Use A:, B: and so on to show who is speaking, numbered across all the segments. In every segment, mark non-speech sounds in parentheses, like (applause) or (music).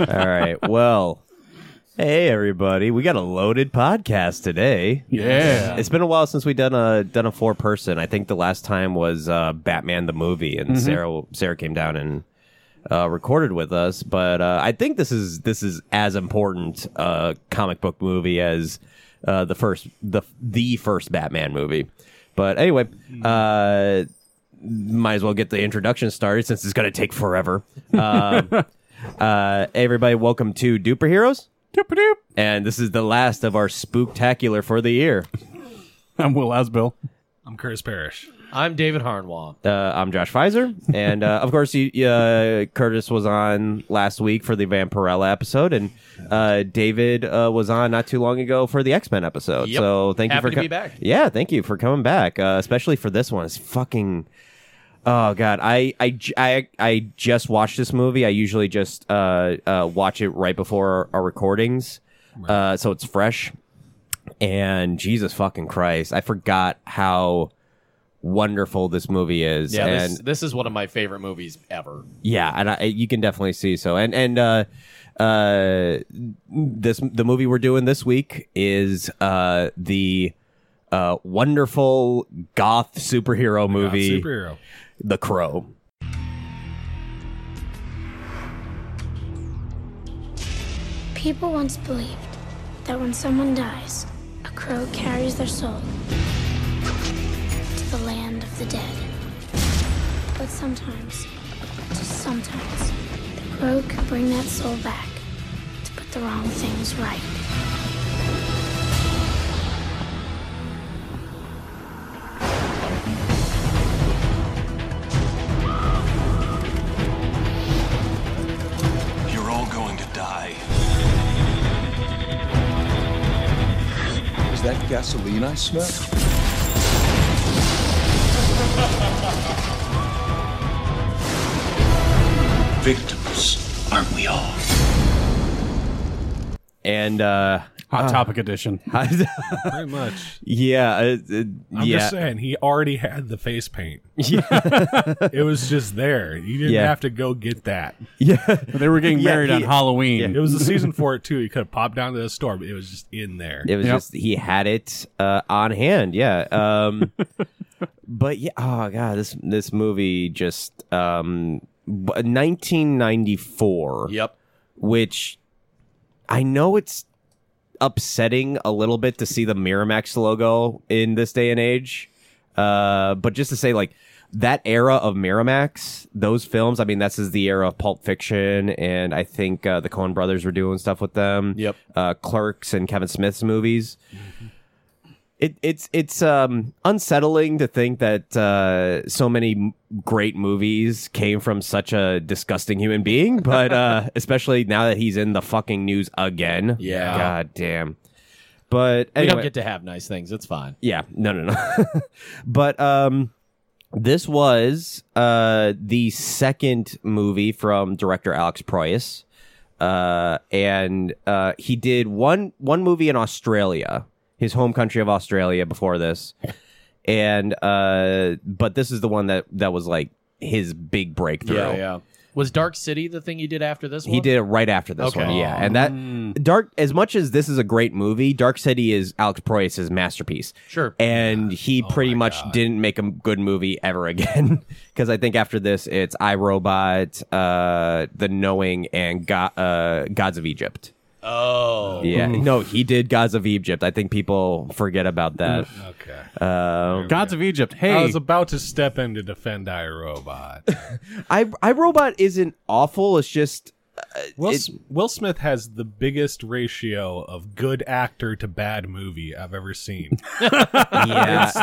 A: All right. Well, hey everybody, we got a loaded podcast today.
B: Yeah.
A: It's been a while since we done a done a four person. I think the last time was uh, Batman the movie, and Sarah Sarah came down and uh, recorded with us. But uh, I think this is this is as important a comic book movie as uh, the first the the first Batman movie. But anyway, uh, might as well get the introduction started since it's going to take forever. Um, uh, hey everybody, welcome to Duper Heroes.
B: Doop-a-doop.
A: And this is the last of our spooktacular for the year.
B: (laughs) I'm Will Asbill.
C: I'm Curtis Parrish.
D: I'm David Harnwall.
A: Uh, I'm Josh Pfizer, and uh, of course, you, uh, Curtis was on last week for the Vampirella episode, and uh, David uh, was on not too long ago for the X Men episode.
D: Yep.
A: So thank
D: Happy
A: you for
D: to
A: co-
D: be back.
A: Yeah, thank you for coming back, uh, especially for this one. It's fucking. Oh god, I, I, j- I- I just watched this movie. I usually just uh, uh, watch it right before our, our recordings, uh, so it's fresh. And Jesus fucking Christ, I forgot how wonderful this movie is.
D: Yeah,
A: and
D: this, this is one of my favorite movies ever.
A: yeah, and I, you can definitely see so. And and uh, uh, this the movie we're doing this week is uh the uh wonderful goth superhero movie,
C: Superhero.
A: The Crow.
E: People once believed that when someone dies, a crow carries their soul to the land of the dead. But sometimes, just sometimes, the crow can bring that soul back to put the wrong things right.
F: You're all going to die.
G: Is that gasoline I smell?
F: Victims, aren't we all?
A: And uh, (laughs)
B: Hot Topic Edition.
C: Pretty much.
A: yeah, uh, uh,
C: (laughs) I'm
A: yeah,
C: just saying, he already had the face paint. (laughs) it was just there. You didn't
A: Yeah.
C: have to go get that.
A: yeah.
B: (laughs) They were getting
A: Yeah,
B: married on
A: he-
B: Halloween.
C: It was the season for it, too. He could have popped down to the store, but it was just in there.
A: It was
B: Yep.
A: just he had it uh, on hand. Yeah. Um, but yeah. Oh god, this this movie just um, b- 1994.
D: Yep.
A: Which I know it's upsetting a little bit to see the Miramax logo in this day and age. Uh, but just to say, like that era of Miramax, those films. I mean, this is the era of Pulp Fiction, and I think uh, the Coen Brothers were doing stuff with them.
D: Yep.
A: uh, Clerks and Kevin Smith's movies. It, it's it's um, unsettling to think that uh, so many m- great movies came from such a disgusting human being, but uh, especially now that he's in the fucking news again.
D: Yeah.
A: God damn. But
D: We
A: anyway,
D: don't get to have nice things. It's fine.
A: yeah, no, no, no. (laughs) but um, this was uh the second movie from director Alex Proyas, uh, and uh, he did one one movie in Australia, his home country of Australia, before this, and uh, but this is the one that that was like his big breakthrough.
D: Was Dark City the thing you did after this one?
A: He did it right after this
D: Okay. Mm.
A: one. Yeah. And that Dark as much as this is a great movie, Dark City is Alex Proyas' masterpiece.
D: Sure.
A: And he pretty much didn't make a good movie ever again (laughs) cuz I think after this it's iRobot, uh The Knowing and Go- uh, Gods of Egypt.
D: Oh.
A: Yeah. No, he did Gods of Egypt. I think people forget about that.
C: Okay.
B: Gods of Egypt. Hey,
C: I was about to step in to defend iRobot.
A: (laughs) I iRobot isn't awful, it's just
C: Will,
A: It-
C: S- Will Smith has the biggest ratio of good actor to bad movie I've
A: (laughs)
C: ever seen.
A: yeah.
C: It's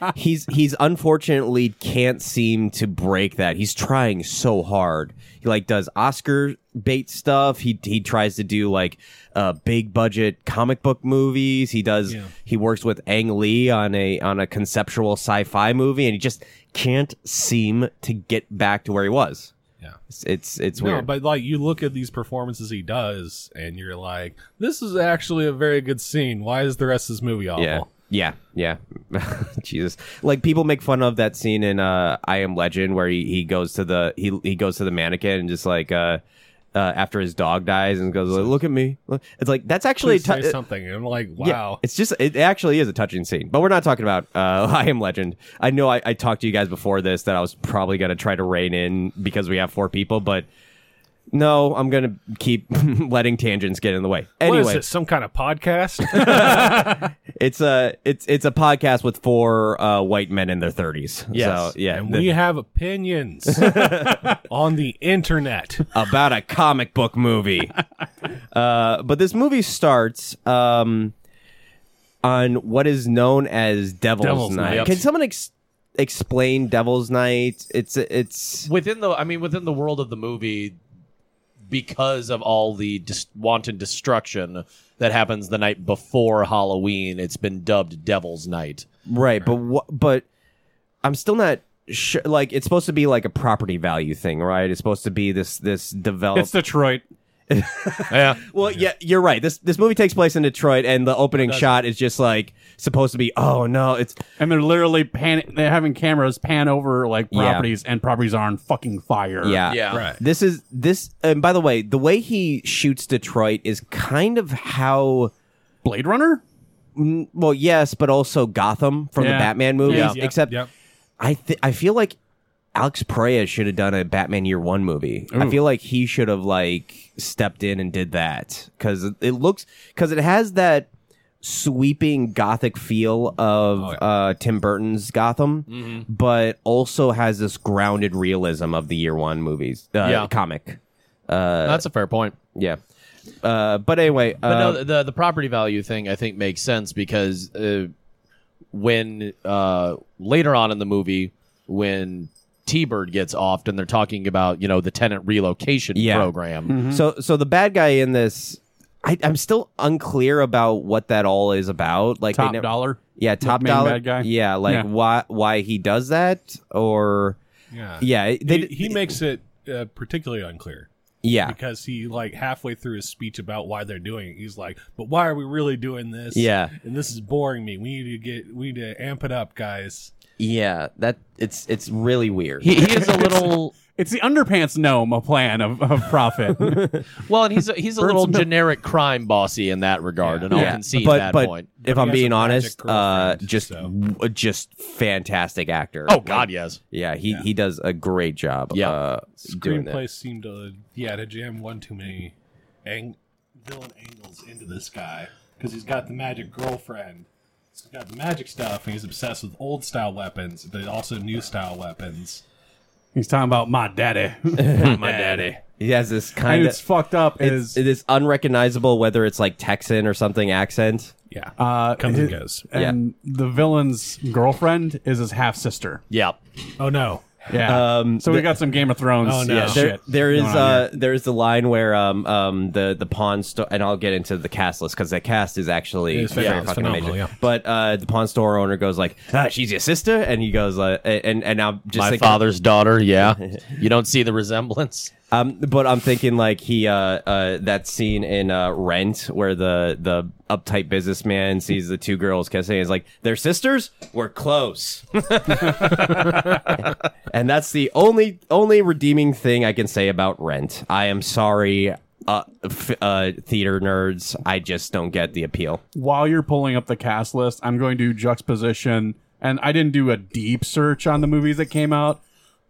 C: (laughs) like
A: he's he's unfortunately can't seem to break that. He's trying so hard. He like does Oscar bait stuff. He he tries to do like uh big budget comic book movies. He does he works with Ang Lee on a on a conceptual sci-fi movie and he just can't seem to get back to where he was.
C: Yeah.
A: It's it's, it's
C: No,
A: weird.
C: but like you look at these performances he does, and you're like, this is actually a very good scene. Why is the rest of this movie awful?
A: Yeah. Yeah, yeah, (laughs) Jesus! Like people make fun of that scene in uh, I Am Legend where he, he goes to the he he goes to the mannequin and just like uh, uh, after his dog dies and goes, "Look at me." Look. It's like that's actually
C: Please
A: a tou-
C: say something. And I'm like,
A: yeah,
C: wow.
A: it's just it actually is a touching scene. But we're not talking about uh, (laughs) I Am Legend. I know I, I talked to you guys before this that I was probably gonna try to rein in because we have four people, but no, I'm gonna keep (laughs) letting tangents get in the way. Anyway,
C: what is this? Some kind of podcast?
A: it's a it's it's a podcast with four uh, white men in their thirties.
D: Yes.
A: so, (laughs) yeah,
C: and
A: the-
C: we have opinions on the internet.
A: (laughs) about a comic book movie. uh, but this movie starts um, on what is known as Devil's,
B: Devil's
A: Night.
B: Night.
A: Can someone ex- explain Devil's Night? It's it's
D: within the I mean within the world of the movie because of all the dis- wanton destruction that happens the night before Halloween it's been dubbed
A: (laughs)
D: Devil's Night.
A: right, but what? But I'm still not. Sure, like it's supposed to be like a property value thing, right? It's supposed to be this this develop.
B: It's Detroit.
D: Yeah.
A: Well, yeah, you're right. This this movie takes place in Detroit, and the opening shot is just like supposed to be. Oh no, it's
B: And they're literally pan- they're having cameras pan over like
A: Yeah.
B: properties, and properties are on fucking fire.
A: yeah,
D: Yeah.
C: Right.
A: This is this. And by the way, the way he shoots Detroit is kind of how.
B: Blade Runner.
A: Well, yes, but also Gotham from the
B: Yeah.
A: Batman movies.
B: Yeah.
C: Yep,
A: Except
C: yep.
A: I th- I feel like Alex Perea should have done a Batman Year One movie. I feel like he should have like stepped in and did that because it looks because it has that sweeping gothic feel of
B: Oh,
A: uh, Tim Burton's Gotham,
B: Mm-hmm.
A: but also has this grounded realism of the Year One movies uh,
D: Yeah.
A: comic.
D: That's a fair point.
A: Yeah. Uh, but anyway, uh,
D: But no, the the property value thing I think makes sense because uh, when uh, later on in the movie when T-Bird gets offed and they're talking about, you know, the tenant relocation
A: Yeah. Mm-hmm.
D: program.
A: so so the bad guy in this, I, I'm still unclear about what that all is about. Like they
B: Top
A: nev-
B: dollar.
A: yeah, top
B: main
A: dollar
B: bad guy?
A: Yeah, like
B: Yeah.
A: why why he does that or
C: Yeah.
A: yeah it- they,
C: He, he makes it uh, particularly unclear
A: yeah
C: because he like halfway through his speech about why they're doing it, he's like, "But why are we really doing this?
A: Yeah.
C: and this is boring me. We need to get we need to amp it up, guys.
A: yeah that it's it's really weird.
D: He, he is a little
B: It's the underpants gnome a plan of, of profit.
A: (laughs)
D: Well, and he's a, he's a little generic crime bossy in that regard, and I'll
A: yeah,
D: concede
A: but
D: that
A: but
D: point.
A: if
C: he
A: I'm
C: has a
A: being
C: magic
A: honest, uh,
C: girlfriend,
A: just
C: so.
A: w- just fantastic actor.
D: Oh God, yes.
A: yeah, he he does a great job.
D: Yeah.
A: uh, doing that.
C: Screenplay seemed to yeah to jam one too many ang- villain angles into this guy because he's got the magic girlfriend." so He's got the magic stuff, and he's obsessed with old style weapons, but also new style weapons.
B: He's talking about
A: (laughs)
B: my daddy.
C: My daddy.
A: He has this
B: and
A: kind
B: it's
A: of
B: fucked up.
A: it's,
B: Is
A: it is unrecognizable whether it's like Texan or something accent.
C: Yeah.
B: uh,
C: Comes and
B: his-
C: goes.
B: And the villain's girlfriend is his half sister.
D: Yeah.
C: Oh no.
B: Yeah.
A: Um,
B: so we got some Game of Thrones.
C: Oh, no.
B: yeah,
C: Oh,
A: there,
B: shit
A: there is
B: going on
A: uh,
B: here.
A: there is the line where um, um, the the pawn store, and I'll get into the cast list because the cast is actually
C: It is
A: very
C: phenomenal. It's
A: fucking
C: phenomenal,
A: amazing.
C: yeah.
A: But uh, the pawn store owner goes like, ah, "She's your sister," and he goes, uh, "And and I'm just
D: My
A: thinking,
D: father's daughter.
A: (laughs)
D: Yeah. you don't see the resemblance.
A: Um, but I'm thinking like he uh, uh, that scene in uh, Rent where the the uptight businessman sees the two girls kissing. He's like, "They're sisters. We're close." (laughs) and that's the only only redeeming thing I can say about Rent. I am sorry, uh, f- uh, theater nerds. I just don't get the appeal.
B: While you're pulling up the cast list, I'm going to juxtaposition, and I didn't do a deep search on the movies that came out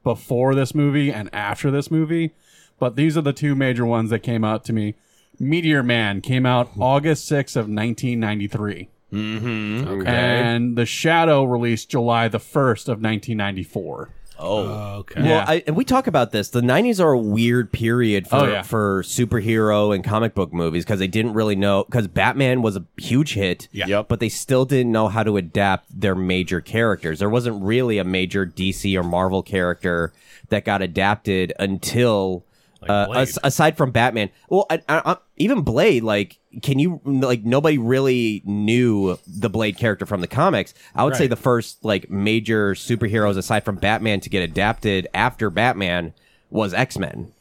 B: before this movie and after this movie, but these are the two major ones that came out to me. Meteor Man came out August 6th of 1993. Mm-hmm. Okay. And The Shadow released July the 1st of 1994.
C: Okay.
B: Yeah.
A: Well, I, and we talk about this. The '90s are a weird period for
B: Oh, yeah.
A: for superhero and comic book movies because they didn't really know because Batman was a huge hit,
C: Yeah.
D: Yep.
A: but they still didn't know how to adapt their major characters. There wasn't really a major DC or Marvel character that got adapted until. uh,
C: Blade.
A: as- aside from Batman, well, I, I, I, even Blade, like, can you like nobody really knew the Blade character from the comics? I would say
C: Right.
A: the first like major superheroes aside from Batman to get adapted after Batman was X Men.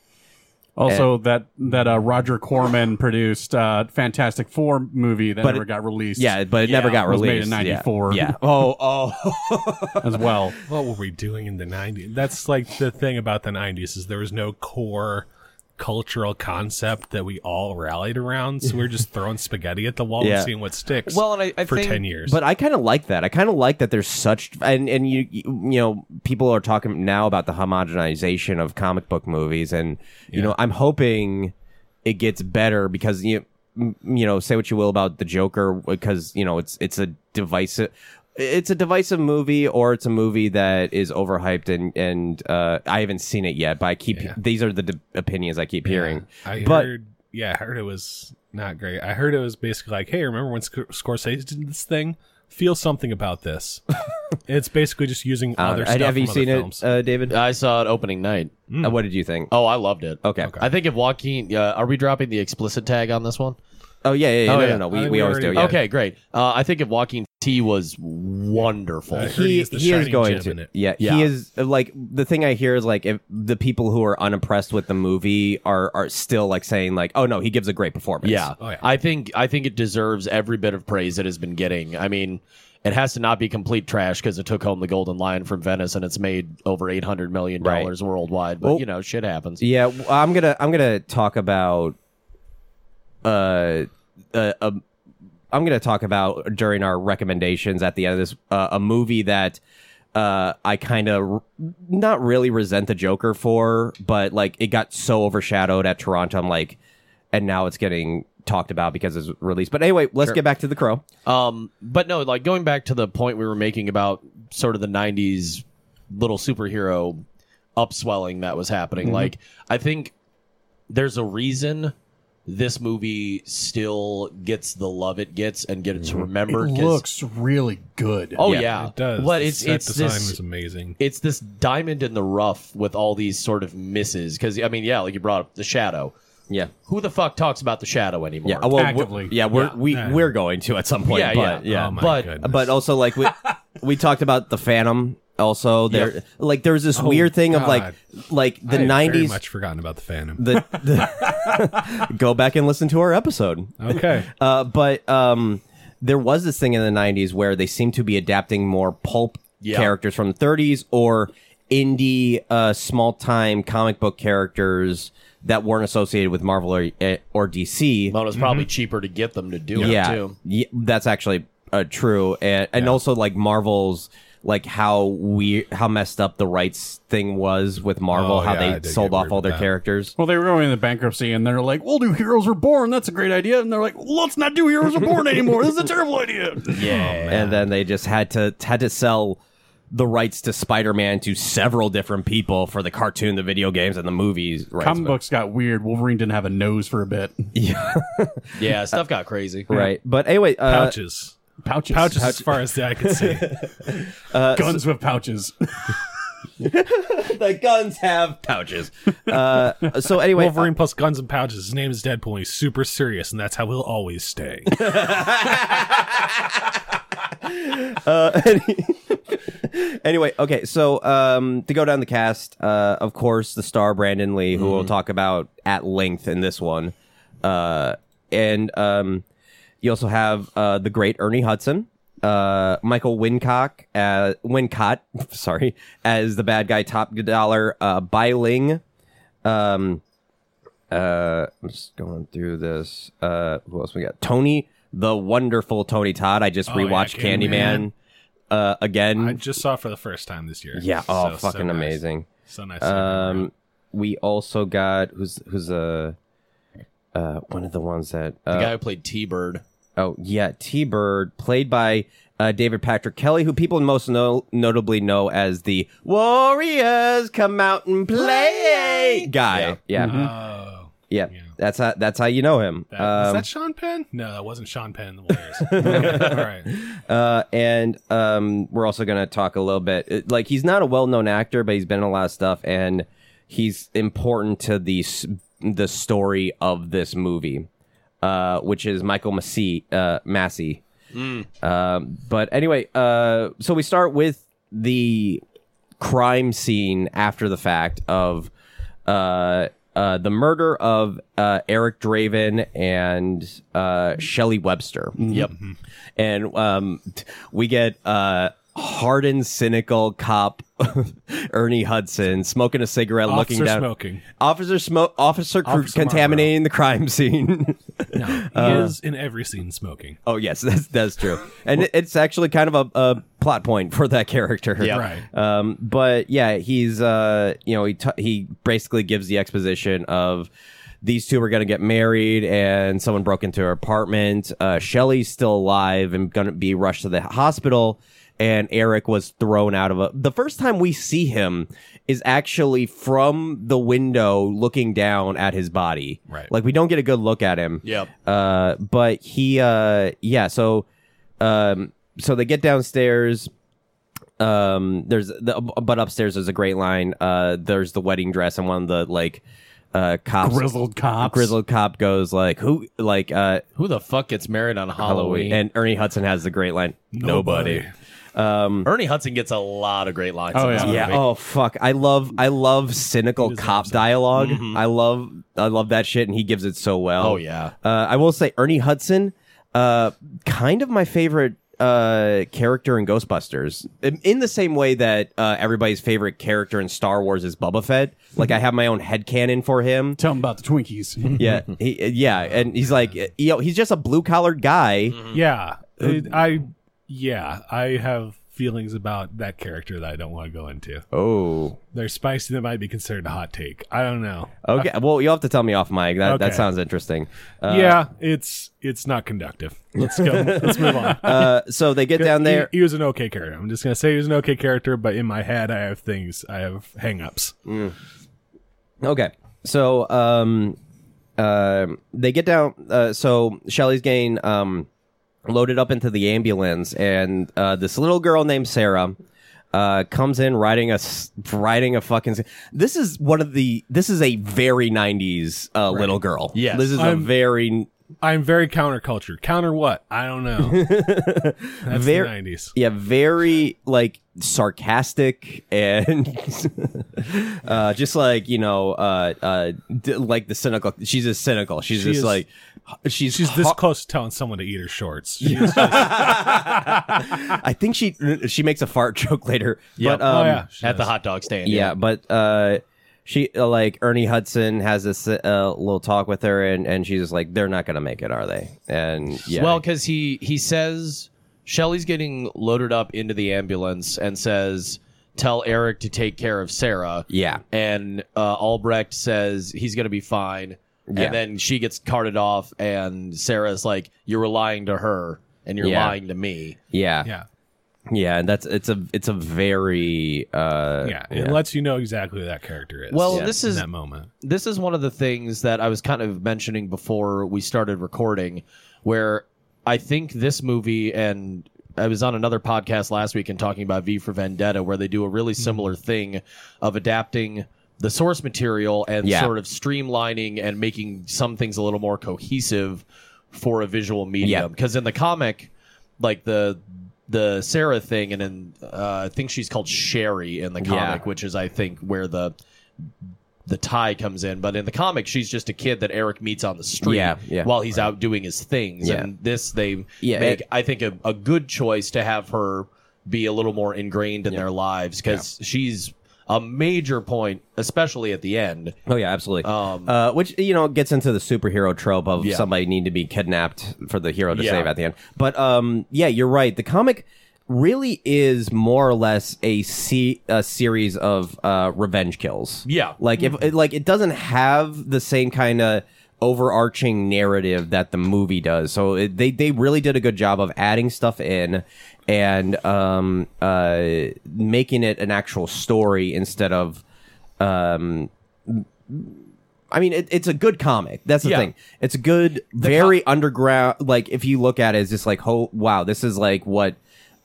B: Also, that that uh, Roger Corman produced uh, Fantastic Four movie that
A: But
B: never
A: it-
B: got released.
A: Yeah, but it never got
B: was made
A: released.
B: in
A: Yeah.
B: 94.
A: Yeah. Oh, oh.
B: as well.
C: What were we doing in the 90s? That's like the thing about the 90s is there was no core cultural concept that we all rallied around. So we're just throwing spaghetti at the wall
A: Yeah.
C: and seeing what sticks.
D: Well, and I- I
C: for
D: think-
C: ten
A: (laughs)
C: years,
A: But I kind of like that. I kind of like that there's such and and you you know people are talking now about the homogenization of comic book movies, and you know I'm hoping it gets better because you m- you know say what you will about the Joker because you know it's it's a divisive. It's a divisive movie, or it's a movie that is overhyped, and and uh, I haven't seen it yet. But I keep these are the d- opinions I keep hearing.
C: I
A: but
C: heard, yeah, I heard it was not great. I heard it was basically like, hey, remember when Sc- Scorsese did this thing? Feel something
A: (laughs)
C: about this. it's basically just using
A: uh,
C: other
A: have
C: stuff.
A: have
C: from
A: you
C: other
A: seen
C: films.
A: it, uh, David?
D: I saw it opening night.
A: Uh, what did you think?
D: Oh, I loved it.
A: Okay.
D: I think if Joaquin, uh, are we dropping the explicit tag on this one?
A: Oh yeah, yeah, yeah.
D: Oh,
A: no,
D: yeah.
A: no, no.
C: I
A: We,
C: think
A: we
C: we
A: always do.
C: already-
A: Yeah.
D: Okay, great. Uh, I think if Joaquin T was wonderful.
C: Right.
A: he,
C: He is the
A: he is
C: shining
A: going
C: gem
A: to
C: in it.
A: Yeah,
D: Yeah.
A: he is uh, like the thing I hear is like if the people who are unimpressed with the movie are are still like saying like oh no he gives a great performance
D: Yeah.
C: Oh, yeah.
D: I think I think it deserves every bit of praise it has been getting. I mean, it has to not be complete trash because it took home the Golden Lion from Venice and it's made over eight hundred million
A: Right.
D: dollars worldwide. But
A: Well-
D: you know, shit happens.
A: yeah w- I'm gonna I'm gonna talk about uh uh, a I'm going to talk about during our recommendations at the end of this uh, a movie that uh, I kind of r- not really resent the Joker for, but like it got so overshadowed at Toronto. I'm like, and now it's getting talked about because it's released. But anyway, let's get back to the Crow.
D: Um, but no, like going back to the point we were making about sort of the '90s little superhero upswelling that was happening. Like, I think there's a reason this movie still gets the love it gets and gets remembered. 'cause-
B: looks really good.
D: oh
A: Yeah,
D: yeah,
C: It does.
D: But
C: The
D: it's
C: set
D: it's
C: design
D: this
C: was amazing.
D: it's this diamond in the rough with all these sort of misses. Because I mean, yeah, like you brought up the shadow.
A: Yeah.
D: Who the fuck talks about the shadow anymore?
A: Yeah, well,
C: Actively.
A: we're, yeah, we're we
C: Yeah.
A: we're going to at some point.
D: Yeah,
A: but,
D: yeah.
A: yeah.
C: Oh my
D: but-
C: goodness.
A: but also like (laughs) we we talked about the Phantom. Also, there like there was this weird thing of like
C: God.
A: like the
C: I had very
A: nineties.
C: much forgotten about the Phantom.
A: The, the (laughs) go back and listen to our episode.
C: okay,
A: (laughs) Uh, but um, there was this thing in the 90s where they seemed to be adapting more pulp
D: Yeah.
A: characters from the 30s or indie uh, small time comic book characters that weren't associated with Marvel or, eh, or DC.
D: Well, it was probably cheaper to get them to do
A: yeah,
D: it too.
A: Ye- that's actually uh, true, and and also like Marvel's like how we how messed up the rights thing was with Marvel,
C: Oh,
A: how
C: yeah, I
A: they
C: did get
A: sold off
C: weird
A: all
C: with
A: their
C: that.
A: characters.
C: (laughs)
B: Well, they were going into bankruptcy, and they're like, "We'll do Heroes Reborn. That's a great idea." And they're like, "Let's not do Heroes Reborn anymore. This is a
A: (laughs)
B: terrible idea."
A: Yeah, and then they just had to had to sell the rights to Spider-Man to several different people for the cartoon, the video games, and the movies. Right,
B: Comic books got weird. Wolverine didn't have a nose for a bit.
D: Yeah, stuff got crazy.
A: (laughs) right? But anyway, uh,
C: pouches.
B: Pouches,
C: Pouches, as far as the eye could
A: (laughs)
C: see.
A: Uh,
B: guns with pouches. (laughs)
A: the guns have pouches. (laughs) Uh, so anyway,
C: Wolverine plus guns and pouches. His name is Deadpool. And he's super serious, and that's how he'll
A: (laughs)
C: always stay.
A: anyway, okay. So um, to go down the cast, uh, of course, the star Brandon Lee, who we'll
C: Mm-hmm.
A: talk about at length in this one, uh, and um, you also have uh, the great Ernie Hudson, uh, Michael Wincock, uh, Wincott, (laughs) sorry, as the bad guy, Top Dollar, uh, Biling. Um, uh, I'm just going through this. Uh, who else we got? Tony, the wonderful Tony Todd. I just
C: Oh, yeah,
A: rewatched Candyman.
C: Candyman.
A: Uh, again,
C: I just saw it for the first time this year.
A: yeah. Oh,
C: So- so
A: fucking
C: nice.
A: amazing.
C: So nice.
A: Um, we also got who's who's uh, uh one of the ones that
D: The
A: uh,
D: guy who played T Bird.
A: oh yeah T Bird played by uh, David Patrick Kelly, who people most know, notably know as the Warriors come out and play Mm-hmm. guy. Yeah, yeah,
C: oh,
A: That's how that's how you know him.
C: that, is
A: um,
C: that Sean Penn? No, that wasn't Sean Penn in
A: (laughs)
C: the Warriors. Okay, All right.
A: uh, and um, we're also gonna talk a little bit. it- Like he's not a well-known actor, but he's been in a lot of stuff, and he's important to the s- the story of this movie, uh, which is Michael Massey. Uh, Massey. Um, but anyway, uh, so we start with the crime scene after the fact of uh, uh, the murder of uh, Eric Draven and Mm-hmm. uh, Shelly Webster. Yep. And um, t- we get uh, hardened, cynical cop (laughs) Ernie Hudson smoking a cigarette,
C: Officer
A: looking down.
C: smoking.
A: Officer smoke. Officer, cr-
C: Officer
A: contaminating the crime scene. (laughs)
C: No, he
A: Uh,
C: is in every scene smoking.
A: oh yes, (laughs) that's that's true, and it, it's actually kind of a, a plot point for that character.
D: Yeah.
C: Right.
A: Um, but yeah, he's uh, you know, he t- he basically gives the exposition of these two are going to get married, and someone broke into her apartment. Uh, Shelly's still alive and going to be rushed to the hospital. And Eric was thrown out of a. The first time we see him is actually from the window looking down at his body.
C: Right.
A: Like we don't get a good look at him.
D: Yep.
A: Uh, but he, uh, yeah. So, um, so they get downstairs um there's the but upstairs there's a great line uh there's the wedding dress and one of the like uh cops
B: grizzled cops.
A: grizzled cop goes like who like uh
D: Who the fuck gets married on Halloween?
A: halloween and ernie hudson has the great line nobody,
D: Ernie Hudson gets a lot of great lines.
B: Oh,
D: in this
B: yeah.
D: movie.
A: yeah oh fuck i love i love cynical
C: deserves
A: cop
C: it.
A: dialog
C: Mm-hmm.
A: i love i love that shit and he gives it so well
D: Oh, yeah.
A: uh i will say ernie hudson uh kind of my favorite uh character in ghostbusters in, in the same way that uh everybody's favorite character in star wars is boba fett like
C: Mm-hmm.
A: i have my own headcanon for him
B: Tell them about the Twinkies.
C: (laughs)
A: yeah he, yeah and he's like you know he's just a blue collared guy
C: Mm-hmm. Yeah,
A: Uh,
C: it- I yeah I have feelings about that character that I don't want to go into.
A: oh
C: They're spicy that might be considered a hot take. I don't know.
A: okay well you'll have to tell me off mic that that
C: Okay.
A: sounds interesting uh,
C: yeah, it's it's not conductive.
A: (laughs)
C: Let's go. Let's move on.
A: uh so they get down there
C: He, he was an okay character. I'm just gonna say he was an okay character, but in my head, I have things. I have hangups.
A: Okay. So um uh, they get down uh, so Shelly's getting um loaded up into the ambulance and uh this little girl named Sarah uh, comes in riding a s- riding a fucking. s- This is one of the. This is a very '90s uh, little girl.
D: Yes.
A: this is a
C: I'm-
A: very
C: I'm very counterculture. Counter what? I don't (laughs) know. That's
A: Ver-
C: the 90s.
A: (laughs) yeah very like sarcastic and (laughs) uh just like you know uh uh d- like the cynical she's just cynical she's
C: She
A: just
C: is-
A: like she's
C: She's this
A: ho-
C: close to telling someone to eat her shorts.
A: i think she she makes a fart (laughs) joke later
D: Yep.
A: but um
C: oh yeah, she
D: At the
C: does.
D: hot dog stand.
A: yeah but uh she uh, like Ernie Hudson has this uh, little talk with her, and, and she's just like, "They're not gonna make it, are they?" And yeah,
D: Well, because he he says Shelly's getting loaded up into the ambulance and says, "Tell Eric to take care of Sarah."
A: yeah,
D: And uh, Albrecht says he's gonna be fine.
A: Yeah.
D: And then she gets carted off, and Sarah's like, "You're lying to her, and you're
A: Yeah.
D: lying to me."
A: yeah, yeah,
C: yeah,
A: and that's it's a it's a very uh,
C: yeah. It lets you know exactly who that character is.
D: Well,
A: Yeah.
D: this
C: in
D: is
C: that moment.
D: this is one of the things that I was kind of mentioning before we started recording, where I think this movie and I was on another podcast last week and talking about V for Vendetta, where they do a really similar thing of adapting the source material and
A: Yeah.
D: sort of streamlining and making some things a little more cohesive for a visual medium. Because in the comic, like the the Sarah thing, and in uh, I think she's called Sherry in the comic, which is I think where the the tie comes in. But in the comic, she's just a kid that Eric meets on the street
A: Yeah, yeah.
D: while he's out doing his things.
A: Yeah.
D: And this they
A: Yeah,
D: make,
A: it-
D: I think, a, a good choice to have her be a little more ingrained in their lives because she's a major point, especially at the end.
A: Oh yeah, absolutely.
D: Um,
A: uh, which you know gets into the superhero trope of
D: Yeah.
A: somebody needing to be kidnapped for the hero to
D: Yeah.
A: save at the end. But um, yeah, you're right. The comic really is more or less a, se- a series of uh, revenge kills.
D: Yeah.
A: like if it, like it doesn't have the same kind of overarching narrative that the movie does. So it, they they really did a good job of adding stuff in and um uh making it an actual story instead of um I mean, it, it's a good comic. That's the
D: Yeah.
A: thing. It's a good, very underground. Like, if you look at it, it's just like, oh, wow, this is like what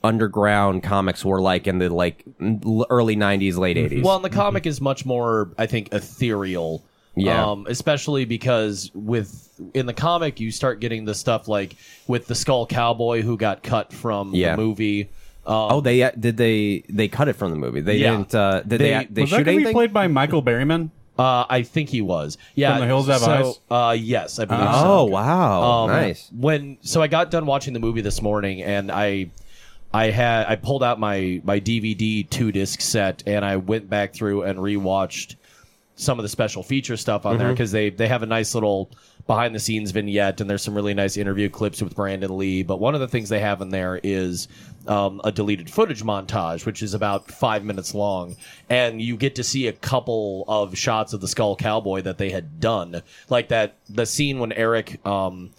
A: underground comics were like in the like l- early 90s, late 80s.
D: Well, and the comic is much more, I think, ethereal.
A: Yeah.
D: Um, especially because with in the comic you start getting the stuff like with the Skull Cowboy who got cut from
A: Yeah.
D: the movie. Um,
A: oh, they uh, did they they cut it from the movie. They
D: Yeah.
A: didn't. Uh, did
D: They-
A: they they,
B: Was that
A: shoot
B: gonna be
A: anything?
B: played by Michael Berryman?
D: Uh, I think he was. Yeah.
B: From the Hills Have
D: so, Uh, yes, I believe so.
A: oh wow,
D: Um,
A: nice.
D: When so I got done watching the movie this morning, and I I had I pulled out my my DVD two disc set and I went back through and rewatched some of the special feature stuff on there because they they have a nice little behind the scenes vignette and there's some really nice interview clips with Brandon Lee. But one of the things they have in there is um, a deleted footage montage, which is about five minutes long, and you get to see a couple of shots of the Skull Cowboy that they had done, like that the scene when Eric. Um,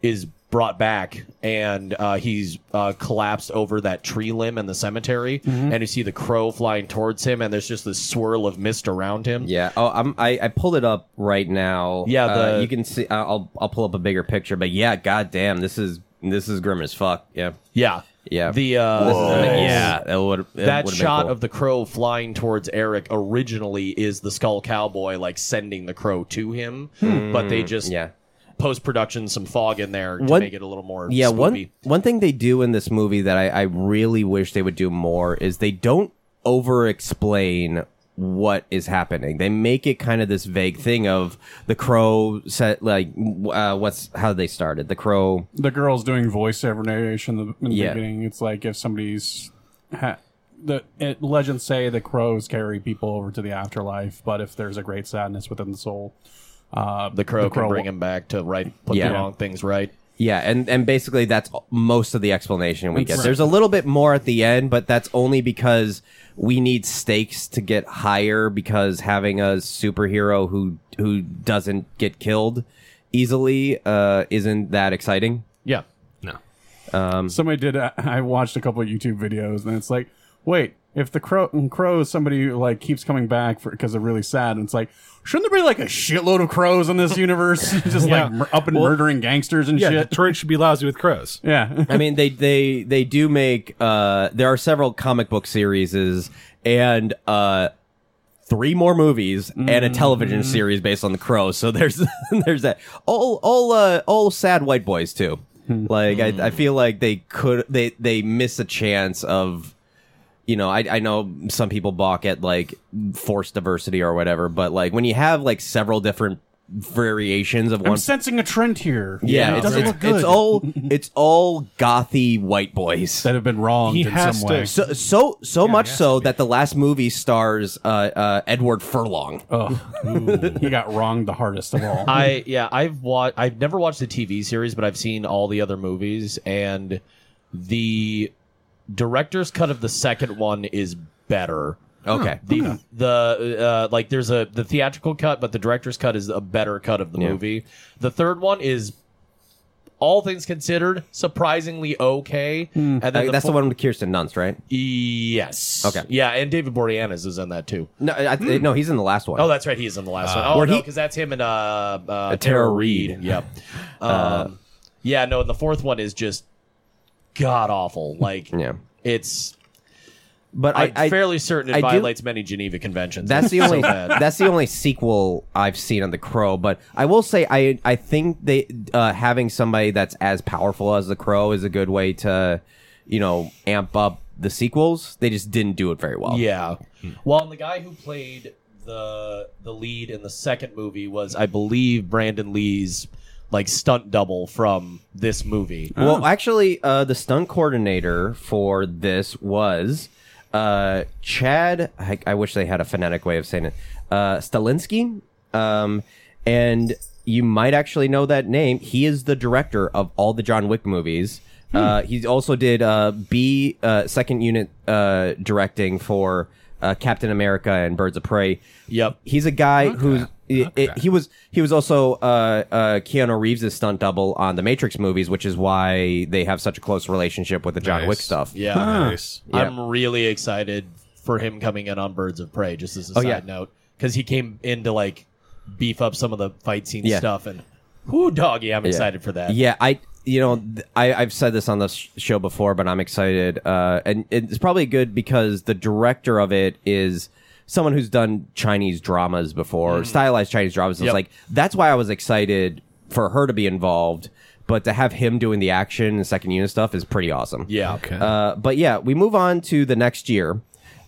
D: is brought back and uh, he's uh, collapsed over that tree limb in the cemetery and you see the crow flying towards him and there's just this swirl of mist around him
A: Yeah. Oh, I'm, I I pulled it up right now.
D: Yeah,
A: Uh,
D: the-
A: you can see. I- I'll I'll pull up a bigger picture. But yeah, goddamn, this is this is grim as fuck. Yeah.
D: yeah
A: Yeah.
D: the uh
A: This is- yeah. That would
D: that shot of the crow flying towards Eric originally is the Skull Cowboy like sending the crow to him, but they just
A: yeah.
D: post production some fog in there to
A: One-
D: make it a little more
A: Yeah,
D: spoopy.
A: one one thing they do in this movie that I, I really wish they would do more is they don't over explain what is happening. They make it kind of this vague thing of the crow set like uh, what's how they started. The crow
B: the girl's doing voiceover narration in the, in the
A: Yeah.
B: beginning. It's like if somebody's ha- the it, legends say the crows carry people over to the afterlife, but if there's a great sadness within the soul, uh,
D: the crow,
B: crow-
D: can bring him back to right put
A: Yeah.
D: the wrong things right.
A: yeah, and, and basically that's most of the explanation we get. There's a little bit more at the end, but that's only because we need stakes to get higher because having a superhero who who doesn't get killed easily uh, isn't that exciting.
D: Yeah.
C: No.
B: somebody did. uh, (laughs) I watched a couple of YouTube videos, and it's like, wait, if the crow and crows, somebody who, like keeps coming back for because they're really sad, and it's like, shouldn't there be like a shitload of crows in this universe, (laughs) just
C: Yeah.
B: like mur- up and murdering gangsters and
C: Yeah,
B: shit?
C: Detroit should be lousy with crows.
A: (laughs)
B: yeah,
A: I mean, they they they do make. Uh, there are several comic book series and uh, three more movies and a television series based on the Crow. So there's (laughs) there's that all all uh, all sad white boys too. Like I, I feel like they could they they miss a chance of. You know, I, I know some people balk at like forced diversity or whatever, but like when you have like several different variations of
B: I'm
A: one
B: sensing a trend here.
A: yeah,
B: it
A: it's,
B: doesn't
A: it's,
B: look good.
A: it's all it's all gothy white boys.
B: that have been wronged
C: He
B: in
C: has
B: some
C: to-
B: way.
A: So so so much
C: it has
A: so that the last movie stars uh, uh, Edward Furlong.
B: (laughs) he got wronged the hardest of all.
D: I yeah, I've watched. I've never watched the TV series, but I've seen all the other movies, and the director's cut of the second one is better.
A: Okay,
D: The the uh, like there's a the theatrical cut, but the director's cut is a better cut of the movie. The third one is. All things considered, surprisingly okay. And then
A: Uh, that's the
D: fo-
A: one with Kirsten Dunst, right?
D: Yes.
A: Okay.
D: Yeah, and David Boreanaz is in that too.
A: No, I, I- no, he's in the last one.
D: Oh, that's right. He's in the last one. Oh,
A: Where
D: no,
A: he-
D: because that's him and uh, uh
A: Tara
D: Tara
A: Reid. Uh, (laughs)
D: Reed. Yep. Um, yeah, no, and the fourth one is just god awful. Like,
A: Yeah.
D: it's.
A: but
D: I'm
A: I, I
D: fairly certain it
A: I do-
D: violates many Geneva conventions. (laughs)
A: that's the
D: It's so
A: only
D: bad.
A: that's the only sequel I've seen on the Crow. But I will say I I think they uh, having somebody that's as powerful as the Crow is a good way to you know amp up the sequels. They just didn't do it very well.
D: Yeah. Hmm. Well, and the guy who played the the lead in the second movie was, I believe, Brandon Lee's like stunt double from this movie.
A: Well, actually, uh, the stunt coordinator for this was uh, Chad. I, I wish they had a phonetic way of saying it. Uh, Stalinsky, um, and you might actually know that name. He is the director of all the John Wick movies. Uh, he also did uh, B uh, second unit uh, directing for uh, Captain America and Birds of Prey.
D: Yep.
A: He's a guy who's it, it- he was he was also uh, uh, Keanu Reeves' stunt double on the Matrix movies, which is why they have such a close relationship with the John
C: Nice.
A: Wick stuff.
D: Yeah.
C: Nice.
D: I'm really excited for him coming in on Birds of Prey. Just as a side
A: Oh, yeah.
D: note, because he came in to like beef up some of the fight scene
A: Yeah.
D: stuff, and whoo, doggy, I'm excited for that.
A: Yeah, I you know th- I I've said this on the sh- show before, but I'm excited, uh, and it's probably good because the director of it is someone who's done Chinese dramas before, stylized Chinese dramas. It's
D: Yep.
A: like that's why I was excited for her to be involved, but to have him doing the action and second unit stuff is pretty awesome.
D: Yeah.
C: Okay.
A: Uh, but yeah, we move on to the next year,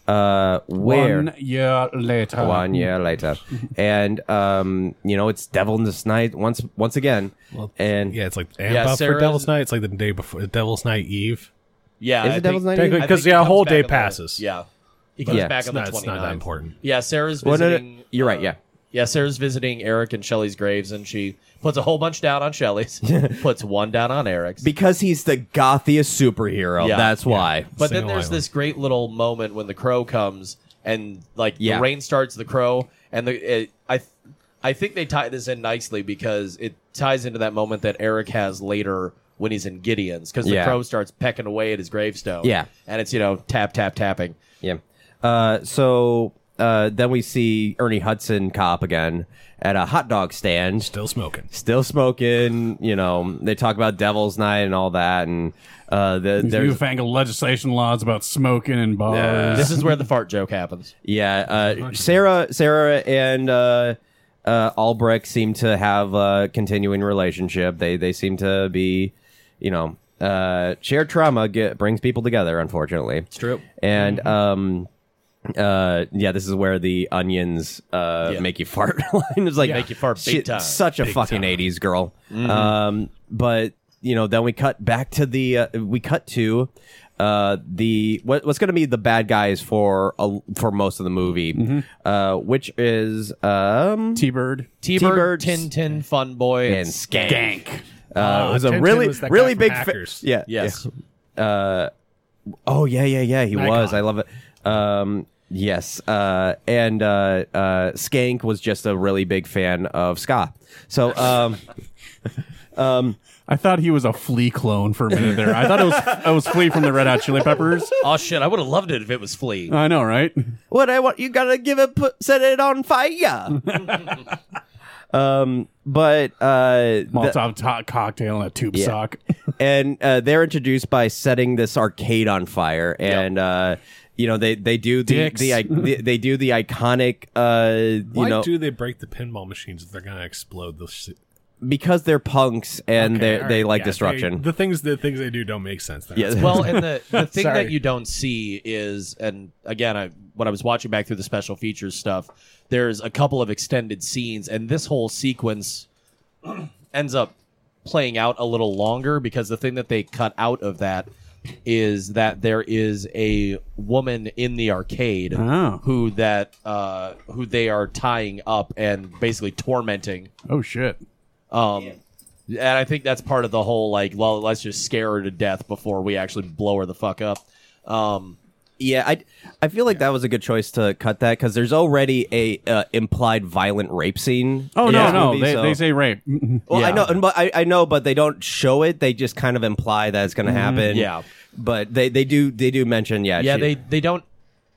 A: uh, (laughs) where
B: One year later,
A: (laughs) one year later, and um, you know it's Devil in the Night once once again, and
C: yeah, it's like amp
D: Yeah,
C: up for
D: Sarah's-
C: Devil's Night. It's like the day before Devil's Night Eve.
D: Yeah,
A: Is
D: I
A: it
D: think-
A: Devil's Night?
D: I
A: Eater?
D: think
C: Because,
D: he
C: yeah, a
D: comes
C: whole
D: back
C: day
D: on the-
C: passes.
D: yeah, he
A: Yeah.
C: It's not- it's not that important.
D: Yeah, Sarah's
A: Well, no, no,
D: visiting.
A: you're right.
D: uh,
A: Yeah.
D: yeah, Sarah's visiting Eric and Shelly's graves, and she puts a whole bunch down
A: (laughs)
D: on Shelly's, puts one down on Eric's.
A: Because he's the gothiest superhero.
D: Yeah.
A: that's
D: Yeah.
A: why.
D: But
C: Single
D: then there's
C: island.
D: this great little moment when the crow comes and like
A: Yeah.
D: the rain starts the crow and the it, I th- I think they tie this in nicely because it ties into that moment that Eric has later when he's in Gideon's because the
A: Yeah.
D: crow starts pecking away at his gravestone.
A: Yeah.
D: and it's you know tap tap tapping.
A: Yeah. Uh, so uh, then we see Ernie Hudson cop again at a hot dog stand.
C: Still smoking.
A: Still smoking, you know. They talk about Devil's Night and all that, and uh, the,
B: These
A: there's
B: newfangled legislation laws about smoking and bars.
A: Uh,
D: This is where the fart joke happens.
A: yeah. Uh, Sarah, Sarah, and uh, uh, Albrecht seem to have a continuing relationship. They they seem to be, you know, uh, shared trauma get, brings people together. Unfortunately, it's
D: true. Mm-hmm.
A: And um, uh, yeah, this is where the onions uh
D: Yeah.
A: make you fart (laughs) line is like
D: Make you fart big
A: shit,
D: time. Mm-hmm.
A: Such a fucking eighties girl. Um, but you know, then we cut back to the uh, we cut to uh the what, what's going to be the bad guys for a, for most of the movie,
D: Mm-hmm.
A: uh, which is um
B: T-Bird.
D: T Bird,
A: T-Birds.
D: Tin Tin, Fun Boy,
A: and skank. Uh,
C: Uh,
A: it was a
C: Tintin
A: really
C: was that guy
A: really
C: from
A: big. Fa-
C: Hackers.
A: yeah.
D: Yes.
A: Oh yeah, yeah, yeah. He
C: Nikon.
A: was. I love it. Um, yes. Uh, and uh, uh, Skank was just a really big fan of ska. So um,
B: I thought he was a flea clone for a minute there. I thought it was I was flea from the Red Hot Chili Peppers.
D: Oh shit! I would have loved it if it was Flea.
B: I know, right?
A: what I want, you gotta give it, put, set it on fire. um, but uh, the-
B: Molotov hot cocktail and a tube
A: Yeah.
B: sock.
A: and uh, they're introduced by setting this arcade on fire, and uh, you know they they do the,
B: Dicks.
A: the, i- the they do the iconic uh,
C: Why
A: you know
C: do they break the pinball machines if they're going to explode the shit?
A: because they're punks and
C: Okay,
A: they
C: all
A: they
C: right,
A: like
C: yeah,
A: destruction.
C: they- the things the things they do don't make sense. They're (laughs)
A: Yeah.
C: not-
D: well, and the, the thing
C: Sorry.
D: that you don't see is, and again, I, when I was watching back through the special features stuff, there's a couple of extended scenes, and this whole sequence (clears throat) ends up playing out a little longer because the thing that they cut out of that is that there is a woman in the arcade
B: Oh.
D: who that uh, who they are tying up and basically tormenting
B: Oh shit.
D: um, And I think that's part of the whole like, well, let's just scare her to death before we actually blow her the fuck up. Um,
A: Yeah, I I feel like that was a good choice to cut that because there's already a uh, implied violent rape scene.
B: Oh
A: in
B: no,
A: this
B: no.
A: movie,
B: they,
A: so-
B: they say rape. Mhm.
A: Well, I
D: Yeah.
A: know, and- but I, I know, but they don't show it. They just kind of imply that it's going to happen.
D: yeah.
A: but they, they do they do mention yeah
D: yeah,
A: she-
D: they they don't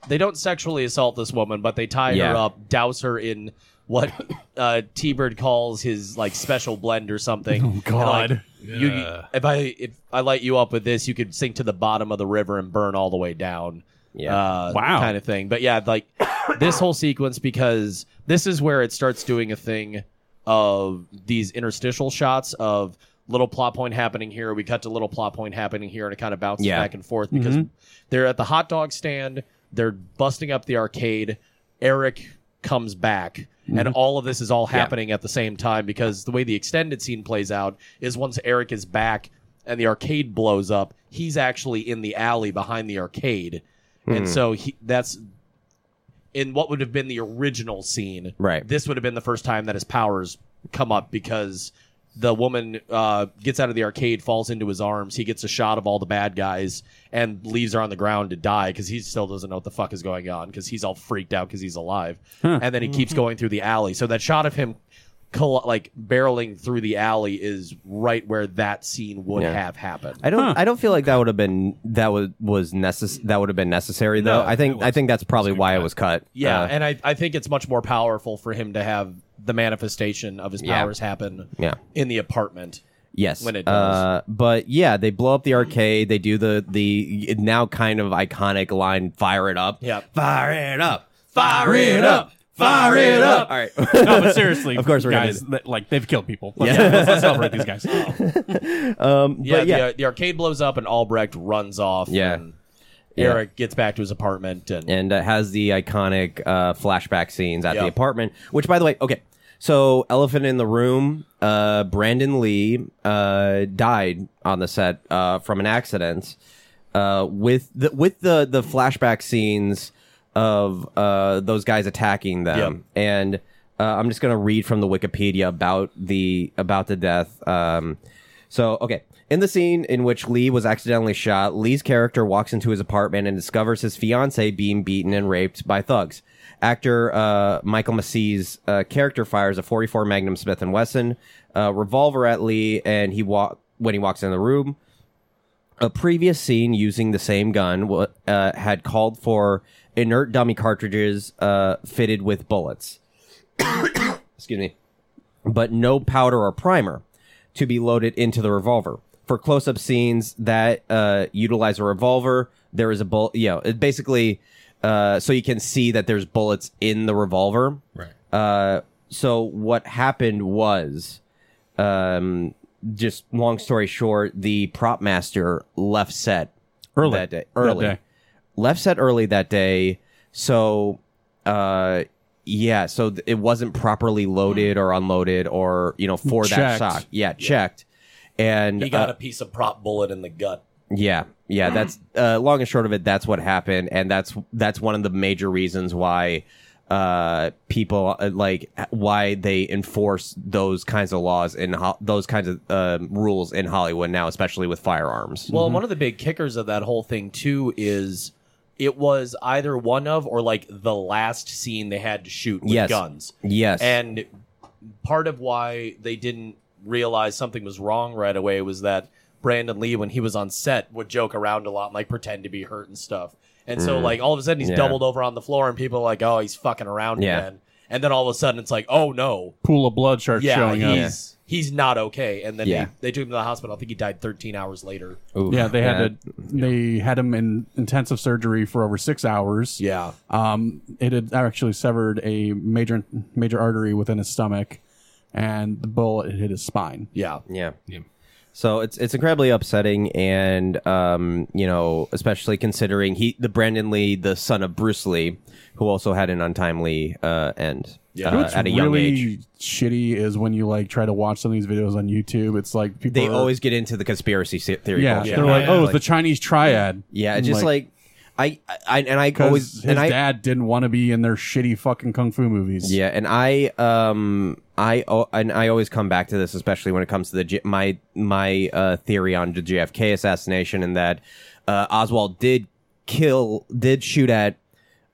D: they don't sexually assault this woman, but they tie
A: Yeah.
D: her up, douse her in what (coughs) uh, T Bird calls his like special blend or something. Oh
B: God.
D: you, you- if I if I light you up with this, you could sink to the bottom of the river and burn all the way down.
A: Yeah.
D: uh,
B: Wow.
D: kind of thing. But yeah, like (coughs) this whole sequence because this is where it starts doing a thing of these interstitial shots of little plot point happening here. We cut to little plot point happening here, and it kind of bounces
A: Yeah.
D: back and forth because they're at the hot dog stand. They're busting up the arcade. Eric comes back. And all of this is all happening at the same time because the way the extended scene plays out is once Eric is back and the arcade blows up, he's actually in the alley behind the arcade. And so he, that's in what would have been the original scene.
A: Right.
D: This would have been the first time that his powers come up because the woman uh, gets out of the arcade, falls into his arms. He gets a shot of all the bad guys and leaves her on the ground to die because he still doesn't know what the fuck is going on because he's all freaked out because he's alive. And then he keeps going through the alley. So that shot of him. Coll- like barreling through the alley is right where that scene would have happened.
A: I don't I don't feel like that would have been that was was necess- that would have been necessary though. I think I think that's probably why it was cut.
D: Yeah,
A: Uh,
D: and I, I think it's much more powerful for him to have the manifestation of his
A: Yeah.
D: powers happen
A: Yeah.
D: in the apartment.
A: Yes.
D: when it does.
A: Uh, but yeah, they blow up the arcade. They do the the now kind of iconic line, "Fire it up."
D: Yep.
A: Fire it up. Fire it up. Fire it up. All right. (laughs)
B: No, but seriously,
A: Of course we're gonna
B: guys.
A: do
B: that- like they've killed people. Let's, yeah. let's, let's celebrate
A: (laughs)
B: these guys.
D: Yeah,
A: But yeah.
D: The, the arcade blows up and Albrecht runs off.
A: Yeah.
D: and
A: Yeah.
D: Eric gets back to his apartment and,
A: and uh, has the iconic uh, flashback scenes at the
D: Yeah.
A: apartment. Which, by the way, okay. So, Elephant in the Room, uh, Brandon Lee uh, died on the set uh, from an accident. uh, with the with the the flashback scenes of uh, those guys attacking them, and uh, I'm just gonna read from the Wikipedia about the about the death. Um, so okay. In the scene in which Lee was accidentally shot, Lee's character walks into his apartment and discovers his fiancee being beaten and raped by thugs. Actor uh, Michael Massey's uh, character fires a 44 Magnum Smith and Wesson uh, revolver at Lee, and he walk when he walks in the room. A previous scene using the same gun wa- uh, had called for inert dummy cartridges uh, fitted with bullets. (coughs) Excuse me but no powder or primer to be loaded into the revolver. For close up scenes that uh, utilize a revolver, there is a bullet, you know, it basically, uh, so you can see that there's bullets in the revolver.
C: Right.
A: Uh, so what happened was, um, just long story short, the prop master left set
B: Early.
A: that day. Early.
B: day.
A: Left set early that day. So, uh, yeah, so th- it wasn't properly loaded
G: Hmm.
A: or unloaded or, you know, for that
B: Checked.
A: stock. Yeah, checked. And
G: He got
A: uh, Mm-hmm.
G: a piece of prop bullet in the gut.
A: yeah, yeah.
D: Mm.
A: That's uh, long and short of it. That's what happened, and that's that's one of the major reasons why uh, people uh, like why they enforce those kinds of laws in ho- those kinds of uh, rules in Hollywood now, especially with firearms.
G: Well,
D: Well, one of the big kickers of that whole thing too is it was either one of or like the last scene they had to shoot with
A: Yes.
D: guns.
A: yes,
D: And part of why they didn't realize something was wrong right away was that Brandon Lee, when he was on set, would joke around a lot and like pretend to be hurt and stuff. And so, like, all of a sudden he's
A: Mm. Yeah.
D: doubled over on the floor and people are like, oh, he's fucking around
A: Yeah.
D: again. And then all of a sudden it's like, oh no.
B: Pool of blood starts
D: Yeah,
B: showing up.
D: he's, he's not okay. And then
A: Yeah.
D: he, they took him to the hospital. I think he died 13 hours later.
A: Oof,
B: Yeah, they had
A: that-
B: to. They had him in intensive surgery for over six hours.
D: Yeah.
B: Um, it had actually severed a major major artery within his stomach, and the bullet hit his spine.
D: Yeah.
A: Yeah.
C: Yeah.
A: So it's it's incredibly upsetting, and um, you know, especially considering he the Brandon Lee, the son of Bruce Lee, who also had an untimely uh, end
D: Yeah.
A: uh,
B: What's
A: at a young
B: really
A: age.
B: shitty is when you like try to watch some of these videos on YouTube. It's like people
A: they
B: are-
A: always get into the conspiracy se- theory.
B: yeah,
A: bullshit.
B: they're like,
C: Yeah.
B: oh, it's the Chinese triad.
A: yeah,
B: I'm
A: it's just like, I, I and I
B: 'cause
A: always
B: his
A: and I
B: dad didn't want to be in their shitty fucking kung fu movies.
A: yeah, and I um I oh, and I always come back to this, especially when it comes to the J- my my uh, theory on the JFK assassination and that uh, Oswald did kill did shoot at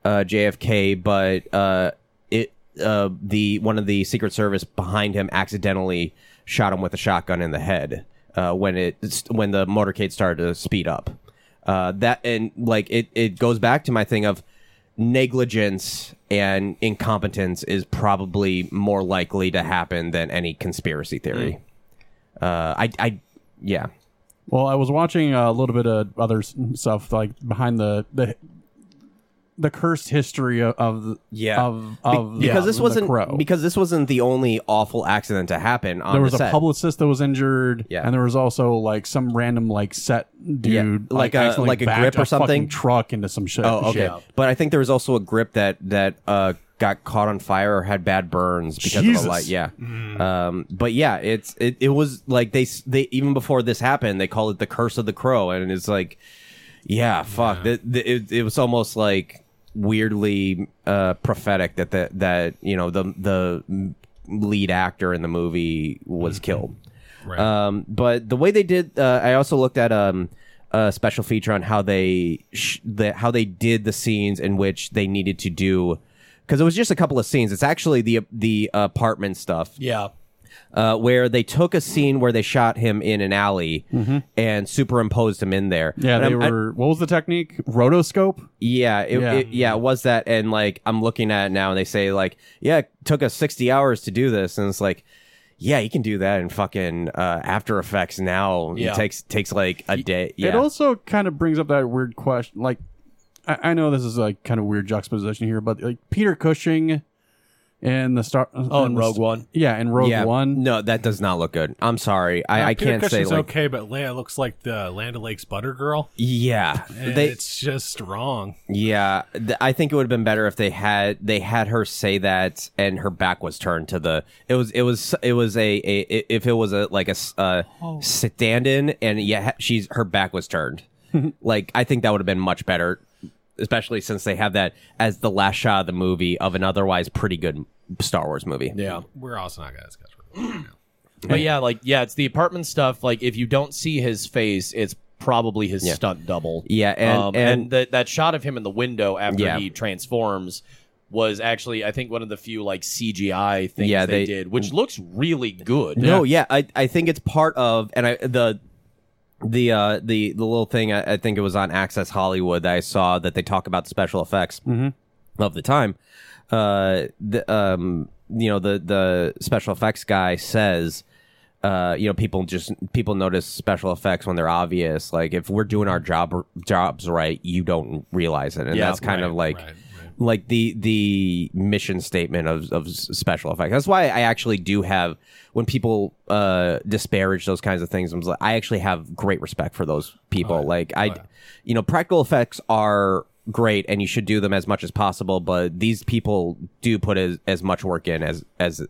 A: uh, JFK, but uh, it uh, the one of the Secret Service behind him accidentally shot him with a shotgun in the head uh, when it when the motorcade started to speed up. Uh, that and like it it goes back to my thing of negligence and incompetence is probably more likely to happen than any conspiracy theory. Uh, I I yeah
B: Well, I was watching uh, a little bit of other s- stuff, like behind the the, the cursed history of, of
A: Yeah.
B: of, of
A: Be- because this
B: the
A: wasn't
B: Crow.
A: because this wasn't the only awful accident to happen on
B: there was
A: the
B: a
A: set.
B: publicist that was injured,
A: Yeah.
B: and there was also like some random like set
A: Yeah,
B: dude,
A: like a-
B: accidentally
A: like a
B: backed
A: grip or
B: fucking
A: something?
B: truck into some shit.
A: Oh, okay.
D: Yeah.
A: But I think there was also a grip that that uh, got caught on fire or had bad burns because of
B: Jesus.
A: the light. Yeah. Um. But yeah, it's it, it was like they s- they even before this happened they called it the curse of the crow and it's like, yeah, fuck. Th- th- it, it was almost like weirdly uh, prophetic that that that you know the the lead actor in the movie was killed.
C: Right.
A: Um, but the way they did, uh, I also looked at um, a special feature on how they sh- the, how they did the scenes in which they needed to do because it was just a couple of scenes. It's actually the the apartment stuff
D: Yeah.
A: uh, where they took a scene where they shot him in an alley and superimposed him in there.
B: Mm-hmm. Yeah,
A: And
B: they
A: I'm- I-
B: were. what was the technique? Rotoscope.
A: yeah, it,
B: Yeah.
A: yeah. It, yeah, it was that. And like, I'm looking at it now, and they say like, yeah, it took us 60 hours to do this, and it's like, yeah, you can do that in fucking uh, After Effects now.
D: Yeah.
A: It takes takes like a day. Yeah,
B: It also kind of brings up that weird question. Like, I, I know this is like kind of weird juxtaposition here, but like Peter Cushing and the star.
D: Oh, and
B: the
D: Rogue
B: st-
D: One.
B: Yeah, in Rogue
A: yeah.
B: One.
A: No, that does not look good. I'm sorry, I,
C: Uh,
A: I
C: Peter
A: can't say
C: Cushing's
A: like,
C: okay, but Leia looks like the Land O'Lakes Butter Girl.
A: yeah,
C: And
A: they,
C: it's just wrong.
A: yeah. Th- I think it would have been better if they had they had her say that, and her back was turned to the. It was it was it was a, a if it was a like a s- uh, stand in, and yeah, she's her back was turned. like I think that would have been much better, especially since they have that as the last shot of the movie of an otherwise pretty good Star Wars movie.
D: Yeah.
C: We're also not gonna discuss. Rogue One.
D: But yeah, like yeah, it's the apartment stuff. Like if you don't see his face, it's probably his
A: Yeah.
D: stunt double.
A: Yeah, and-
D: um,
A: and-
D: the, that shot of him in the window after
A: Yeah.
D: he transforms was actually I think one of the few like CGI things
A: Yeah,
D: they,
A: they-
D: did, which looks really good.
A: No, yeah, I, I think it's part of and I the the uh the the little thing I, I think it was on Access Hollywood that I saw that they talk about the special effects of the time. Uh the um you know the the special effects guy says uh, you know, people just people notice special effects when they're obvious. Like if we're doing our job jobs right, you don't realize it, and
D: Yeah,
A: that's kind of
C: right,
A: like
C: right, right.
A: like the the mission statement of, of s- special effects. That's why I actually do have when people uh, disparage those kinds of things. I'm like, I actually have great respect for those people. Like I, you know, practical effects are great and you should do them as much as possible. But these people do put as, as much work in as as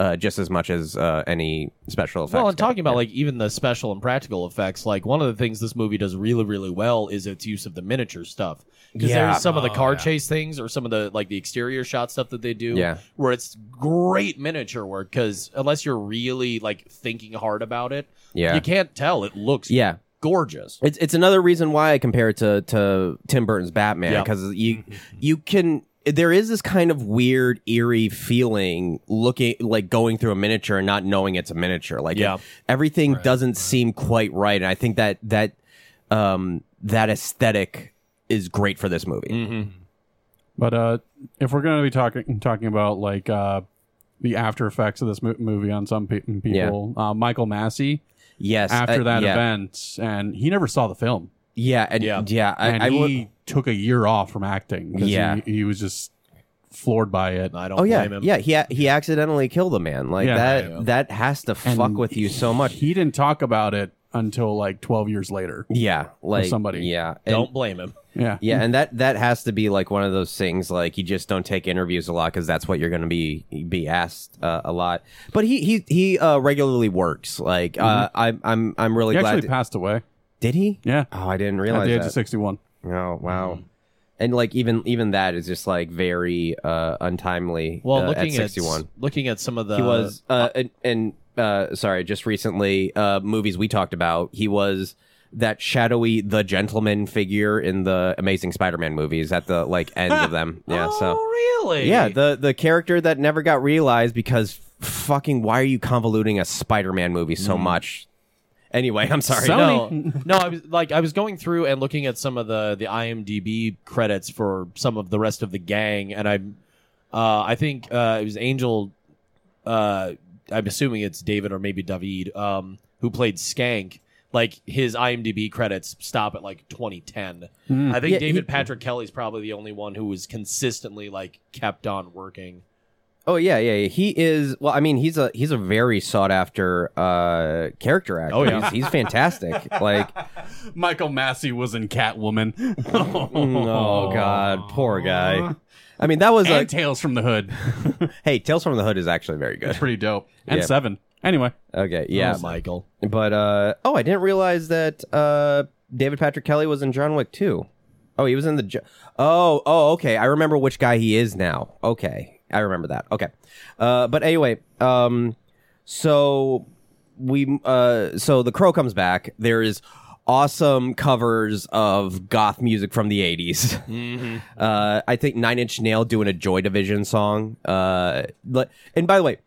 A: uh, just as much as uh, any special effects.
D: Well, and
A: guy.
D: talking about like even the special and practical effects, like one of the things this movie does really, really well is its use of the miniature stuff. Because
A: Yeah.
D: there's some of the car chase things or some of the like the exterior shot stuff that they do,
A: Yeah.
D: where it's great miniature work. Because unless you're really like thinking hard about it,
A: Yeah.
D: you can't tell. It looks
A: yeah.
D: gorgeous.
A: It's it's another reason why I compare it to to Tim Burton's Batman
D: Yeah. Mm-hmm.
A: because you you can there is this kind of weird eerie feeling looking like going through a miniature and not knowing it's a miniature like
D: Yeah.
A: everything doesn't seem quite right and I think that that um that aesthetic is great for this movie.
D: Mm-hmm.
B: But uh, if we're going to be talking talking about like uh, the after effects of this mo- movie on some pe- people, uh, Michael Massey
A: Yes,
B: after
A: uh,
B: that
A: yeah.
B: event, and he never saw the film,
A: yeah, and, yeah,
D: Yeah.
A: I,
B: and
A: I
B: he
A: would-
B: took a year off from acting. 'cause
A: Yeah.
B: he, he was just floored by it.
D: I don't
A: Oh yeah,
D: blame him.
A: yeah. He a- he accidentally killed a man like
B: Yeah.
A: that.
D: Yeah.
A: That has to
B: And
A: fuck with you so much.
B: He didn't talk about it until like twelve years later.
A: Yeah, like
B: somebody.
A: Yeah, and-
D: Don't blame him.
B: Yeah,
A: Yeah, and that that has to be like one of those things. Like you just don't take interviews a lot because that's what you're going to be be asked uh, a lot. But he he he uh, regularly works. Like uh, I'm I'm I'm really
B: Mm-hmm. he
A: glad.
B: actually
A: to-
B: passed away
A: Did he?
B: Yeah.
A: Oh, I didn't
B: at
A: realize
B: the age
A: that.
B: of Mm-hmm. sixty-one.
A: Oh wow. And like even even that is just like very uh, untimely.
D: Well,
A: uh,
D: looking
A: at
D: at,
A: 61,
D: looking at some of the
A: he was uh, and, and uh, sorry, just recently uh, movies we talked about. He was that shadowy the gentleman figure in the Amazing Spider-Man movies at the like end of them. Yeah, so
D: oh really
A: yeah, the the character that never got realized because fucking why are you convoluting a Spider-Man movie so much? Anyway, (laughs) I'm sorry.
B: So-
D: No,
B: Tony.
D: no, I was like I was going through and looking at some of the the IMDb credits for some of the rest of the gang, and I, uh, I think uh, it was Angel. Uh, I'm assuming it's David or maybe David, um, who played Skank. Like his IMDb credits stop at like 2010. I think
A: Hmm. Yeah,
D: David
A: he-
D: Patrick Kelly's probably the only one who was consistently like kept on working.
A: Oh yeah, yeah, yeah. He is. Well, I mean, he's a he's a very sought after uh, character actor.
D: Oh, yeah.
A: he's, he's fantastic. like,
B: Michael Massey was in Catwoman.
A: oh god, poor guy. I mean, that was
B: and
A: a
B: Tales from the Hood.
A: Hey, Tales from the Hood is actually very good.
B: Pretty dope. And
A: Yeah.
B: seven. Anyway,
A: Okay, yeah,
D: Oh, Michael.
A: but uh, oh, I didn't realize that uh, David Patrick Kelly was in John Wick too. Oh, he was in the. Jo- oh, oh, okay. I remember which guy he is now. Okay, I remember that. Okay, uh, but anyway, um, so we uh, so the crow comes back. There is awesome covers of goth music from the 80s (laughs) uh i think nine inch nail doing a joy division song uh le- and by the way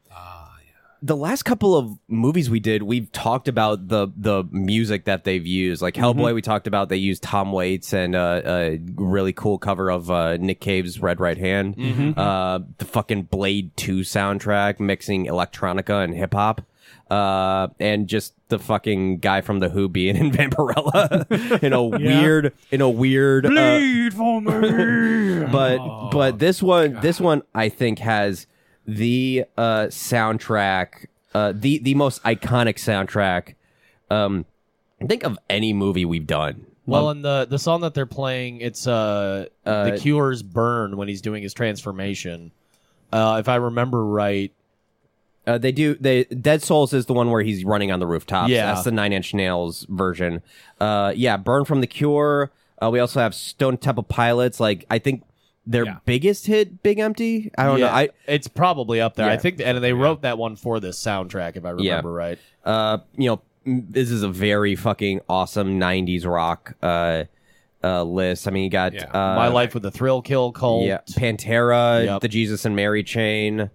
A: the last couple of movies we did, we've talked about the the music that they've used. Like Hellboy, we talked about they used Tom Waits and uh, a really cool cover of uh, Nick Cave's Red Right Hand. Uh, the fucking Blade Two soundtrack, mixing electronica and hip hop. Uh, and just the fucking guy from the Who being (laughs) in Vampirella (laughs) in a weird, in a weird, uh,
B: (laughs) for me.
A: but but this one this one I think has the uh soundtrack uh the the most iconic soundtrack um I think of any movie we've done.
D: Well, and the the song that they're playing, it's uh,
A: Uh,
D: the Cure's "Burn" when he's doing his transformation. Uh, if I remember right,
A: Uh, they do. They Dead Souls is the one where he's running on the rooftops.
D: Yeah.
A: that's the Nine Inch Nails version. Uh, yeah, Burn from the Cure. Uh, we also have Stone Temple Pilots. Like I think their
C: Yeah.
A: biggest hit, Big Empty. I don't know. Oh, I
D: it's probably up there.
A: Yeah.
D: I think, and they wrote that one for this soundtrack, if I remember
A: Yeah.
D: right.
A: uh, you know, m- this is a very fucking awesome '90s rock uh, uh, list. I mean, you got
C: Yeah.
A: uh,
D: My Life with the Thrill Kill Cult.
A: yeah, Pantera,
D: Yep.
A: the Jesus and Mary Chain,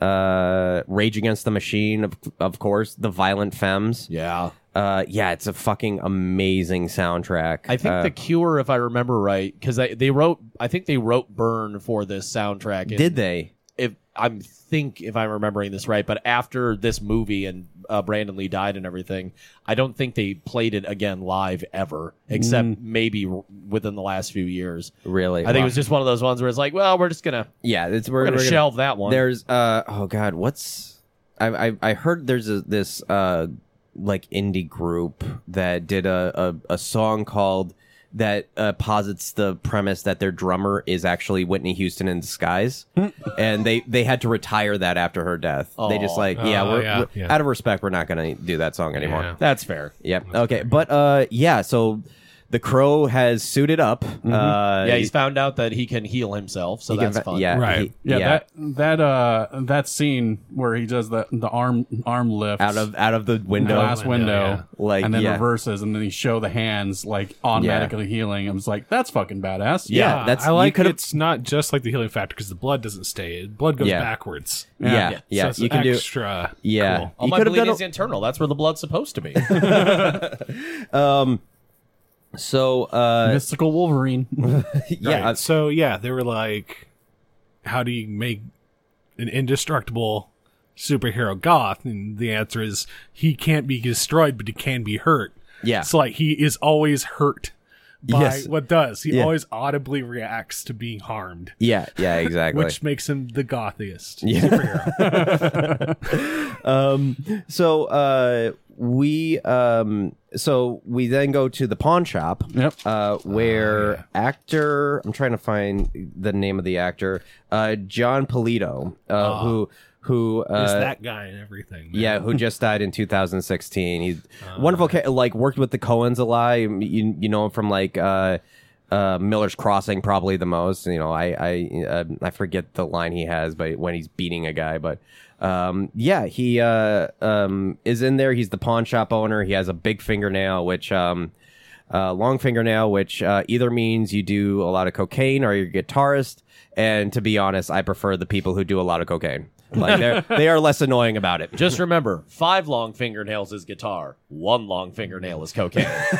A: uh, Rage Against the Machine, of, of course, the Violent Femmes.
D: Yeah.
A: Uh, yeah, it's a fucking amazing soundtrack.
D: I think
A: Uh,
D: The Cure, if I remember right, because they, they wrote, I think they wrote Burn for this soundtrack. and
A: did they?
D: If I'm think if I'm remembering this right, but after this movie and uh, Brandon Lee died and everything, I don't think they played it again live ever, except
A: Mm.
D: maybe r- within the last few years.
A: Really?
D: I think it was just one of those ones where it's like, well, we're just gonna
A: Yeah, it's
D: we're
A: we're,
D: gonna
A: we're
D: shelve that one.
A: There's uh oh god, what's I I, I heard there's a, this uh like indie group that did a a, a song called that uh, posits the premise that their drummer is actually Whitney Houston in disguise, and they they had to retire that after her death. They just
D: Aw.
A: like yeah,
C: Oh,
A: we're,
C: yeah,
A: we're-
C: yeah.
A: out of respect, we're not gonna do that song anymore.
C: Yeah.
D: That's fair.
A: Yep. Okay. But uh, yeah. So the crow has suited up. Uh,
D: yeah, he's found out that he can heal himself, so
A: he can
D: that's
A: fa-
D: fun.
A: Yeah.
C: Right.
A: he-
B: Yeah, that that uh that scene where he does the the arm arm lift
A: out of out of the
B: the
A: window.
B: glass window,
C: yeah.
A: Like,
B: and then
A: yeah.
B: reverses and then he show the hands like automatically healing. I was like, that's fucking badass.
A: Yeah, that's-
C: I
A: you
C: like
A: could've-
C: it's not just like the healing factor because the blood doesn't stay. The blood goes
A: Yeah.
C: backwards.
A: Yeah, yeah.
C: so it's
A: you can do.
C: extra.
A: Yeah,
C: cool.
D: All
A: you
D: my
A: could have
D: bleed
A: done.
D: is internal. That's where the blood's
A: (laughs)
D: supposed to be.
A: a- so, uh,
B: Mystical Wolverine.
A: yeah,
C: Right. so yeah, they were like, "How do you make an indestructible superhero goth?" And the answer is he can't be destroyed, but he can be hurt.
A: Yeah.
C: it's like he is always hurt by
A: Yes.
C: what does he
A: Yeah.
C: always audibly reacts to being harmed,
A: yeah, (laughs) yeah, exactly.
C: which makes him the gothiest.
A: so, uh, we, um, so we then go to the pawn shop.
B: Yep.
A: Uh, where actor, I'm trying to find the name of the actor, uh, John Polito, uh, who, who, (laughs) uh,
C: Is that guy and everything? man.
A: Yeah, who just died in 2016. He's wonderful. Ca- like worked with the Coens a lot. You, you know him from like uh, uh, Miller's Crossing probably the most. You know, I I uh, I forget the line he has, but when he's beating a guy, but um, yeah, he uh, um, is in there. He's the pawn shop owner. He has a big fingernail, which. Um, uh, long fingernail, which uh, either means you do a lot of cocaine or you're a guitarist. And to be honest, I prefer the people who do a lot of cocaine. Like they're they are less annoying about it.
D: Just remember, five long fingernails is guitar. One long fingernail is cocaine. yeah,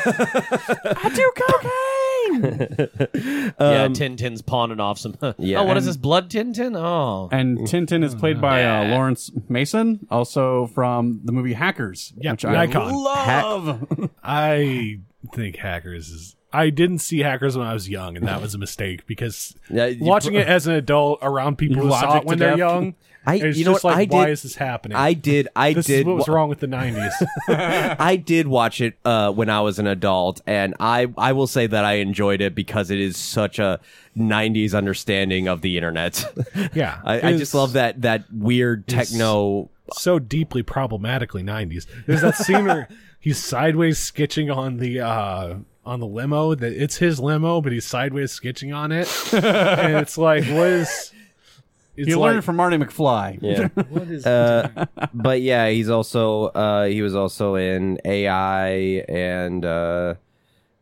D: Tintin's pawning off some.
A: Um,
D: (laughs)
A: yeah.
D: oh, what is this blood Tintin? Oh,
B: and Tintin is played by uh, Lawrence Mason, also from the movie Hackers,
C: Yeah,
B: which
C: the
B: I
C: icon.
B: love.
C: I think hackers is. I didn't see hackers when I was young, and that was a mistake because
A: Yeah, you
C: watching
A: pro-
C: it as an adult around people
B: You
C: who saw
B: logic
C: it when
B: to
C: they're
B: death.
C: young,
A: I-
C: it's
A: you know
C: just
A: what,
C: like,
A: I
C: why
A: did-
C: is this
A: (laughs)
C: happening?
A: I did. I
C: this
A: did.
C: is what was
A: wa-
C: wrong with
A: (laughs)
C: the '90s.
A: I did watch it uh, when I was an adult, and I I will say that I enjoyed it because it is such a '90s understanding of the internet. (laughs)
C: Yeah,
A: I, I
C: it's
A: just love that that weird techno.
C: So deeply problematically '90s. There's that scene where he's sideways sketching on the uh, on the limo. That it's his limo, but he's sideways sketching
A: (laughs)
C: on it, and it's like, what is? It's
B: You
C: like,
B: learned it from Marty McFly.
D: (laughs)
A: Yeah. Uh,
C: what is
A: but yeah, he's also uh, he was also in AI and uh,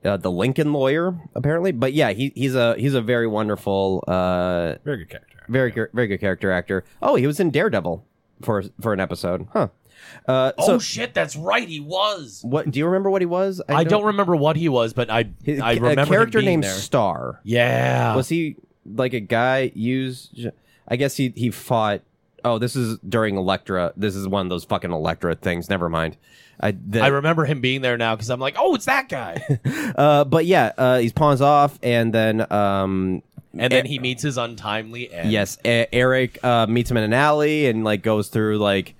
A: uh, the Lincoln Lawyer apparently. But yeah, he, he's a he's a very wonderful, uh,
C: very good character.
A: very good- very good character actor. Oh, he was in Daredevil for for an episode, huh? Uh, so
D: oh shit, that's right. He was.
A: what do you remember what he was?
D: I don't remember what he was, but I
A: His-
D: I remember
A: a character
D: him being
A: named
D: there.
A: Star.
D: Yeah,
A: Was he like a guy used? I guess he he fought. Oh, this is during Electra. This is one of those fucking Electra things. Never mind. I, the,
D: I remember him being there now because I'm like, oh, it's
A: (laughs)
D: that guy.
A: uh, but yeah, uh, he's pawns off, and then um,
D: And then he meets his untimely end.
A: yes, E- Eric uh, meets him in an alley and like goes through like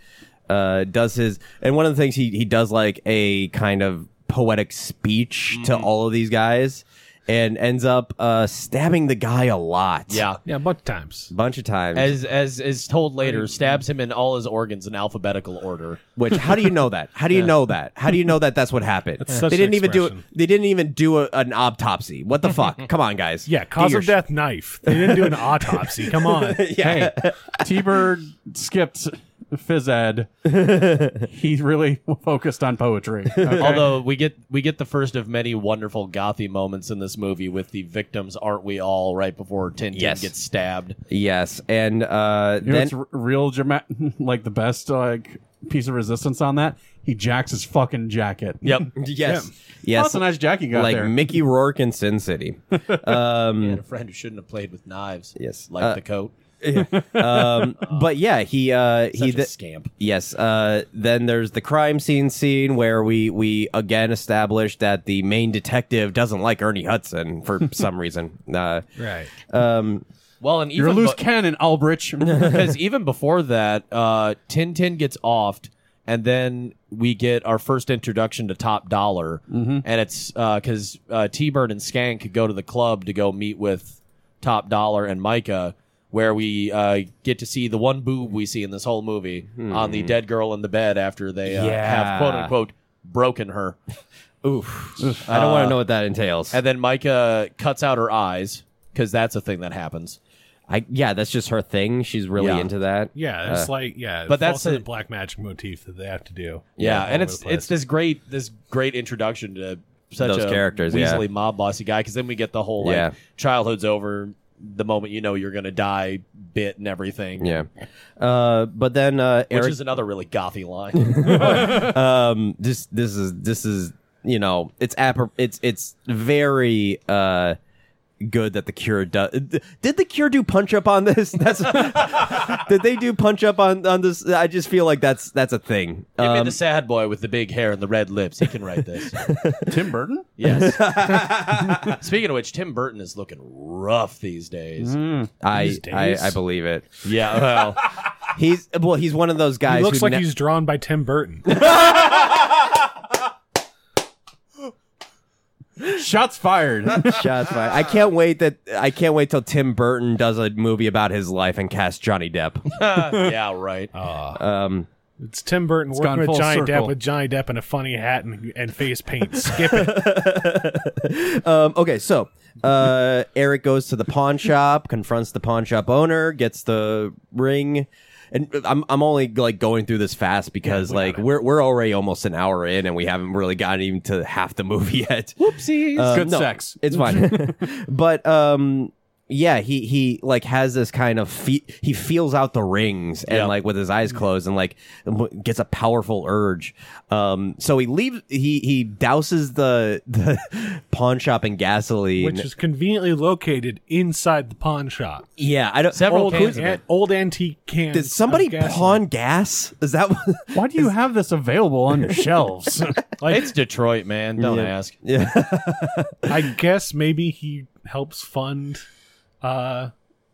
A: uh, does his and one of the
D: Mm-hmm.
A: things he he does like a kind of poetic speech to all of these guys. and ends up uh, stabbing the guy a lot.
D: Yeah.
C: Yeah, a bunch of times.
A: bunch of times.
D: As as is told later, stabs him in all his organs in alphabetical (laughs) order.
A: Which how do you know that? How do you know that? How do you know that that's what happened?
C: That's such
A: they
C: an
A: didn't even do it.
C: expression.
A: They didn't even do a, an autopsy. What the fuck? Come on, guys.
C: Yeah,
A: Do
C: cause
A: your
C: of death knife. They didn't do an autopsy. Come on.
A: sh- yeah.
B: Hey, T Bird skipped
A: (laughs)
B: phys ed. he really focused on poetry. okay?
D: Although we get we get the first of many wonderful gothy moments in this movie with the victims aren't we all right before Tintin
A: Yes.
D: gets stabbed.
A: Yes, and uh,
B: You know,
A: then
B: it's r- real dramatic. Like the best like piece of resistance on that. He jacks his fucking jacket.
D: Yep.
A: (laughs) yes,
B: Oh,
A: yes,
B: that's a nice jacket you got
A: like
B: there.
A: Mickey Rourke in Sin City.
D: He had a friend who shouldn't have played with knives.
A: Mm. Yes.
D: Like
A: Uh,
D: the coat.
A: Um, but yeah, he uh,
D: Such
A: he
D: a
A: th-
D: scamp.
A: Yes. Uh, then there's the crime scene scene where we we again establish that the main detective doesn't like Ernie Hudson for some reason. Uh,
C: Right.
D: Well, and
B: You're a
D: even
B: loose
D: bu-
B: cannon, Albrecht.
D: because even before that, uh, Tintin gets offed, and then we get our first introduction to Top Dollar, and it's because uh, T Bird and Skank go to the club to go meet with Top Dollar and Micah, where we uh, get to see the one boob we see in this whole movie on the dead girl in the bed after they uh, have
A: Yeah.
D: quote unquote broken her,
A: oof. I don't want to know what that entails.
D: and then Micah cuts out her eyes because that's a thing that happens.
A: I yeah, that's just her thing. She's really
D: Yeah.
A: into that.
C: Yeah, it's like yeah,
D: but
C: but
D: that's
C: that's a
D: a-
C: black magic motif that they have to do.
D: Yeah,
C: All
D: and
C: over
D: it's
C: the place.
D: it's this great this great introduction to such
A: Those
D: a
A: characters, yeah.
D: weaselly mob bossy guy. Because then we get the whole like
A: Yeah.
D: childhood's over, the moment you know you're gonna die bit and everything.
A: Yeah. Uh, but then uh,
D: which
A: Eric
D: is another really
A: (laughs)
D: gothy line.
A: um this this is this is you know it's appro- it's it's very uh good that the cure does did the cure do punch up on this (laughs) that's did they do punch up on on this i just feel like that's that's a thing
D: Give me
A: um,
D: the sad boy with the big hair and the red lips. He can
A: (laughs)
D: write this.
B: Tim Burton.
D: yes. Speaking of which, Tim Burton is looking rough these days.
A: I,
C: These
A: I
C: days?
A: i believe it
D: Yeah. Well.
A: he's well he's one of those guys
C: he looks
A: who
C: like
A: ne-
C: he's drawn by Tim Burton.
B: Shots fired.
A: (laughs) shots fired. i can't wait that i can't wait till tim burton does a movie about his life and casts johnny depp
D: yeah.
A: (laughs)
D: Right.
A: Oh.
C: It's Tim Burton
B: gone
C: working with
B: full
C: Johnny
B: circle.
C: Depp with Johnny Depp in a funny hat and, and face paint. Skip it.
A: Um, okay, so uh, Eric goes to the pawn shop, confronts the pawn shop owner, gets the ring, and I'm I'm only like going through this fast because like we're we're already almost an hour in and we haven't really gotten even to half the movie (laughs) yet.
D: Oopsies.
A: Um,
B: Good
A: no,
B: sex.
A: It's
B: (laughs)
A: fine, but um. Yeah, he he like has this kind of fe- he feels out the rings and
D: Yep.
A: like with his eyes closed and like w- gets a powerful urge. Um, so he leaves he he douses the the (laughs) pawn shop in gasoline,
C: Which is conveniently located inside the pawn shop.
A: Yeah, I don't.
D: Several
A: Oh,
D: cans
A: who-
D: of it.
C: An- old antique cans.
A: Did somebody
C: of gasoline.
A: pawn gas? Is that
C: (laughs)
A: what?
B: Why do you have this available on your shelves?
D: it's Detroit, man. Don't ask.
C: I guess maybe he helps fund uh,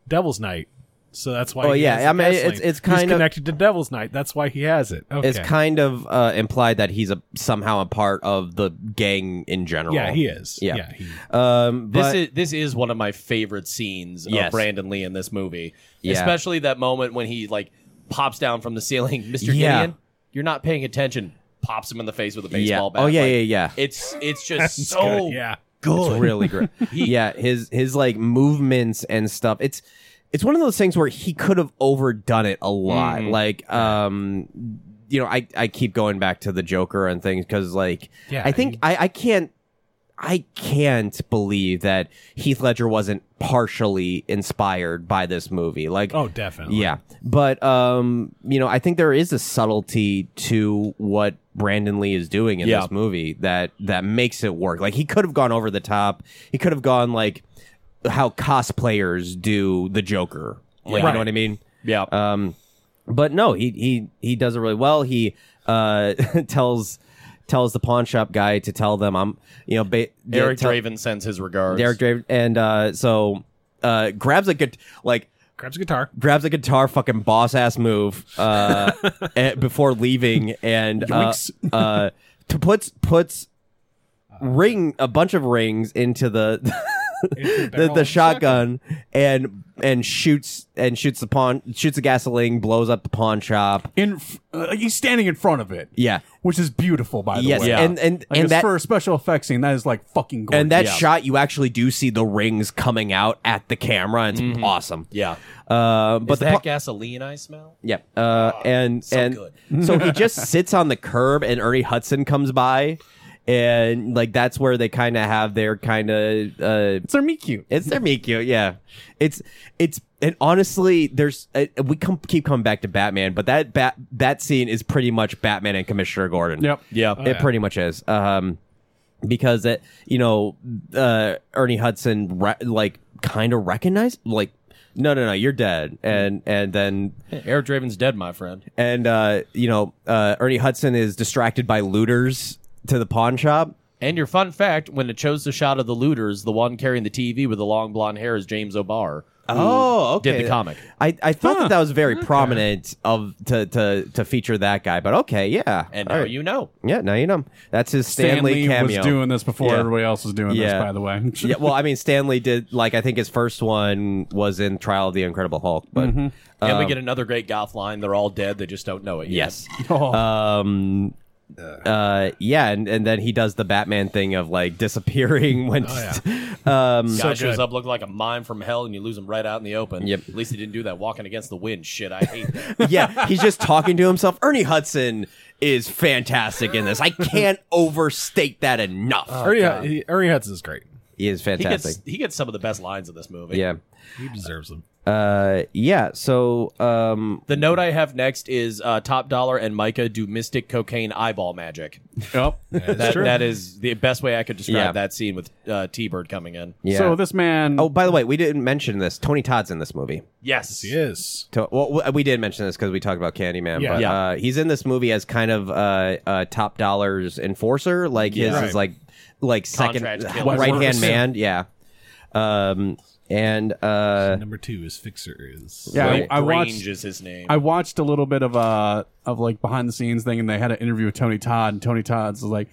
C: Devil's Night. So that's why.
A: Oh,
C: he
A: yeah,
C: has the
A: I mean,
C: gasoline.
A: it's- it's
C: He's
A: kind of-
C: connected to Devil's Night. That's why he has it. Okay.
A: It's kind of uh, implied that he's a somehow a part of the gang in general.
C: yeah, he is.
A: Yeah.
C: yeah he,
A: Um,
D: This
A: but
D: is this is one of my favorite scenes
A: Yes.
D: of Brandon Lee in this movie,
A: Yeah.
D: especially that moment when he like pops down from the ceiling, (laughs) Mister
A: Yeah.
D: Gideon. You're not paying attention. Pops him in the face with a
A: yeah.
D: baseball bat.
A: Oh yeah,
D: Like,
A: yeah, yeah.
D: It's it's just
C: it's
D: so
C: good, yeah.
A: It's really
C: (laughs)
A: great. yeah, his his like movements and stuff. It's it's one of those things where he could have overdone it a lot.
C: Mm.
A: Like um you know, I I keep going back to the Joker and things cuz like
C: Yeah,
A: I think I I can't I can't believe that Heath Ledger wasn't partially inspired by this movie. Like
C: Oh, definitely.
A: yeah. But um, you know, I think there is a subtlety to what Brandon Lee is doing in
D: Yeah.
A: this movie that that makes it work. Like he could have gone over the top. He could have gone like how cosplayers do the Joker. Like you
D: Right.
A: know what I mean?
D: yeah.
A: Um, but no, he he he does it really well. He uh (laughs) tells tells the pawn shop guy to tell them I'm you know ba-
D: Eric
A: tell-
D: Draven sends his regards.
A: Derek Draven and uh so uh grabs a good like
C: Grabs a guitar.
A: grabs a guitar, fucking boss ass move uh, eh, before leaving, and uh,
B: Yoinks.
A: uh, to puts puts ring a bunch of rings into the (laughs)
C: Into
A: the,
C: barrel
A: the
C: of
A: shotgun and and shoots and shoots the pawn shoots the gasoline blows up the pawn shop
B: in f- uh, he's standing in front of it.
A: yeah
B: which is beautiful by the
A: Yes,
B: way.
A: Yeah. and- and-
B: Like,
A: and
B: as
A: that-
B: for a special effects scene, that is like fucking gorgeous.
A: and that shot you actually do see the rings coming out at the camera and it's awesome
D: Yeah.
A: uh, but
D: But
A: the
D: that
A: pa-
D: gasoline I smell?
A: yeah uh, and and (laughs) so he just sits on the curb and Ernie Hudson comes by and like that's where they kind of have their kind of uh,
B: it's their me cute.
A: It's their Miku, yeah. It's it's and honestly, there's uh, we come, keep coming back to Batman, but that bat that scene is pretty much Batman and Commissioner Gordon.
B: Yep. Oh,
D: Yeah.
A: it
C: yeah.
A: pretty much is. Um, because it you know uh, Ernie Hudson re- like kind of recognized like no no no you're dead and and then
D: Air Draven's dead, my friend.
A: and uh, you know uh, Ernie Hudson is distracted by looters to the pawn shop.
D: And your fun fact when it shows the shot of the looters, the one carrying the TV with the long blonde hair is James O'Barr. who
A: Oh, okay.
D: Did the comic.
A: I, I thought that that was very prominent of to, to to feature that guy, but okay, yeah.
D: And
A: All
D: now
A: right.
D: you know.
A: yeah, now you know that's his Stanley
B: Stanley
A: cameo.
B: was doing this before
A: Yeah.
B: everybody else was doing
A: Yeah.
B: this. By the way,
A: (laughs)
B: (laughs)
A: yeah, well, I mean Stanley did like I think his first one was in Trial of the Incredible Hulk, but
D: Mm-hmm. And we get another great golf line. They're all dead. They just don't know it. Yet.
A: Um, yes, um, uh, yeah, and and then he does the Batman thing of like disappearing (laughs)
D: Oh,
A: when. um,
D: Guy
C: So
D: shows
C: good.
D: up looking like a mime from hell, and you lose him right out in the open.
A: Yep.
D: At least he didn't do that walking against the wind. Shit, I hate
A: (laughs)
D: that.
A: yeah, he's just talking to himself. Ernie Hudson is fantastic in this. I can't overstate that enough.
C: Ernie,
A: uh,
C: Hud- Ernie Hudson is great.
A: He is
D: he
A: fantastic.
D: gets he gets some of the best lines in this movie.
A: yeah.
C: He deserves them.
A: Uh, yeah. So, um,
D: The note I have next is uh, Top Dollar and Micah do mystic cocaine eyeball magic.
B: Yep.
D: That, that is the best way I could describe
A: Yeah.
D: that scene with uh, T Bird coming in.
A: yeah.
B: So this man.
A: oh, by the way, we didn't mention this. Tony Todd's in this movie.
D: Yes.
C: He is.
A: To- well, w- we did mention this because we talked about Candyman.
C: Yeah.
A: But,
D: Yeah.
A: Uh, he's in this movie as kind of uh, uh, top dollars enforcer. Like his
C: Yeah.
A: is like like second
D: Contract killer.
A: right hand
B: Works.
A: man. Yeah. Um, and uh,
C: Number two is Fixer is.
B: yeah, I-
D: Right.
B: I
D: Grange
B: watched.
D: is his name.
B: I watched a little bit of uh of like behind the scenes thing, and they had an interview with Tony Todd, and Tony Todd's like,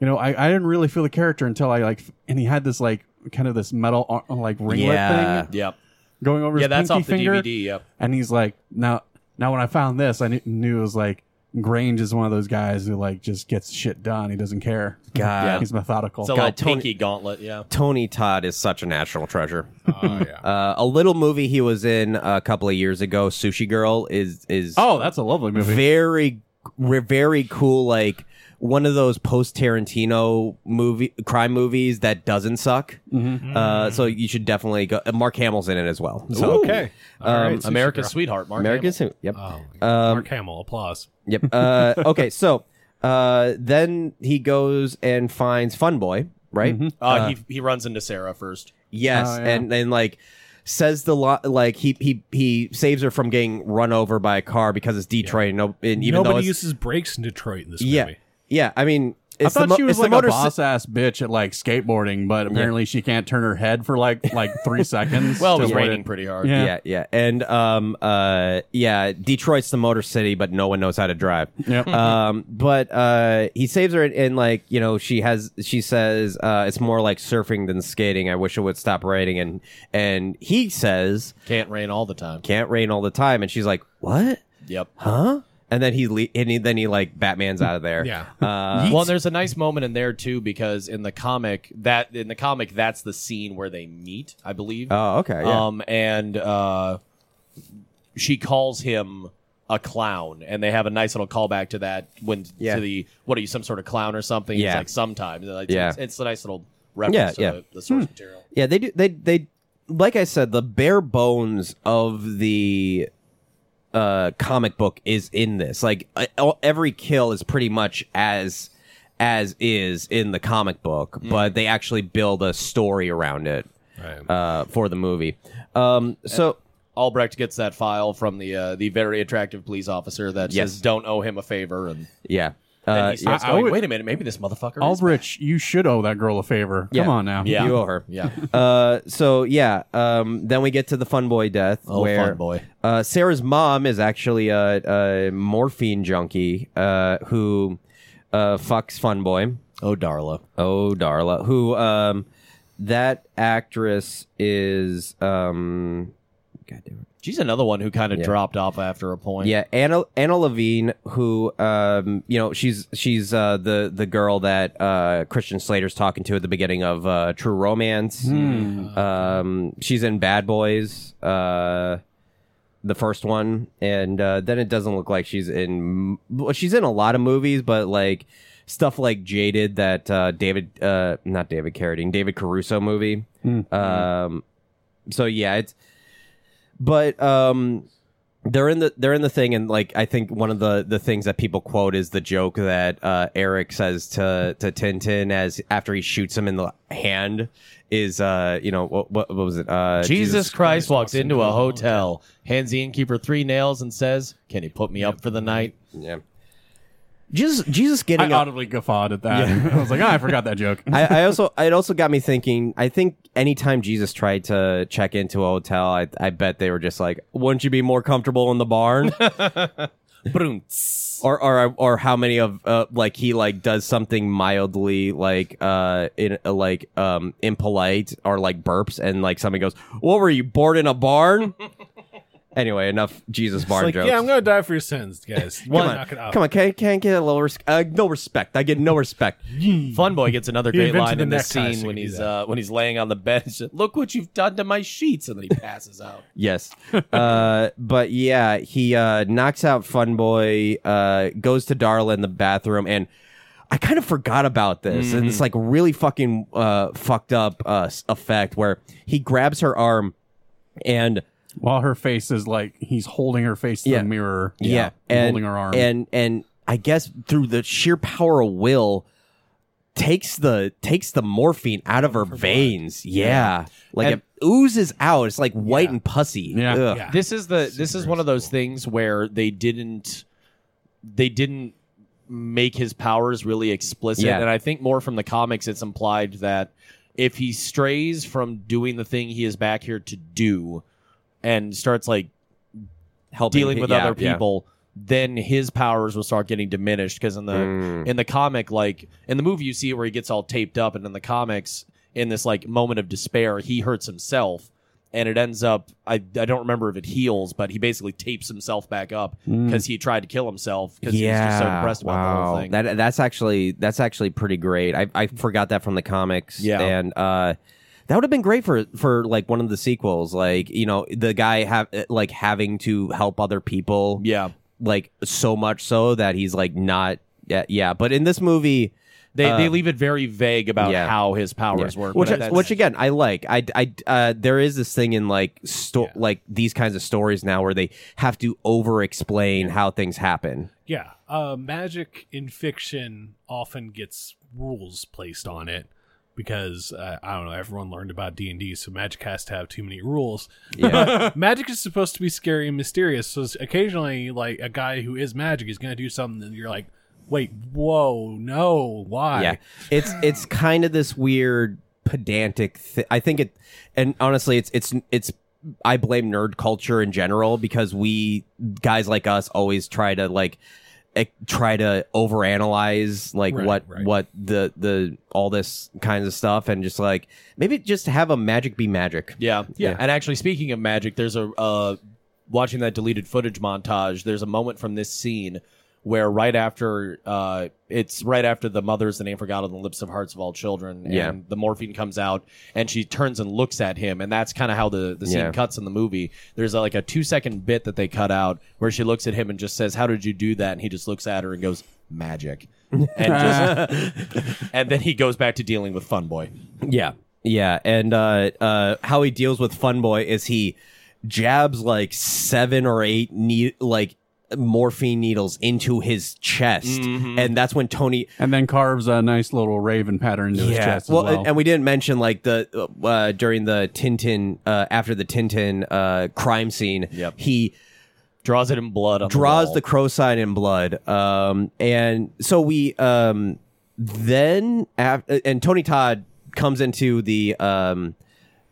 B: you know, I, I didn't really feel the character until I like, f- and he had this like kind of this metal ar- like ringlet
A: Yeah.
B: thing
D: yep.
B: going over
D: Yeah,
B: his
D: that's
B: pinky
D: off the
B: finger.
D: DVD. Yep.
B: And he's like, now, now when I found this, I knew, knew it was like Grange is one of those guys who like just gets shit done. He doesn't care.
A: God. Yeah.
B: (laughs) he's methodical.
D: It's a little pinky gauntlet. Yeah.
A: Tony Todd is such a national treasure.
C: Oh,
A: (laughs)
C: yeah.
A: Uh, a little movie he was in a couple of years ago, Sushi Girl, is is
B: oh, that's a lovely movie.
A: very re- very cool like one of those post Tarantino movie crime movies that doesn't suck. Uh, so you should definitely go. uh, Mark Hamill's in it as well. So
C: okay. All right. Sushi
D: America's
C: Girl.
D: sweetheart. Mark
A: Um, America's
D: Hamill.
A: who? Yep.
C: Oh, my God.
A: um,
C: Mark Hamill. Applause.
A: Yep. Uh, okay. So uh, then he goes and finds Fun Boy, right?
D: Uh, he he runs into Sarah first.
A: Yes,
B: Oh, yeah.
A: and and like says the lot like he he he saves her from getting run over by a car because it's Detroit. And, no, and even though
C: Nobody
A: it's,
C: uses brakes in Detroit in this
A: yeah
C: movie.
A: yeah. I mean, it's
B: I
A: the
B: thought
A: mo-
B: she
A: it's
B: was like
A: the
B: a
A: motor-
B: boss ass bitch at like skateboarding, but apparently she can't turn her head for like like three seconds.
D: Well, it
B: to
D: was
B: avoid
D: raining pretty hard.
B: Yeah.
A: yeah yeah and um uh yeah detroit's the motor city but no one knows how to drive (laughs)
B: Yep.
A: um but uh he saves her and, and like you know she has she says uh it's more like surfing than skating i wish it would stop raining and and he says
D: Can't rain all the time.
A: can't rain all the time and she's like what
D: Yep.
A: huh and then he, le- and he then he like batman's out of there
C: Yeah.
A: uh
D: well, there's a nice moment in there too because in the comic that in the comic that's the scene where they meet, I believe.
A: oh okay yeah.
D: Um, and uh, she calls him a clown, and they have a nice little callback to that when
A: Yeah.
D: to the what are you some sort of clown or something? It's
A: Yeah.
D: like sometimes. Like,
A: Yeah.
D: it's, it's a nice little reference
A: Yeah,
D: to
A: yeah. Hmm.
D: The, the source material.
A: Yeah, they do. They they like I said, the bare bones of the uh, comic book is in this. Like I- all- every kill is pretty much as as is in the comic book, but they actually build a story around it
C: Right.
A: uh, for the movie. Um, so
D: Albrecht gets that file from the uh, the very attractive police officer that
A: Yes.
D: says don't owe him a favor, and,
A: yeah,
D: and
A: uh,
D: he starts
B: I- I
D: going,
B: would-
D: wait a minute, maybe this motherfucker. is
B: Albrecht, you should owe that girl a favor.
A: yeah.
B: Come on now.
D: Yeah.
A: you owe her. (laughs)
D: Yeah.
A: Uh, so yeah, um, then we get to the fun boy death.
D: Oh,
A: where,
D: fun boy.
A: Uh, Sarah's mom is actually a, a morphine junkie uh, who uh, fucks fun boy.
D: Oh, Darla.
A: Oh, Darla, who um, that actress is um, God damn it.
D: She's another one who kind of
A: Yeah.
D: dropped off after a point.
A: Yeah, Anna Anna Levine, who um, you know, she's she's uh, the the girl that uh, Christian Slater's talking to at the beginning of uh, True Romance. Um, she's in Bad Boys, uh, the first one, and uh, then it doesn't look like she's in. Well, she's in a lot of movies, but like stuff like Jaded, that uh, David, uh, not David Carradine, David Caruso movie. Um, so yeah, it's. But um, they're in the they're in the thing and like i think one of the the things that people quote is the joke that uh eric says to to tintin as after he shoots him in the hand is uh you know what what, what was it uh
D: Jesus, Christ walks into a hotel, hands the innkeeper three nails, and says, "Can you put me up for the night?"
A: yeah jesus jesus
B: I
A: getting up
B: audibly guffawed at that. (laughs) I was like, ah, I forgot that joke.
A: I, I also it also got me thinking i think anytime jesus tried to check into a hotel i i bet they were just like wouldn't you be more comfortable in the
D: (laughs)
A: barn or or or how many of uh, like he like does something mildly like uh in uh, like um impolite or like burps and like somebody goes what were you bored in a
D: (laughs)
A: barn anyway enough jesus barn
C: like,
A: jokes
C: yeah, I'm gonna die for your sins, guys. Come
A: come on come on can can't get a little res- uh, no respect i get no respect
D: Fun boy gets another
C: He
D: great
C: invented
D: line
C: the
D: in this
C: necktie,
D: scene
C: so
D: when
C: he could do
D: he's
C: that.
D: uh, when he's laying on the bed. He's just, (laughs) Look what you've done to my sheets, and (laughs) then he passes out.
A: Yes. Uh, but yeah, he uh, knocks out Fun Boy, uh, goes to Darla in the bathroom, and I kind of forgot about this. And it's like really fucking uh, fucked up uh, s- effect where he grabs her arm and.
B: While her face is like he's holding her face to
A: Yeah.
B: the mirror.
A: Yeah, and,
B: holding her arm.
A: and and I guess through the sheer power of will, takes the takes the morphine out of her veins. Yeah, like
D: And-
A: it oozes out. It's like white and pussy.
B: Yeah.
A: Ugh.
C: Yeah.
D: this is the this is one of those things where they didn't they didn't make his powers really explicit
A: Yeah.
D: and i think more from the comics it's implied that if he strays from doing the thing he is back here to do and starts like
A: helping
D: dealing
A: pe-
D: with
A: yeah,
D: other
A: yeah.
D: people then his powers will start getting diminished because in the
A: Mm.
D: in the comic like in the movie you see it where he gets all taped up and in the comics in this like moment of despair he hurts himself and it ends up I, I don't remember if it heals but he basically tapes himself back up
A: Mm.
D: because he tried to kill himself because he was just so depressed about the whole thing Mm-hmm.
A: That that's actually that's actually pretty great. I, I forgot that from the comics.
D: Yeah.
A: and uh, that would have been great for for like one of the sequels. Like you know the guy have like having to help other people.
D: yeah
A: like so much so that he's like not. Yeah, yeah. But in this movie,
D: they, they
A: Uh,
D: leave it very vague about
A: yeah.
D: how his powers
A: Yeah.
D: work
A: Which,
D: but
A: I-
D: that's-
A: which again, I like. I, I, uh, there is this thing in like sto- like these kinds of stories now where they have to over explain how things
D: (laughs)
A: happen.
C: Yeah, uh, magic in fiction often gets rules placed on it because uh, I don't know. Everyone learned about D and D, so magic has to have too many rules.
A: Yeah.
C: magic is supposed to be scary and mysterious. So it's occasionally, like a guy who is magic is going to do something that you're like, "Wait, whoa, no, why?"
A: Yeah, it's it's kind of this weird pedantic. Thi- I think it, and honestly, it's it's it's. I blame nerd culture in general because we guys like us always try to like ec- try to overanalyze like
C: Right,
A: what
C: right.
A: what the the all this kinds of stuff and just like maybe just have a magic be magic.
D: Yeah,
A: Yeah.
D: And actually, speaking of magic, there's a uh, watching that deleted footage montage. There's a moment from this scene where right after uh, it's right after the mother's the name forgot on the lips of hearts of all children.
A: Yeah.
D: And the morphine comes out, and she turns and looks at him, and that's kind of how the the scene
A: Yeah.
D: cuts in the movie. There's like a two second bit that they cut out where she looks at him and just says, "How did you do that?" And he just looks at her and goes, "Magic." and
A: (laughs)
D: just, (laughs) and then he goes back to dealing with Fun Boy.
A: Yeah. Yeah. And uh, uh, how he deals with Fun Boy is he jabs like seven or eight ne- like morphine needles into his chest.
B: Mm-hmm.
A: And that's when Tony.
B: And then carves a nice little raven pattern into his chest
A: Well,
B: as well.
A: and we didn't mention like the uh, during the Tintin uh, after the Tintin uh, crime scene.
D: Yep.
A: He
D: Draws it in blood. On
A: draws
D: the, wall.
A: the crow sign in blood. Um, and so we um, then after, and Tony Todd comes into the um,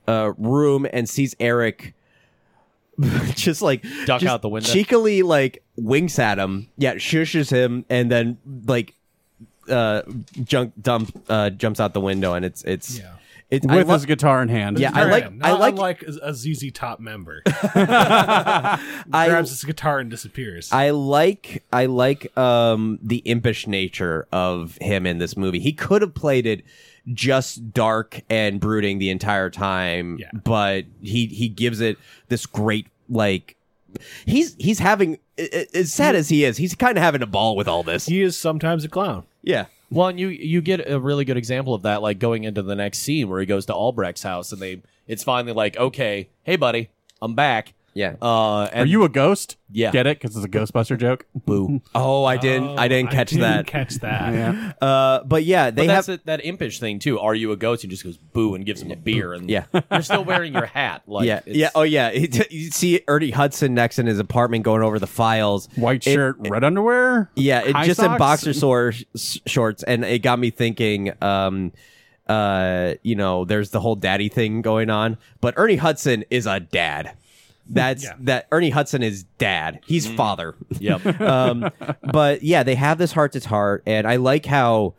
A: uh, room and sees Eric (laughs) just like
D: Duck
A: just
D: out the window.
A: cheekily like winks at him, yeah, shushes him, and then like uh, junk dump uh, jumps out the window, and it's it's
C: Yeah.
A: it's I
B: with
A: lo-
B: his guitar in hand.
A: Yeah, I
C: Very
A: like-
C: good.
A: I
C: Not
A: like-
C: unlike a a ZZ Top
A: (laughs)
C: member
A: I-
C: grabs his guitar and disappears.
A: I like I like um the impish nature of him in this movie. He could have played it just dark and brooding the entire time,
C: Yeah.
A: but he he gives it this great like he's he's having a- a- as sad as he is, he's kind of having a ball with all this.
C: he is sometimes a clown.
A: Yeah.
D: Well, and you you get a really good example of that, like going into the next scene where he goes to Albrecht's house, and they it's finally like, okay, hey buddy, I'm back.
A: Yeah.
D: Uh, and
B: Are you a ghost?
D: Yeah.
B: Get it? Because it's a Ghostbuster joke.
D: boo?
A: Oh, I didn't I didn't catch
C: didn't
A: that.
C: Catch
A: (laughs)
C: that.
A: uh but yeah, they
D: But
A: have
D: that's a, that impish thing too. Are you a ghost? He just goes boo and gives him a beer, and
A: Yeah.
D: (laughs) you're still wearing your hat. Like,
A: yeah,
D: it's-
A: yeah, oh yeah. (laughs) you see Ernie Hudson next in his apartment going over the files.
B: White
A: It-
B: shirt, red underwear.
A: Yeah, it
B: High
A: just in
B: socks?
A: boxer sor- s- shorts, and it got me thinking. Um, uh, you know, there's the whole daddy thing going on, but Ernie Hudson is a dad. That's
C: Yeah.
A: that Ernie Hudson is dad. He's father.
D: Mm.
A: (laughs)
D: Yep.
A: Um, but yeah, they have this heart to heart, and I like how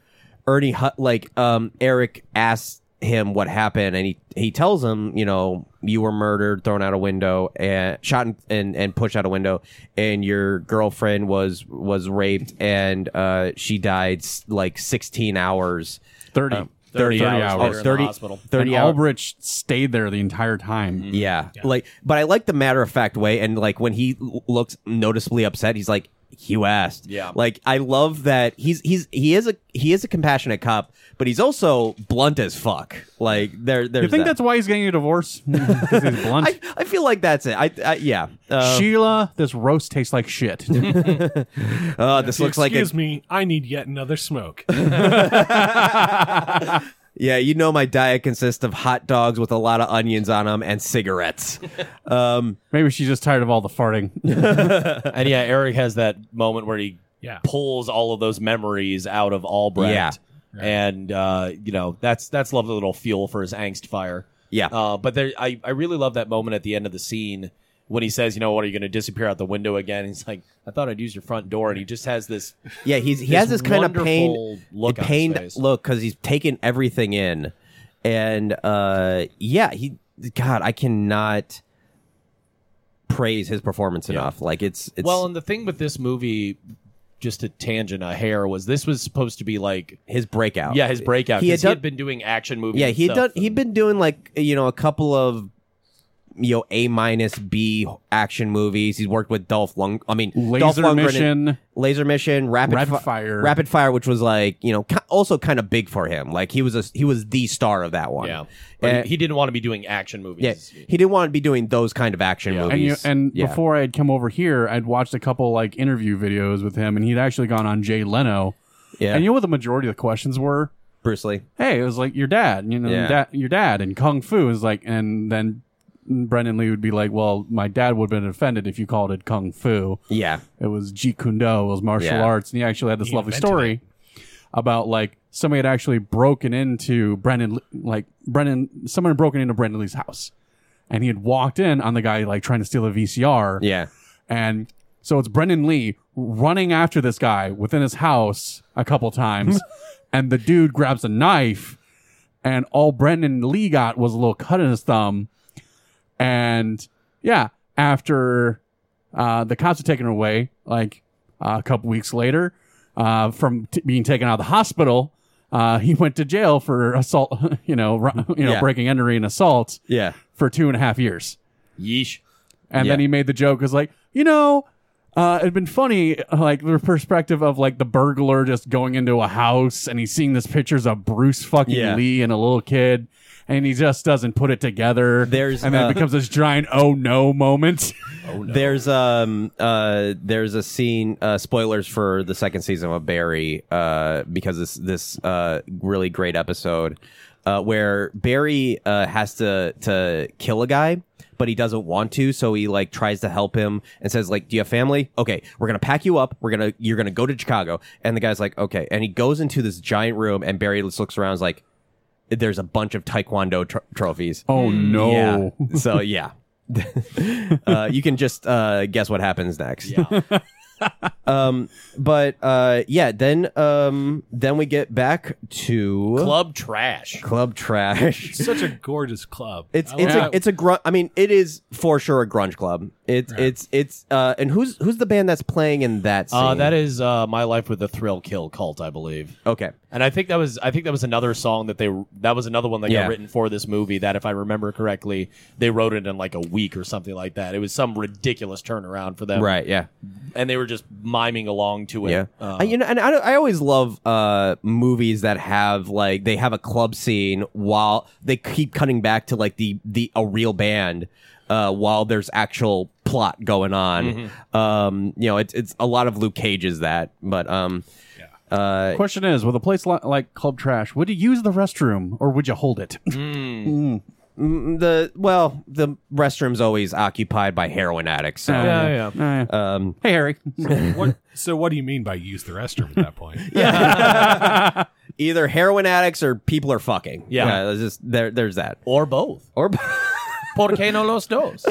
A: Ernie Hut like um Eric asks him what happened, and he he tells him, you know, you were murdered, thrown out a window, and shot and and, and pushed out a window, and your girlfriend was was raped, and uh she died s- like sixteen hours.
B: 30.
A: 30,
D: 30
A: hours.
B: hours.
A: Oh,
D: Later in the
A: 30 (laughs)
D: hospital.
A: 30
B: and
A: hours.
B: Albrecht stayed there the entire
A: Mm.
B: time.
A: Yeah. Like, but I like the matter of fact way. And like when he l- looks noticeably upset, he's like, you asked.
D: Yeah.
A: Like, I love that he's, he's, he is a, he is a compassionate cop, but he's also blunt as fuck. Like, there, there's,
B: You think
A: that.
B: that's why he's getting
A: (laughs)
B: a divorce? Hmm. 'Cause he's blunt.
A: I, I feel like that's it. I, I yeah. Uh,
B: Sheila, this roast tastes like shit.
A: (laughs) uh, this looks like a,
C: Excuse me, I need yet another smoke.
A: yeah. You know, my diet consists of hot dogs with a lot of onions on them and cigarettes. um,
B: Maybe she's just tired of all
A: (laughs)
B: the farting.
D: and yeah, Eric has that moment where he
C: Yeah.
D: pulls all of those memories out of Albrecht.
A: Yeah.
D: And uh, you know that's that's lovely little fuel for his angst fire.
A: yeah.
D: Uh, but there, I, I really love that moment at the end of the scene when he says, "You know what? Are you going to disappear out the window again?" He's like, "I thought I'd use your front door," and he just has
A: (laughs)
D: this.
A: Yeah, he's he has this kind of
D: wonderful
A: pain,
D: look on his
A: pained
D: face.
A: look because he's taken everything in, and uh, yeah, he God, I cannot praise his performance enough. Like it's it's
D: Well, and the thing with this movie, just to tangent a hair, was this was supposed to be like,
A: his breakout.
D: yeah, his breakout.
A: He had
D: 'cause
A: done-
D: been doing action movies.
A: yeah,
D: and
A: he had
D: stuff,
A: done he'd
D: and-
A: been doing like you know a couple of you know A minus B action movies. He's worked with Dolph Lung. I mean, Dolph
B: Laser
A: Lundgren and-
B: mission.
A: Laser Mission, Rapid,
B: Rapid
A: Fi-
B: Fire.
A: Rapid Fire, which was like you know ki- also kind of big for him. Like he was a he was the star of that one.
D: Yeah, But
A: And-
D: he didn't want to be doing action movies.
A: Yeah, he didn't want to be doing those kind of action
B: And, you,
A: movies.
B: and
A: yeah.
B: before I had come over here, I'd watched a couple like interview videos with him, and he'd actually gone on Jay Leno.
A: yeah,
B: And you know what the majority of the questions were?
A: Bruce Lee.
B: Hey, it was like your dad, you know,
A: Yeah.
B: da- your dad, and Kung Fu is like, and then Brendan Lee would be like, well, my dad would have been offended if you called it Kung Fu.
A: Yeah,
B: It was Jeet Kune Do, it was martial
A: Yeah.
B: arts, and he actually had this
C: He
B: lovely
C: invented
B: story about like somebody had actually broken into Brendan, Le- like Brendan, someone had broken into Brendan Lee's house, and he had walked in on the guy like trying to steal a VCR,
A: yeah,
B: and so it's Brendan Lee running after this guy within his house a couple times. and the dude grabs a knife. And all Brendan Lee got was a little cut in his thumb. And yeah, after uh, the cops are taken away, like uh, a couple weeks later, uh, from t- being taken out of the hospital, uh, he went to jail for assault, (laughs) you know, ru- you know,
A: Yeah.
B: breaking entry and assault
A: yeah,
B: for two and a half years.
D: Yeesh.
B: And
A: Yeah.
B: then he made the joke was like, you know, uh, it'd been funny, like the perspective of like the burglar just going into a house and he's seeing this pictures of Bruce fucking
A: Yeah.
B: Lee and a little kid, and he just doesn't put it together.
A: There's,
B: and then
A: uh,
B: it becomes this giant oh no moment. (laughs)
A: There's um uh there's a scene. Uh, spoilers for the second season of Barry. Uh, because this this uh really great episode, uh, where Barry uh has to to kill a guy. But he doesn't want to, so he like tries to help him and says like, "Do you have family? Okay, we're gonna pack you up. We're gonna you're gonna go to Chicago." And the guy's like, "Okay," and he goes into this giant room, and Barry just looks around, and is like, "There's a bunch of taekwondo tr- trophies."
B: oh no!
A: (laughs) (laughs) Yeah. So yeah. uh, you can just uh, guess what happens next. Um,
D: Yeah.
A: But uh, yeah, then um, then we get back to
G: Club trash.
A: Club trash.
C: Such a gorgeous club.
A: It's
C: I
A: it's
C: like
A: a it's a grunge. I mean, it is for sure a grunge club. It's it's it's uh, and who's who's the band that's playing in that? Scene?
D: Uh, that is uh, my life with the Thrill Kill Cult, I believe.
A: okay.
D: And I think that was I think that was another song that they that was another one that
A: Yeah.
D: got written for this movie that if I remember correctly they wrote it in like a week or something like that. It was some ridiculous turnaround for them,
A: Right. Yeah.
D: And they were just miming along to it.
A: Yeah.
D: Uh,
A: I- you know, and I, I always love uh, movies that have like they have a club scene while they keep cutting back to like the the a real band uh, while there's actual plot going on.
D: Mm-hmm.
A: Um, you know, it's it's a lot of Luke Cage's that, but um, uh,
B: Question is, with a place li- like Club Trash, would you use the restroom or would you hold it?
A: mm, the well, the restroom's always occupied by heroin addicts. So.
B: (laughs)
D: yeah, yeah.
A: Um,
B: Hey, Harry.
C: what, so what do you mean by use the restroom at
A: (laughs)
C: that point?
A: either heroin addicts or people are fucking.
D: Yeah.
A: there's just there. There's that.
D: Or both.
A: Or (laughs)
D: Por qué no los dos?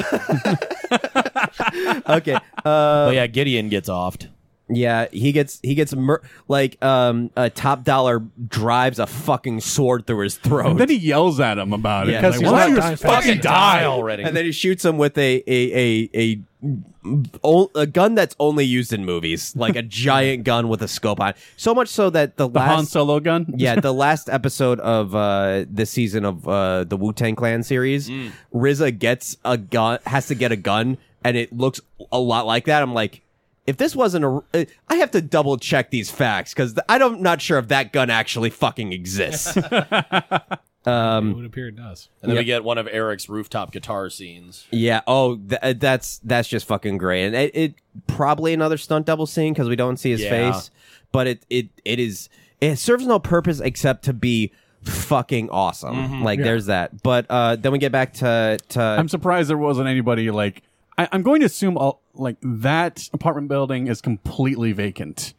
A: okay.
D: (laughs) but yeah, Gideon gets offed.
A: Yeah, he gets he gets mur- like um a top dollar drives a fucking sword through his throat,
B: then he yells at him about it.
A: Yeah.
B: Like,
A: Because
C: he's
B: why
C: like,
B: don't you
C: "Die
B: just
C: fast."
B: fucking die?
D: already.
A: and then he shoots him with a a a a, o- a gun that's only used in movies, like
B: (laughs)
A: a giant gun with a scope on. it. So much so that the,
B: The Han
A: last
B: Solo gun?
A: (laughs) yeah the last episode of uh this season of uh the Wu Tang Clan series, Riza gets a gun has to get a gun, and it looks a lot like that. I'm like. if this wasn't a, uh, I have to double check these facts because th- I don't not sure if that gun actually fucking exists.
C: it would appear it does.
D: And then we get one of Eric's rooftop guitar scenes.
A: yeah. Oh, th- uh, that's that's just fucking great, and it, it probably another stunt double scene because we don't see his
D: Yeah.
A: face, but it it it is it serves no purpose except to be fucking awesome. Like there's that, but uh, then we get back to to
B: I'm surprised there wasn't anybody like. I, I'm going to assume all, like that apartment building is completely vacant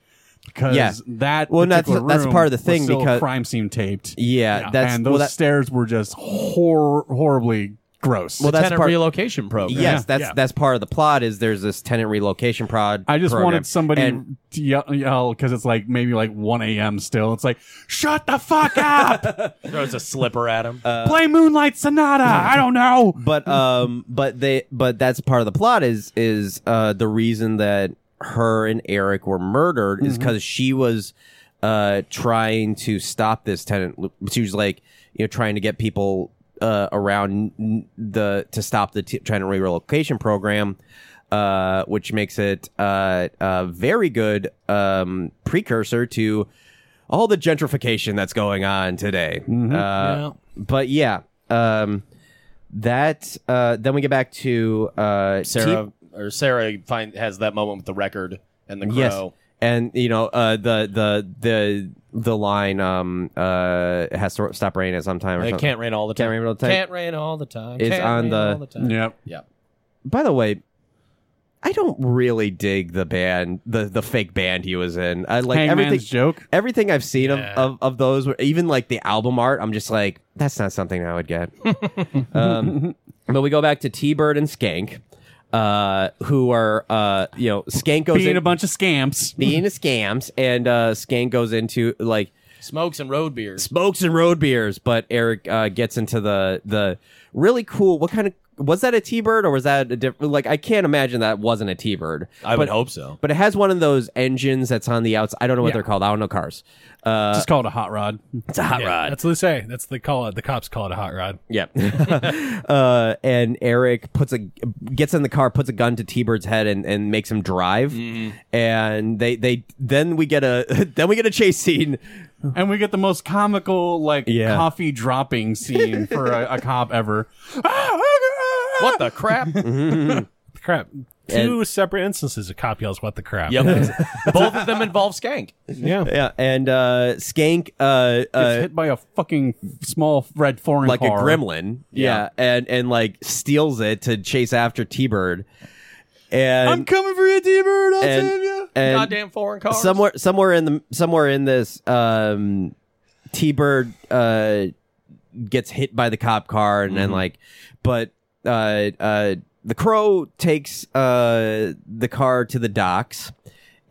B: because
A: Yeah.
B: that
A: Well, and that's-
B: particular
A: that's
B: room
A: part of the
B: was
A: thing
B: still
A: because-
B: crime scene taped.
A: yeah, That's
B: and those
A: well, that-
B: stairs were just hor- horribly gross.
A: well, that's
D: Tenant
A: part.
D: relocation program.
A: Yes,
B: Yeah.
A: that's
B: Yeah.
A: that's part of the plot. Is there's this tenant relocation prod?
B: I just
A: program.
B: wanted somebody
A: And-
B: to yell- yell because it's like maybe like 1 a.m. still. It's like, shut the
A: (laughs)
B: fuck up!
D: Throws a slipper at him.
A: Uh,
B: Play Moonlight Sonata! I don't know!
A: but um but they but that's part of the plot is is uh the reason that her and Eric were murdered is cuz she was uh trying to stop this tenant she was like you know trying to get people uh around n- the to stop the t- tenant relocation program uh which makes it uh a very good um precursor to all the gentrification that's going on today uh but yeah um that uh then we get back to uh
D: Sarah or Sarah find has that moment with the record and the
A: T-
D: crow.
A: yes and you know uh the the the the line um uh it has to stop raining at some time or
D: It
A: something.
D: can't rain all the time.
A: Can't rain all the time.
D: Can't rain all the time.
A: Is
D: Can't
A: on
D: rain
A: the-
D: all time.
B: Yep.
D: Yeah.
A: by the way i don't really dig the band the the fake band he was in i like
B: Hangman's
A: everything
B: joke.
A: everything i've seen of, of of those even like the album art i'm just like that's not something i would get (laughs) um but we go back to t-bird and skank uh who are uh you know skank goes
B: Being
A: in-
B: a bunch of scamps.
A: being a scams and uh skank goes into like
D: Smokes and road beers.
A: smokes and road beers but eric uh gets into the the really cool what kind of was that a t-bird or was that a different like i can't imagine that wasn't a t-bird
D: I
A: but,
D: would hope so.
A: but it has one of those engines that's on the outside i don't know what they're called i don't know cars uh
B: just call it a hot rod.
A: it's a hot
C: Yeah,
D: Uh,
A: rod
C: That's what they say. That's they call it. The cops call it a hot rod.
A: (laughs) yeah (laughs) uh and eric puts a gets in the car puts a gun to t-bird's head and and makes him drive and they they then we get a (laughs) then we get a chase scene
B: And we get the most comical, like,
A: Yeah.
B: coffee dropping scene for a, a cop ever. (laughs)
D: What
A: (laughs)
D: the crap?
C: Crap. Two separate instances. A cop yells, "What the crap?"
D: yep. Both of them involve skank.
C: Yeah.
A: yeah and uh skank uh, uh
B: Gets hit by a fucking small red foreign
A: like
B: car.
A: a gremlin. Yeah. And and like steals it to chase after T Bird. And
B: I'm coming for you, T-Bird. I'll
A: and,
B: save you.
A: and
D: Goddamn foreign cars.
A: somewhere somewhere in the somewhere in this um T Bird uh gets hit by the cop car and
B: Mm-hmm.
A: then like but uh uh the crow takes uh the car to the docks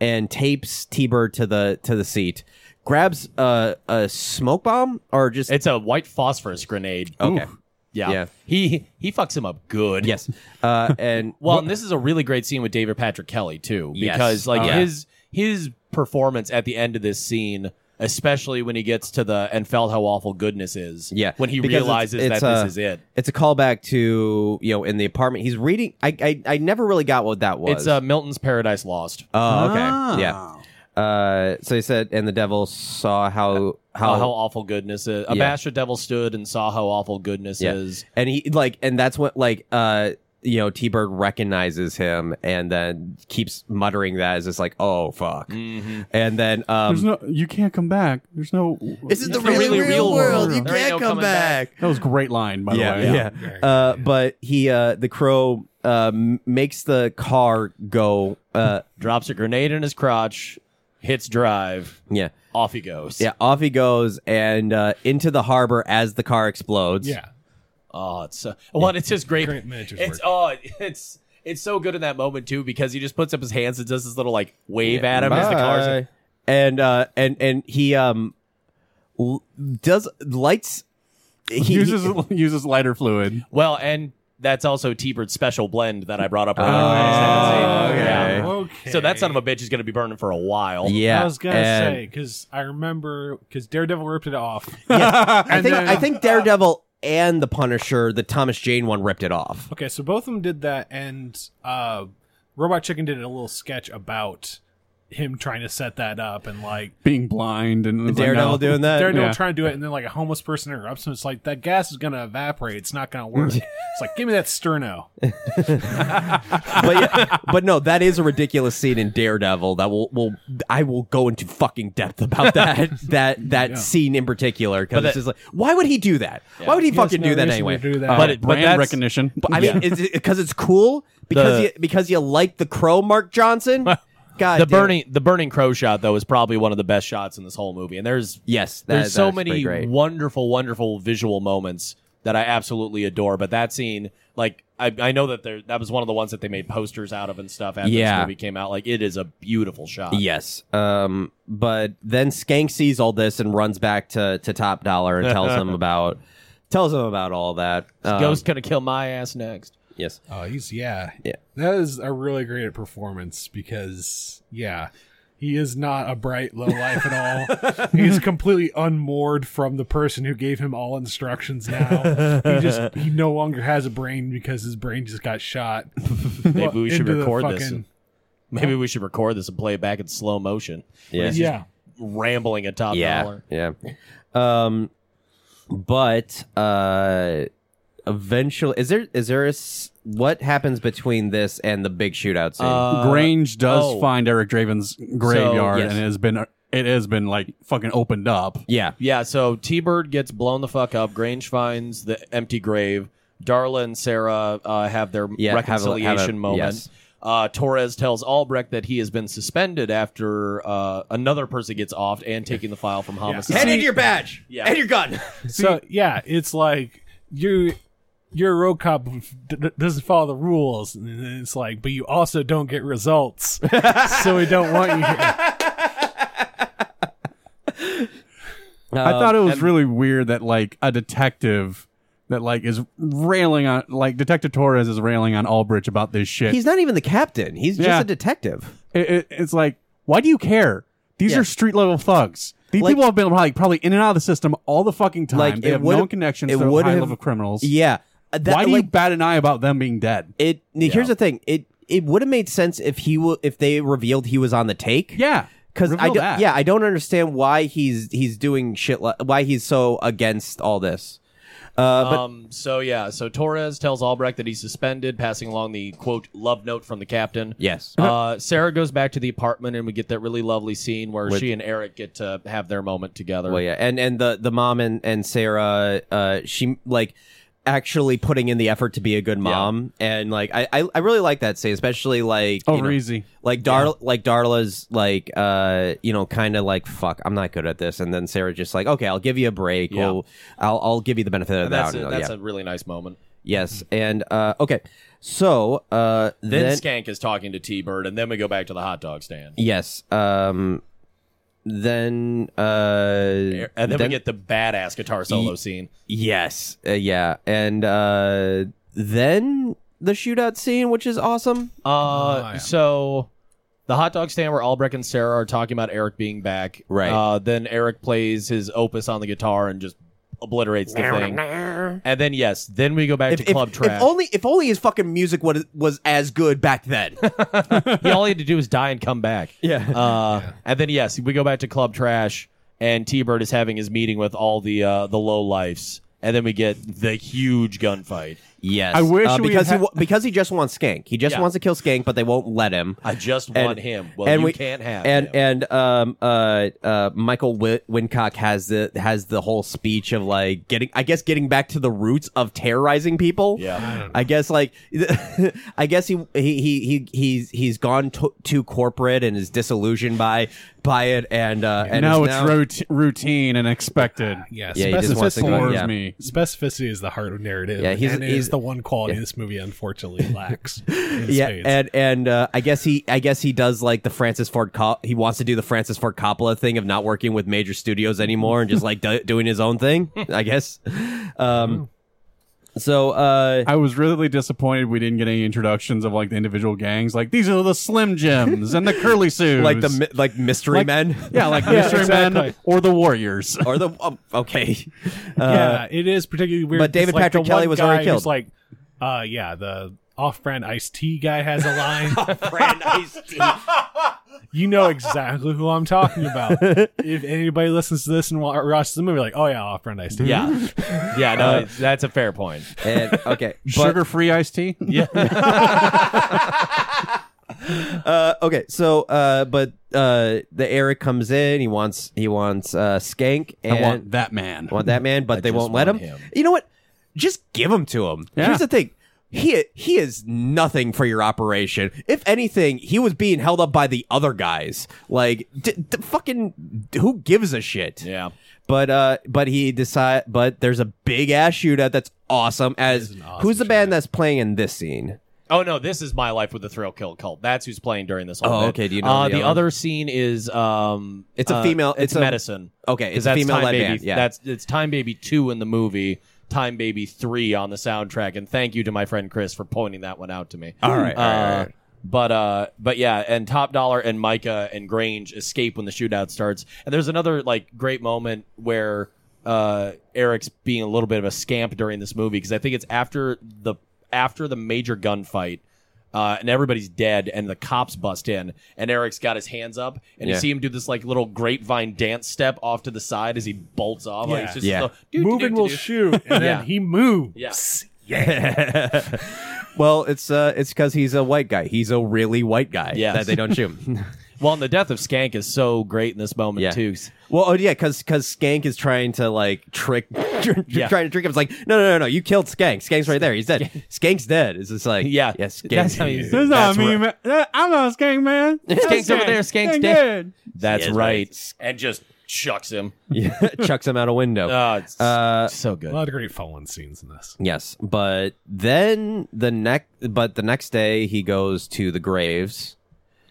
A: and tapes T-Bird to the to the seat. Grabs a a smoke bomb or just
D: It's a white phosphorus grenade.
A: okay.
D: Yeah.
A: Yeah.
D: He he fucks him up good.
A: Yes. Uh, and
D: (laughs) Well, and this is a really great scene with David Patrick Kelly too,
A: Yes.
D: because like
A: Oh, yeah.
D: his his performance at the end of this scene, especially when he gets to the and felt how awful goodness is.
A: Yeah,
D: when he
A: because it's-
D: realizes
A: it's uh,
D: that
A: a-
D: this is it.
A: It's a callback to you know in the apartment. He's reading. I I, I never really got what that was.
D: It's uh, Milton's Paradise Lost.
A: oh okay
B: Ah.
A: yeah. Uh, so he said, and the devil saw how how,
D: How, Uh, how awful goodness is. A
A: Yeah.
D: bastard devil stood and saw how awful goodness
A: Yeah.
D: is.
A: and he like and that's what like uh you know T Bird recognizes him and then keeps muttering that as just like oh fuck
D: Mm-hmm.
A: and then um
B: There's no. You can't come back. There's no.
A: (laughs) this is the
D: really
A: really,
D: real
A: real world.
D: world.
A: You
D: There ain't
A: can't
D: no
A: come
D: coming back.
A: back.
B: That was a great line, by
A: yeah,
B: the way.
A: yeah. Uh, but he, uh, the crow, uh, m- makes the car go. Uh,
D: Drops a grenade in his crotch, hits drive,
A: (laughs) yeah,
D: off he goes.
A: yeah. Off he goes and uh, into the harbor as the car explodes.
C: Yeah.
D: Oh, it's so, well, it's just great.
C: Great miniatures
D: it's oh, it's it's so good in that moment too because he just puts up his hands and does this little like wave at him as the cars.
A: and uh, and and he um l- does lights. He
B: Uses
A: he-
B: (laughs) uses lighter fluid.
D: Well, and that's also T-Bird's special blend that I brought up earlier.
A: Oh. okay.
C: Okay.
D: So that son of a bitch is going to be burning for a while.
A: yeah.
C: I was gonna
A: and-
C: say because I remember because Daredevil ripped
A: (laughs)
C: it off.
A: I think I
C: (laughs)
A: think Daredevil and the Punisher, the Thomas Jane one, ripped it off.
C: okay, so both of them did that, and uh, Robot Chicken did a little sketch about him trying to set that up, and like
B: Being blind and it's like,
A: Daredevil
B: no.
A: doing that.
C: Daredevil
B: Yeah.
C: trying to do it, and then like a homeless person interrupts him. It's like that gas is gonna evaporate. It's not gonna work. it's like give me that Sterno.
A: but yeah, but no, that is a ridiculous scene in Daredevil that will will I will go into fucking depth about
C: (laughs)
A: that that that scene in particular because it's just like why would he do that? Why would he, fucking do that anyway?
C: Do that.
D: But it, but
B: brand
D: that's,
B: recognition.
A: But I mean, is it because it's cool? Because
D: The-
A: you, because you like the crow, Mark Johnson. God,
D: (laughs)
A: damn.
D: the burning the burning crow shot though is probably one of the best shots in this whole movie. And there's
A: Yes, that-
D: there's so
A: that's pretty
D: many
A: great.
D: wonderful, wonderful visual moments that I absolutely adore. But that scene, like I, I know that there that was one of the ones that they made posters out of and stuff after
A: Yeah.
D: this movie came out. Like it is a beautiful shot.
A: Yes. Um, but then Skank sees all this and runs back to, to Top Dollar and tells
D: (laughs)
A: him about tells him about all that. Um,
D: Ghost gonna kill my ass next.
A: Yes.
C: Oh, he's yeah.
A: Yeah.
C: That is a really great performance because yeah. He is not a bright low life at all. He's completely unmoored from the person who gave him all instructions now. He just he no longer has a brain because his brain just got shot.
D: (laughs) Maybe we should
C: into the
D: record this.
C: fucking-
D: Maybe we should record this and play it back in slow motion.
A: Yeah.
D: He's just
C: Yeah.
D: rambling a top dollar.
A: Yeah. Yeah. Um, but uh, eventually, is there is there a s- what happens between this and the big shootout scene?
B: Uh, Grange does
D: oh.
B: find Eric Draven's graveyard,
A: uh, yes.
B: and it has been it has been like fucking opened up.
A: yeah.
D: Yeah, so T Bird gets blown the fuck up. Grange finds the empty grave. Darla and Sarah uh, have their
A: Yeah, have a- have a-
D: reconciliation moment.
A: yes.
D: Uh, Torres tells Albrecht that he has been suspended after uh, another person gets off and taking the file from homicide.
A: Hand in your badge.
D: Yeah.
A: And your gun.
C: So yeah, it's like you you're a road cop who d- d- doesn't follow the rules, and then it's like, but you also don't get results, so we don't want you here.
A: (laughs)
B: I
A: Um,
B: thought it was really weird that like a detective that like is railing on like Detective Torres is railing on Albridge about this shit.
A: He's not even the captain. He's just
B: Yeah.
A: a detective.
B: It- it- it's like why do you care? These
A: Yeah.
B: are street level thugs. These
A: Like-
B: people have been like probably in and out of the system all the fucking time.
A: Like,
B: they
A: it
B: have
A: would've-
B: no connections
A: it
B: to high
A: would've-
B: level criminals.
A: Yeah. Uh, that-
B: why do
A: like,
B: you bat an eye about them being dead?
A: It here's the thing. It it would have made sense if he w- if they revealed he was on the take.
B: Yeah,
A: Because I
B: Reveal
A: don't,
B: that.
A: yeah I don't understand why he's he's doing shit li- why he's so against all this.
D: um, so, yeah, so Torres tells Albrecht that he's suspended, passing along the quote, love note from the captain.
A: Yes.
D: Uh, Sarah goes back to the apartment, and we get that really lovely scene where she and Eric get to have their moment together.
A: Well, yeah, and and the the mom and and Sarah, uh, she like actually putting in the effort to be a good mom, and like I I, I really like that scene, especially like you
B: Over
A: know,
B: easy.
A: like Dar like Darla's like uh you know kind of like fuck I'm not good at this, and then Sarah just like okay I'll give you a break,
D: Yeah.
A: Well, I'll I'll give you the benefit of
D: And
A: the
D: that's
A: doubt,
D: a,
A: and, oh,
D: that's
A: yeah.
D: a really nice moment.
A: Yes, and uh, okay, so uh,
D: Then,
A: then
D: Skank is talking to T Bird, and then we go back to the hot dog stand.
A: yes, um, then uh,
D: And then, we get the badass guitar solo scene.
A: yes, uh, yeah, and uh, then the shootout scene, which is awesome.
D: Uh, so the hot dog stand where Albrecht and Sarah are talking about Eric being back.
A: Right.
D: Uh, then Eric plays his opus on the guitar and just obliterates the thing. And then yes, then we go back to Club Trash.
A: only if only his fucking music was was as good back
D: (laughs)
A: then.
D: he all he had to do was die and come back. (laughs) Yeah. Uh, And then yes, we go back to Club Trash, and T Bird is having his meeting with all the uh, the low lifes, and then we get the huge gunfight.
A: yes,
B: I wish
A: uh,
B: we
A: because
B: had-
A: he wa- because he just wants Skank. He just
D: Yeah.
A: wants to kill Skank, but they won't let him.
D: I just
A: And-
D: want him. Well,
A: and
D: you
A: we-
D: can't have
A: and
D: him.
A: and um uh uh Michael Wi- Wincock has the has the whole speech of like getting I guess getting back to the roots of terrorizing people.
D: Yeah.
A: I guess like (laughs) I guess he he he he he's he's gone to, too corporate and is disillusioned by by it and uh and
B: now
A: is
B: it's rout- routine and expected.
C: Yeah,
A: Yeah, he just wants to go-
C: specificity-
B: Bores
A: yeah.
B: me.
C: Specificity is the heart of narrative.
A: Yeah, he's-
C: and it
A: he's-
C: is the one quality this movie unfortunately
A: (laughs)
C: lacks. in
A: yeah,
C: spades.
A: and and uh, I guess he I guess he does like the Francis Ford Cop- he wants to do the Francis Ford Coppola thing of not working with major studios anymore and just like do- doing his own thing. I guess. (laughs) Um, so uh,
B: I was really disappointed we didn't get any introductions of like the individual gangs. Like these are the Slim Jims and the Curly
A: (laughs)
B: Sues,
A: like the mi- like mystery
B: Like-
A: men
B: yeah, like Mystery Men or the Warriors.
A: (laughs) or the um,
B: (laughs)
A: okay.
C: yeah, it is particularly weird.
A: Uh, but David
C: 'cause, like, the
A: Patrick Kelly
C: one
A: was already
C: guy
A: killed.
C: who's Like, uh, yeah, the off-brand Ice T guy has a
D: (laughs)
C: line. (laughs) you know exactly who I'm
A: (laughs)
C: talking about. if anybody listens to this and wa- or watches the movie, like, oh yeah, off-brand Ice T.
D: yeah, yeah, no,
A: uh,
D: that's a fair point.
A: And, okay, but-
B: Sugar-free iced tea. (laughs) Yeah,
A: uh, okay, so uh, but uh, the Eric comes in. He wants he wants uh, Skank and
B: I want that man.
A: want that man, but they
D: just
A: won't let him.
D: want him.
A: You know what? Just give him to him.
B: Yeah.
A: Here's the thing. He he is nothing for your operation. If anything, he was being held up by the other guys. Like d- d- fucking who gives a shit?
D: Yeah.
A: But uh but he decide but there's a big ass shootout that's awesome as who's the band that's playing in this scene?
D: Oh no, this is my life with the thrill kill cult. That's who's playing during this. Whole
A: Oh,
D: bit.
A: okay, do you know
D: uh,
A: the
D: the
A: other-
D: other scene is um,
A: It's a
D: uh,
A: female-
D: It's,
A: it's a-
D: medicine.
A: Okay,
D: 'Cause
A: it's a
D: that's
A: female-led
D: Time Baby-
A: band, yeah.
D: that's it's Time Baby two in the movie. Time Baby three on the soundtrack, and thank you to my friend Chris for pointing that one out to me.
A: All right,
D: Uh,
A: all right, all right.
D: But uh, but yeah, and Top Dollar and Micah and Grange escape when the shootout starts. And there's another like great moment where uh, Eric's being a little bit of a scamp during this movie because I think it's after the after the major gunfight. Uh, and everybody's dead, and the cops bust in, and Eric's got his hands up, and
A: Yeah.
D: you see him do this like little grapevine dance step off to the side as he bolts off. Like, it's
C: Yeah.
D: just
A: Yeah.
D: the- doo- doo-
C: Move and
D: doo-
C: we'll
D: doo-
C: shoot. And
D: Yeah.
C: then he moves.
D: Yeah.
A: (laughs) Well, it's uh it's cuz he's a white guy. He's a really white guy
D: Yes.
A: that they don't shoot.
D: (laughs)
A: him.
D: Well, and the death of Skank is so great in this moment
A: Yeah.
D: too.
A: Well, oh yeah, because Skank is trying to like trick, (laughs) trying to trick him. It's like, no, no, no, no, you killed Skank. Skank's right there. He's dead. Skank's dead. It's just like,
D: Yeah,
A: yeah, Skank.
D: (laughs) That's how he's-
B: This is
D: that's
B: not me, man. That- I'm not a skank man.
D: Skank's over there. Skank's
B: Skank
D: dead. That's
A: Yes,
D: right.
A: right. Uh,
D: And just chucks him.
A: (laughs) Yeah, chucks him out a window.
D: Uh, it's so
C: A
D: good.
C: lot of great fallen scenes in this.
A: yes, but then the next, but the next day he goes to the graves.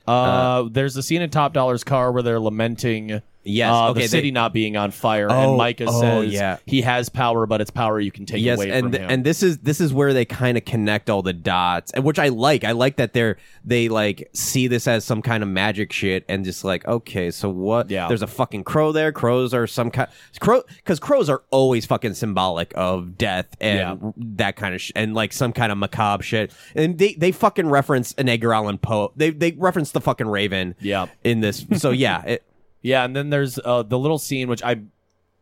D: Uh, there's a scene in Top Dollar's car where they're lamenting
A: Yes,
D: uh,
A: okay,
D: the city
A: they-
D: not being on fire,
A: Oh,
D: and Micah
A: oh,
D: says
A: yeah.
D: he has power, but it's power you can take
A: yes,
D: away
A: and
D: from him.
A: and this is this is where they kind of connect all the dots, and which I like. I like that they're they like see this as some kind of magic shit, and just like okay, so what?
D: Yeah.
A: there's a fucking crow there. Crows are some kind crow because crows are always fucking symbolic of death and that kind of sh- and like some kind of macabre shit. And they they fucking reference an Edgar Allan Poe. They they reference the fucking Raven.
D: Yeah.
A: in this. So
D: (laughs)
A: yeah, it,
D: Yeah, and then there's uh, the little scene which I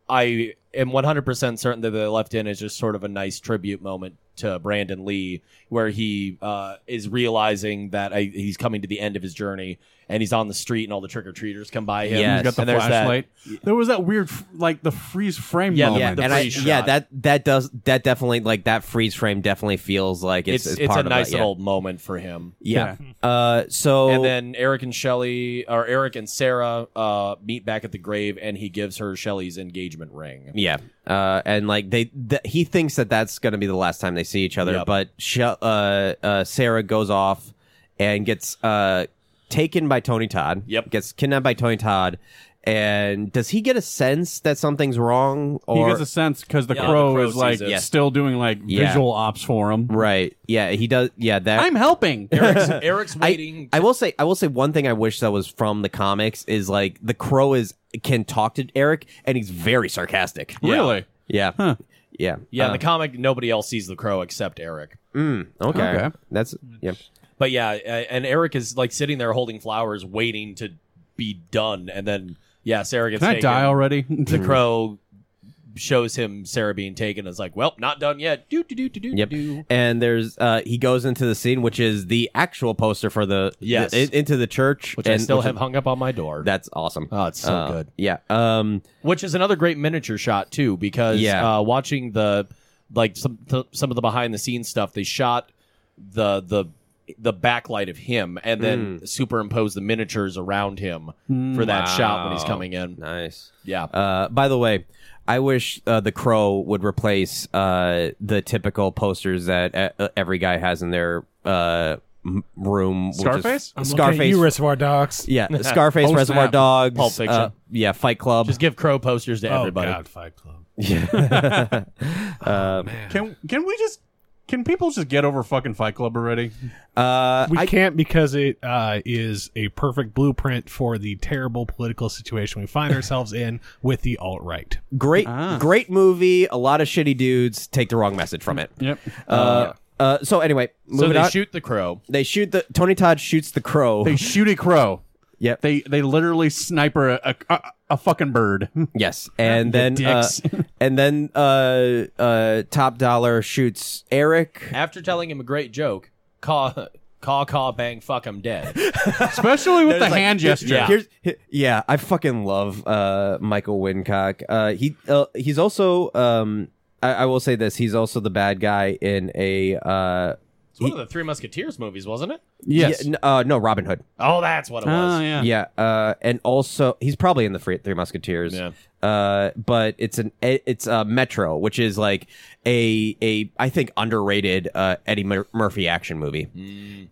D: I am 100% certain that they left in is just sort of a nice tribute moment to Brandon Lee where he uh, is realizing that uh he's coming to the end of his journey and he's on the street and all the trick or treaters come by him.
A: Yes.
B: He's got the
D: and there's that-
B: flashlight. There was that weird, f- like the freeze frame
D: Yeah,
B: moment.
D: yeah,
A: and I,
D: freeze
A: yeah,
D: shot.
A: that that does that definitely like that freeze frame definitely feels like it's
D: It's
A: it's,
D: it's,
A: part
D: a
A: of
D: nice
A: that, yeah.
D: little moment for him.
A: yeah. Uh, so
D: And then Eric and Shelly, or Eric and Sarah, uh, meet back at the grave, and he gives her Shelly's engagement ring.
A: (laughs) Yeah, uh, and like they, th- he thinks that that's gonna be the last time they see each other.
D: Yep.
A: But she, uh, uh, Sarah goes off and gets uh, taken by Tony Todd.
D: Yep.
A: gets kidnapped by Tony Todd. And does he get a sense that something's wrong? Or
B: he gets a sense because the,
D: Yeah, the
B: crow
D: crow
B: is like
D: sees it.
B: still doing like
A: Yeah.
B: visual ops for him.
A: right? Yeah, he does. Yeah, that.
B: I'm helping.
D: Eric's, Eric's waiting.
A: I will say, I will say one thing I wish that was from the comics is like the crow is can talk to Eric, and he's very sarcastic.
B: Really?
A: Yeah.
B: Huh.
A: Yeah.
D: yeah, in
A: Uh,
D: the comic, nobody else sees the crow except Eric.
A: mm, okay.
B: Okay.
A: That's yeah.
D: But yeah, uh, and Eric is like sitting there holding flowers, waiting to be done, and then yeah, Sarah gets
B: Can I
D: taken.
B: die already? (laughs)
D: The crow shows him Sarah being taken. It's like, well, not done yet. Do do do do do
A: Yep.
D: do.
A: And there's uh he goes into the scene which is the actual poster for the
D: Yes.
A: the- in- into the church
D: Which I
A: and-
D: still
A: which
D: have
A: is-
D: hung up on my door.
A: that's awesome.
D: oh, it's so
A: Uh,
D: good.
A: Yeah. Um
D: Which is another great miniature shot too, because
A: Yeah.
D: uh, watching the like some th- some of the behind the scenes stuff, they shot the the the backlight of him and
A: Hmm.
D: then superimpose the miniatures around him for that shot when he's
A: Wow.
D: coming in.
A: nice.
D: Yeah.
A: Uh by the way, I wish uh, the crow would replace uh the typical posters that uh, every guy has in their uh m- room which is-
B: Scarface?
H: I'm Scarface.
A: Scarface
H: you, Reservoir Dogs.
A: Yeah, Scarface,
B: Oh,
A: Reservoir
B: snap.
A: Dogs,
D: Pulp Fiction.
A: uh, yeah, Fight Club.
D: Just give crow posters to everybody.
C: Oh, God, Fight Club.
B: Can can we just can people just get over fucking Fight Club already?
A: uh,
H: We
A: I-
H: can't because it uh, is a perfect blueprint for the terrible political situation we find ourselves in with the alt right.
A: great,
B: Ah.
A: great movie. A lot of shitty dudes take the wrong message from it.
B: Yep. Oh,
A: Uh, uh, so anyway,
D: So
A: moving
D: they
A: on.
D: shoot the crow.
A: they shoot the Tony Todd shoots the crow.
B: They shoot a crow.
A: Yep.
B: They they literally sniper a a, a, a fucking bird.
A: yes,
B: (laughs)
A: and then uh,
B: dicks.
A: and then uh, uh, Top Dollar shoots Eric.
D: After telling him a great joke, caw caw caw bang fuck I'm dead. (laughs)
B: Especially with the
A: It's like-
B: hand gesture.
D: Yeah.
A: Here's, he- yeah, I fucking love uh, Michael Wincock. Uh, he uh, he's also um, I, I will say this. He's also the bad guy in a uh,
D: It's one of the Three Musketeers movies, wasn't it?
B: Yes.
A: yeah, n- uh, no Robin Hood.
D: Oh, that's what it
B: Oh,
D: was.
B: yeah.
A: Yeah, uh, and also he's probably in the Free- Three Musketeers.
D: Yeah.
A: Uh, but it's an e, it's a Metro, which is like a a I think underrated uh, Eddie Mur- Murphy action movie.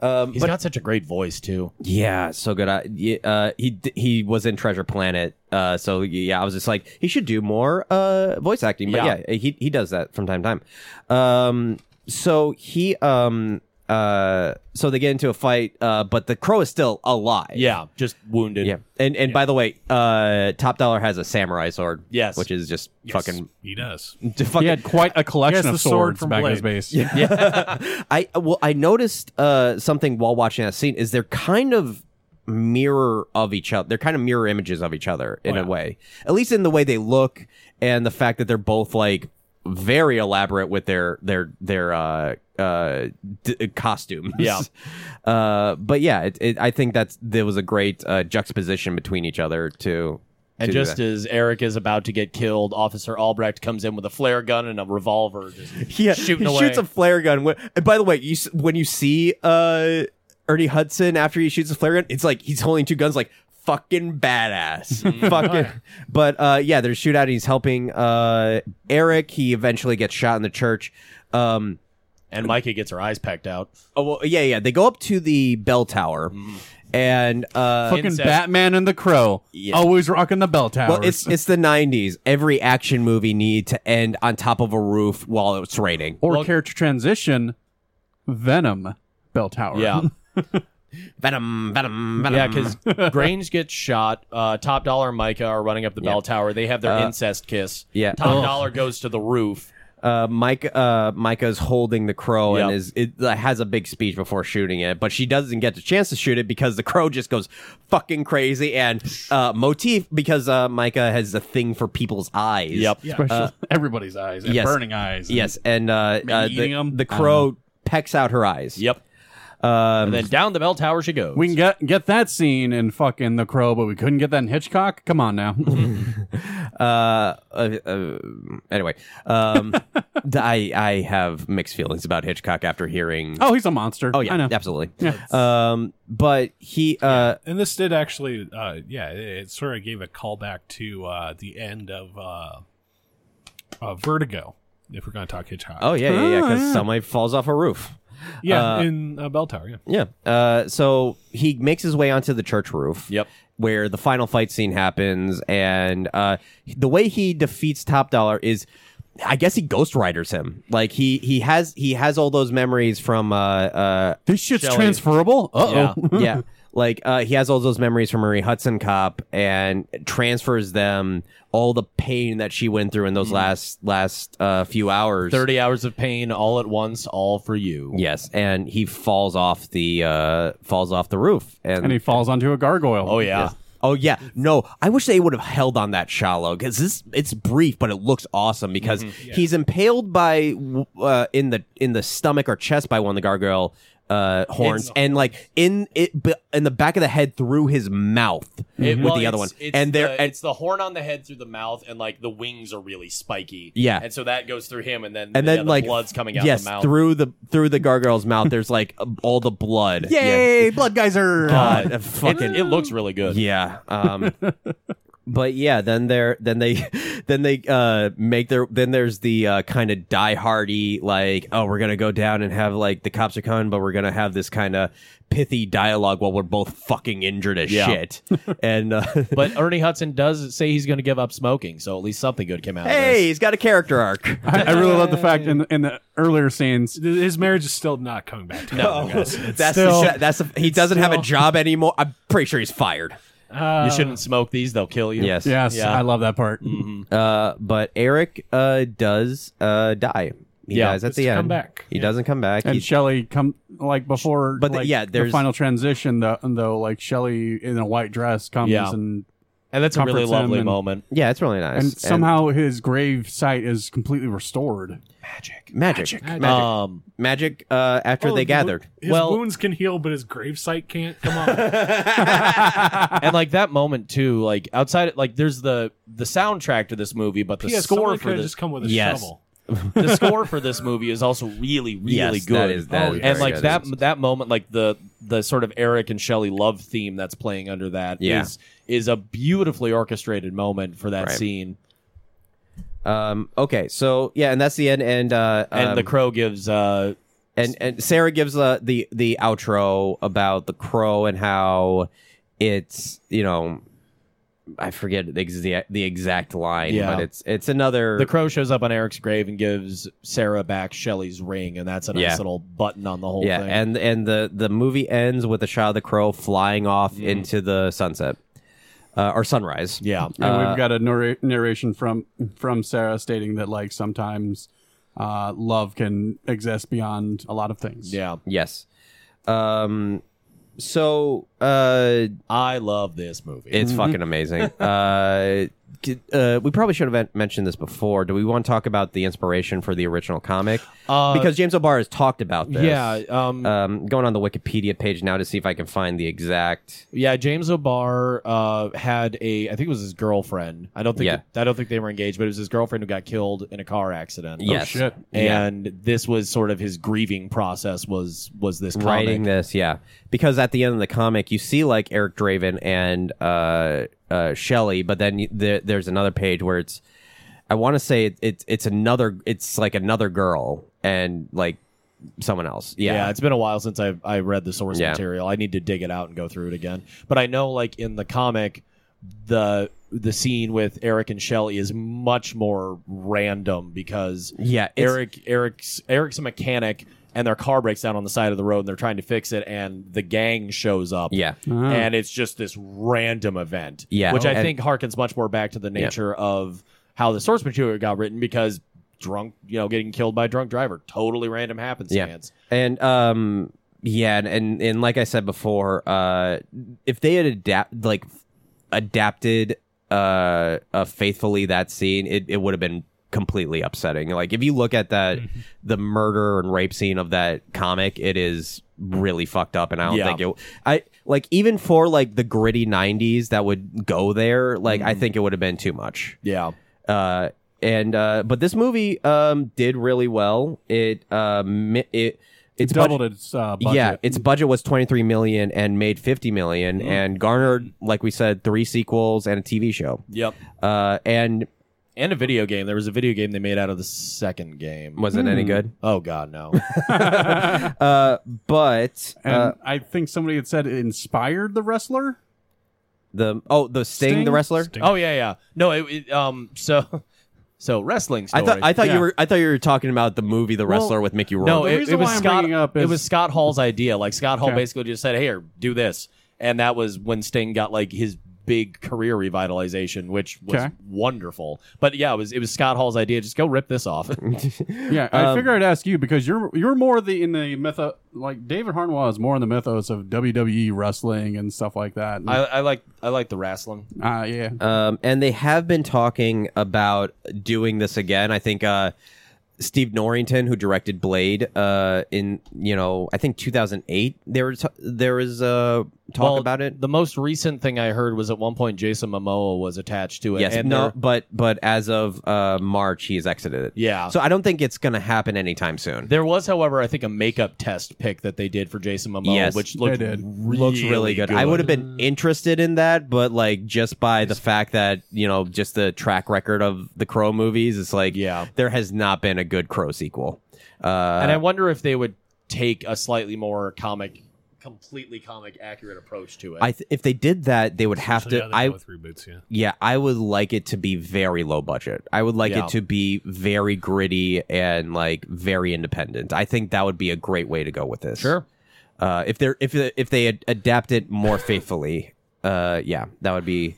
A: Um,
D: He's
A: but
D: got such a great voice too.
A: yeah, so good. I, yeah, uh, he d- he was in Treasure Planet. Uh, so yeah, I was just like he should do more uh voice acting. But yeah,
D: Yeah.
A: he he does that from time to time. Um, so he um uh so they get into a fight. Uh, but the crow is still alive.
D: Yeah, just wounded.
A: Yeah, and and by the way, uh, Top Dollar has a samurai sword.
D: Yes.
A: which is just fucking. (laughs)
C: He does.
B: He had quite a collection
H: Yes,
B: of
H: the sword
B: swords
H: from
B: back in
H: Blade.
B: his base.
A: (laughs) I well, I noticed uh, something while watching that scene is they're kind of mirror of each other. They're kind of mirror images of each other in a way, at least in the way they look and the fact that they're both like very elaborate with their their their uh uh d- costumes
D: Yeah.
A: (laughs) uh but yeah it, it, i think that's there was a great uh juxtaposition between each other too uh,
D: And just as Eric is about to get killed, Officer Albrecht comes in with a flare gun and a revolver, just
A: yeah,
D: shooting
A: he
D: away.
A: shoots a flare gun. Wh- And by the way, you s- when you see uh Ernie Hudson after he shoots a flare gun, it's like he's holding two guns, like fucking badass, fucking. But uh, yeah, there's a shootout. And he's helping uh Eric. He eventually gets shot in the church. Um,
D: and Micah gets her eyes pecked out.
A: oh well, yeah, yeah. They go up to the bell tower, and uh,
B: Fucking
D: Incest.
B: Batman and the Crow.
A: Yeah.
B: Always rocking the bell towers.
A: Well, it's it's the '90s. Every action movie need to end on top of a roof while it's raining.
B: or character transition, Venom bell tower.
D: Yeah, (laughs)
A: Venom, venom, venom.
D: yeah, because
A: (laughs)
D: Grange gets shot. Uh, Top Dollar and Micah are running up the bell tower. They have their incest kiss.
A: Uh, yeah.
D: Top Dollar goes to the roof.
A: uh, Mike, uh, Micah's holding the crow and
D: Yep.
A: is it uh, has a big speech before shooting it, but she doesn't get the chance to shoot it because the crow just goes fucking crazy. And uh, motif because uh, Micah has a thing for people's eyes.
D: Yep.
B: Special. (laughs) everybody's eyes and
A: yes.
B: burning eyes. and-
A: Yes, and uh, uh,
B: eating
A: the,
B: 'em?
A: the
B: I don't
A: crow pecks out her eyes.
D: Yep.
A: Um, (laughs)
D: And then down the bell tower she goes.
B: We can get get that scene in fucking The Crow, but we couldn't get that in Hitchcock. Come on now. (laughs)
A: uh, uh, uh, anyway,
B: (laughs)
A: um, I I have mixed feelings about Hitchcock after hearing.
B: oh, he's a monster.
A: Oh, yeah,
B: I know.
A: absolutely.
B: Yeah.
A: Um, but he uh,
C: And this did actually, uh, yeah, it, it sort of gave a callback to uh, the end of uh, uh, Vertigo, if we're going to talk Hitchcock.
A: oh yeah yeah yeah because
D: Ah,
A: somebody falls off a roof.
C: yeah, in uh, Bell Tower, yeah.
A: Yeah. Uh, so he makes his way onto the church roof.
D: Yep.
A: Where the final fight scene happens, and uh, the way he defeats Top Dollar is, I guess he ghostwriters him. Like he he has he has all those memories from uh, uh,
B: This shit's
A: Shelley.
B: transferable. Uh oh.
D: (laughs)
A: yeah. Like uh, he has all those memories from Marie Hudson Cop and transfers them all the pain that she went through in those last last uh, few hours.
D: Mm. Thirty hours of pain all at once, all for you.
A: Yes, and he falls off the uh, falls off the roof, and,
B: And he falls onto a gargoyle.
D: Oh yeah.
A: Oh yeah, no. I wish they would have held on that shallow because this it's brief, but it looks awesome because
D: Mm-hmm.
A: he's impaled by w- uh, in the in the stomach or chest by one of the gargoyle uh, horns, and like in it b- in the back of the head through his mouth
D: It-
A: with
D: well,
A: the other one,
D: it's- it's
A: and there
D: the,
A: and,
D: it's the horn on the head through the mouth, and like the wings are really spiky.
A: Yeah.
D: and so that goes through him, and then
A: and
D: yeah,
A: then
D: the
A: like
D: blood's coming out
A: yes
D: the mouth.
A: through the through the gargoyle's mouth. There's like all the blood.
B: Yay, blood geyser.
A: God,
D: it,
A: fucking
D: it looks really good.
A: Yeah. Um, but yeah, then they're then they (laughs) then they uh make their then there's the uh kind of diehardy like oh we're gonna go down and have like the cops are coming but we're gonna have this kind of pithy dialogue while we're both fucking injured as
D: Yeah.
A: shit and uh,
D: But Ernie Hudson does say he's going to give up smoking, so at least something good came out.
A: hey
D: of
A: he's got a character arc
B: I, I really love the fact in in the earlier scenes.
C: Th- His marriage is still not coming back to no. guys. It's
A: that's
C: still,
A: the, sh- that's the, he doesn't have a job anymore I'm pretty sure he's fired
D: this. you shouldn't smoke these; they'll kill you.
A: yes
B: Yes,
D: Yeah.
B: I love that part.
A: uh but Eric uh does uh die he
D: Yeah,
A: dies at
D: it's
A: the
D: to
A: end
D: come back.
A: he doesn't come back
B: And
A: He's-
B: Shelley come like before,
A: But the-
B: like,
A: yeah,
B: the
A: there's-
B: final transition though. Though like Shelley in a white dress comes
D: Yeah.
B: and
D: and that's a really
B: Comforts him
D: lovely
B: and-
D: moment.
A: Yeah, it's really nice.
B: and somehow his grave site is completely restored.
A: magic, magic, magic.
D: Um,
A: uh, after
C: Oh,
A: (laughs) they
C: the-
A: gathered.
C: His
D: Well-
C: wounds can heal, but his gravesite can't. Come
A: (laughs)
C: on.
D: and like that moment too, like outside, like there's the the soundtrack to this movie, but the
C: yeah,
D: score
C: someone
D: for
C: could
D: this
C: just come with a
A: Yes.
C: shovel.
D: the score for this movie is also really really
A: Yes,
D: good. Oh,
A: that is- that is
D: and
A: very
D: like
A: good.
D: that that moment, like the the sort of Eric and Shelley love theme that's playing under that is
A: Yeah.
D: is a beautifully orchestrated moment for that
A: Right.
D: scene.
A: Um, okay, so yeah, and that's the end. And uh,
D: And
A: um,
D: the crow gives uh
A: and and Sarah gives uh, the the outro about the crow and how it's you know. I forget the, ex- the exact line,
D: Yeah.
A: but it's it's another
D: the crow shows up on Eric's grave and gives Sarah back Shelley's ring, and that's a nice
A: Yeah.
D: little button on the whole
A: yeah,
D: thing.
A: and and the the movie ends with a shot of the crow flying off
D: Mm.
A: into the sunset uh, or sunrise.
D: yeah,
B: And
A: Uh,
B: we've got a narra- narration from from Sarah stating that like sometimes uh, love can exist beyond a lot of things.
D: yeah.
A: Yes. Um. So uh,
D: I love this movie.
A: It's fucking amazing. (laughs) uh, g- uh, we probably should have mentioned this before. Do we want to talk about the inspiration for the original comic?
D: Uh,
A: because James O'Barr has talked about this.
D: yeah, um,
A: Um, going on the Wikipedia page now to see if I can find the exact.
D: Yeah, James O'Barr uh, had a, I think it was his girlfriend. I don't think
A: Yeah.
D: I don't think they were engaged, but it was his girlfriend who got killed in a car accident.
A: yes.
B: shit.
A: Oh, Yeah.
D: and this was sort of his grieving process. Was was this comic.
A: Writing this, yeah, because at the end of the comic, you see like Eric Draven and uh, uh, Shelley, but then you, there there's another page where it's, I want to say it, it's it's another, it's like another girl and like someone else,
D: Yeah.
A: yeah,
D: it's been a while since I've I read the source
A: Yeah.
D: material. I need to dig it out and go through it again. But I know, like in the comic, the the scene with Eric and Shelley is much more random because
A: Yeah, it's-
D: Eric Eric's Eric's a mechanic and their car breaks down on the side of the road and they're trying to fix it and the gang shows up.
A: Yeah.
D: And it's just this random event.
A: Yeah. Oh,
D: Which I
A: And-
D: think harkens much more back to the nature of how the source material got written because drunk you know, getting killed by a drunk driver. Totally random happenstance.
A: And um yeah, and, and and like I said before, uh if they had adapt like adapted uh, uh faithfully that scene, it, it would have been completely upsetting. Like if you look at that the murder and rape scene of that comic, it is really fucked up, and I don't
G: Yeah.
A: think it. I like even for like the gritty '90s that would go there. Like I think it would have been too much.
D: Yeah.
A: Uh, and uh, but this movie um did really well. It uh mi- it it's
B: doubled
A: budget-
B: its uh, budget.
A: Yeah, its budget was 23 million and made 50 million
B: Mm-hmm.
A: and garnered like we said three sequels and a TV show.
D: Yep.
A: Uh and
D: And a video game. There was a video game they made out of the second game.
A: wasn't
B: Hmm.
A: any good.
D: Oh God, no. (laughs)
A: Uh but
B: and
A: uh,
B: I think somebody had said it inspired the wrestler.
A: the oh the Sting,
B: Sting?
A: the wrestler?
H: Sting.
D: oh yeah, yeah. No, it, it, um. So, (laughs) so wrestling
A: I
D: story.
A: thought I thought
B: Yeah.
A: you were I thought you were talking about the movie The Wrestler with Mickey Rourke.
D: no,
B: the
D: it,
B: reason
D: it was
B: why I'm
D: Scott.
B: bringing up
D: it
B: is-
D: was Scott Hall's idea. Like Scott Hall
B: Okay.
D: basically just said, "Here, do this," and that was when Sting got like his big career revitalization, which was
B: Okay.
D: wonderful. But yeah, it was it was Scott Hall's idea. Just go rip
A: (laughs)
D: this off.
B: Yeah, I figure I'd ask you because you're you're more the in the myth like David Harnwell is more in the mythos of WWE wrestling and stuff like that.
D: I, I like I like the wrestling.
B: Ah, yeah,
A: Um, and they have been talking about doing this again. I think uh, Steve Norrington, who directed Blade, uh, in you know, I think 2008, there was there was uh, talk
D: Well,
A: about it.
D: The most recent thing I heard was at one point Jason Momoa was attached to it.
A: Yes,
D: and
A: no,
D: there-
A: but but as of uh, March, he has exited it.
D: Yeah.
A: so I don't think it's gonna happen anytime soon.
D: There was, however, I think a makeup test pick that they did for Jason Momoa,
A: Yes,
D: which
A: they
D: looked
B: did.
D: really
A: Looks really good. I would have been interested in that, but like just by the fact that you know, just the track record of the Crow movies, it's like
D: Yeah.
A: there has not been a good Crow sequel. Uh,
D: and I wonder if they would take a slightly more comic, completely comic accurate approach to it.
A: I th- if they did that, they would have
C: Usually
A: to.
C: how they
A: I
C: go with reboots, yeah.
A: yeah, I would like it to be very low budget. I would like
D: Yeah.
A: it to be very gritty and like very independent. I think that would be a great way to go with this.
D: Sure.
A: Uh, if they're if if they ad- adapt it
C: (laughs)
A: more faithfully, uh, yeah, that would be.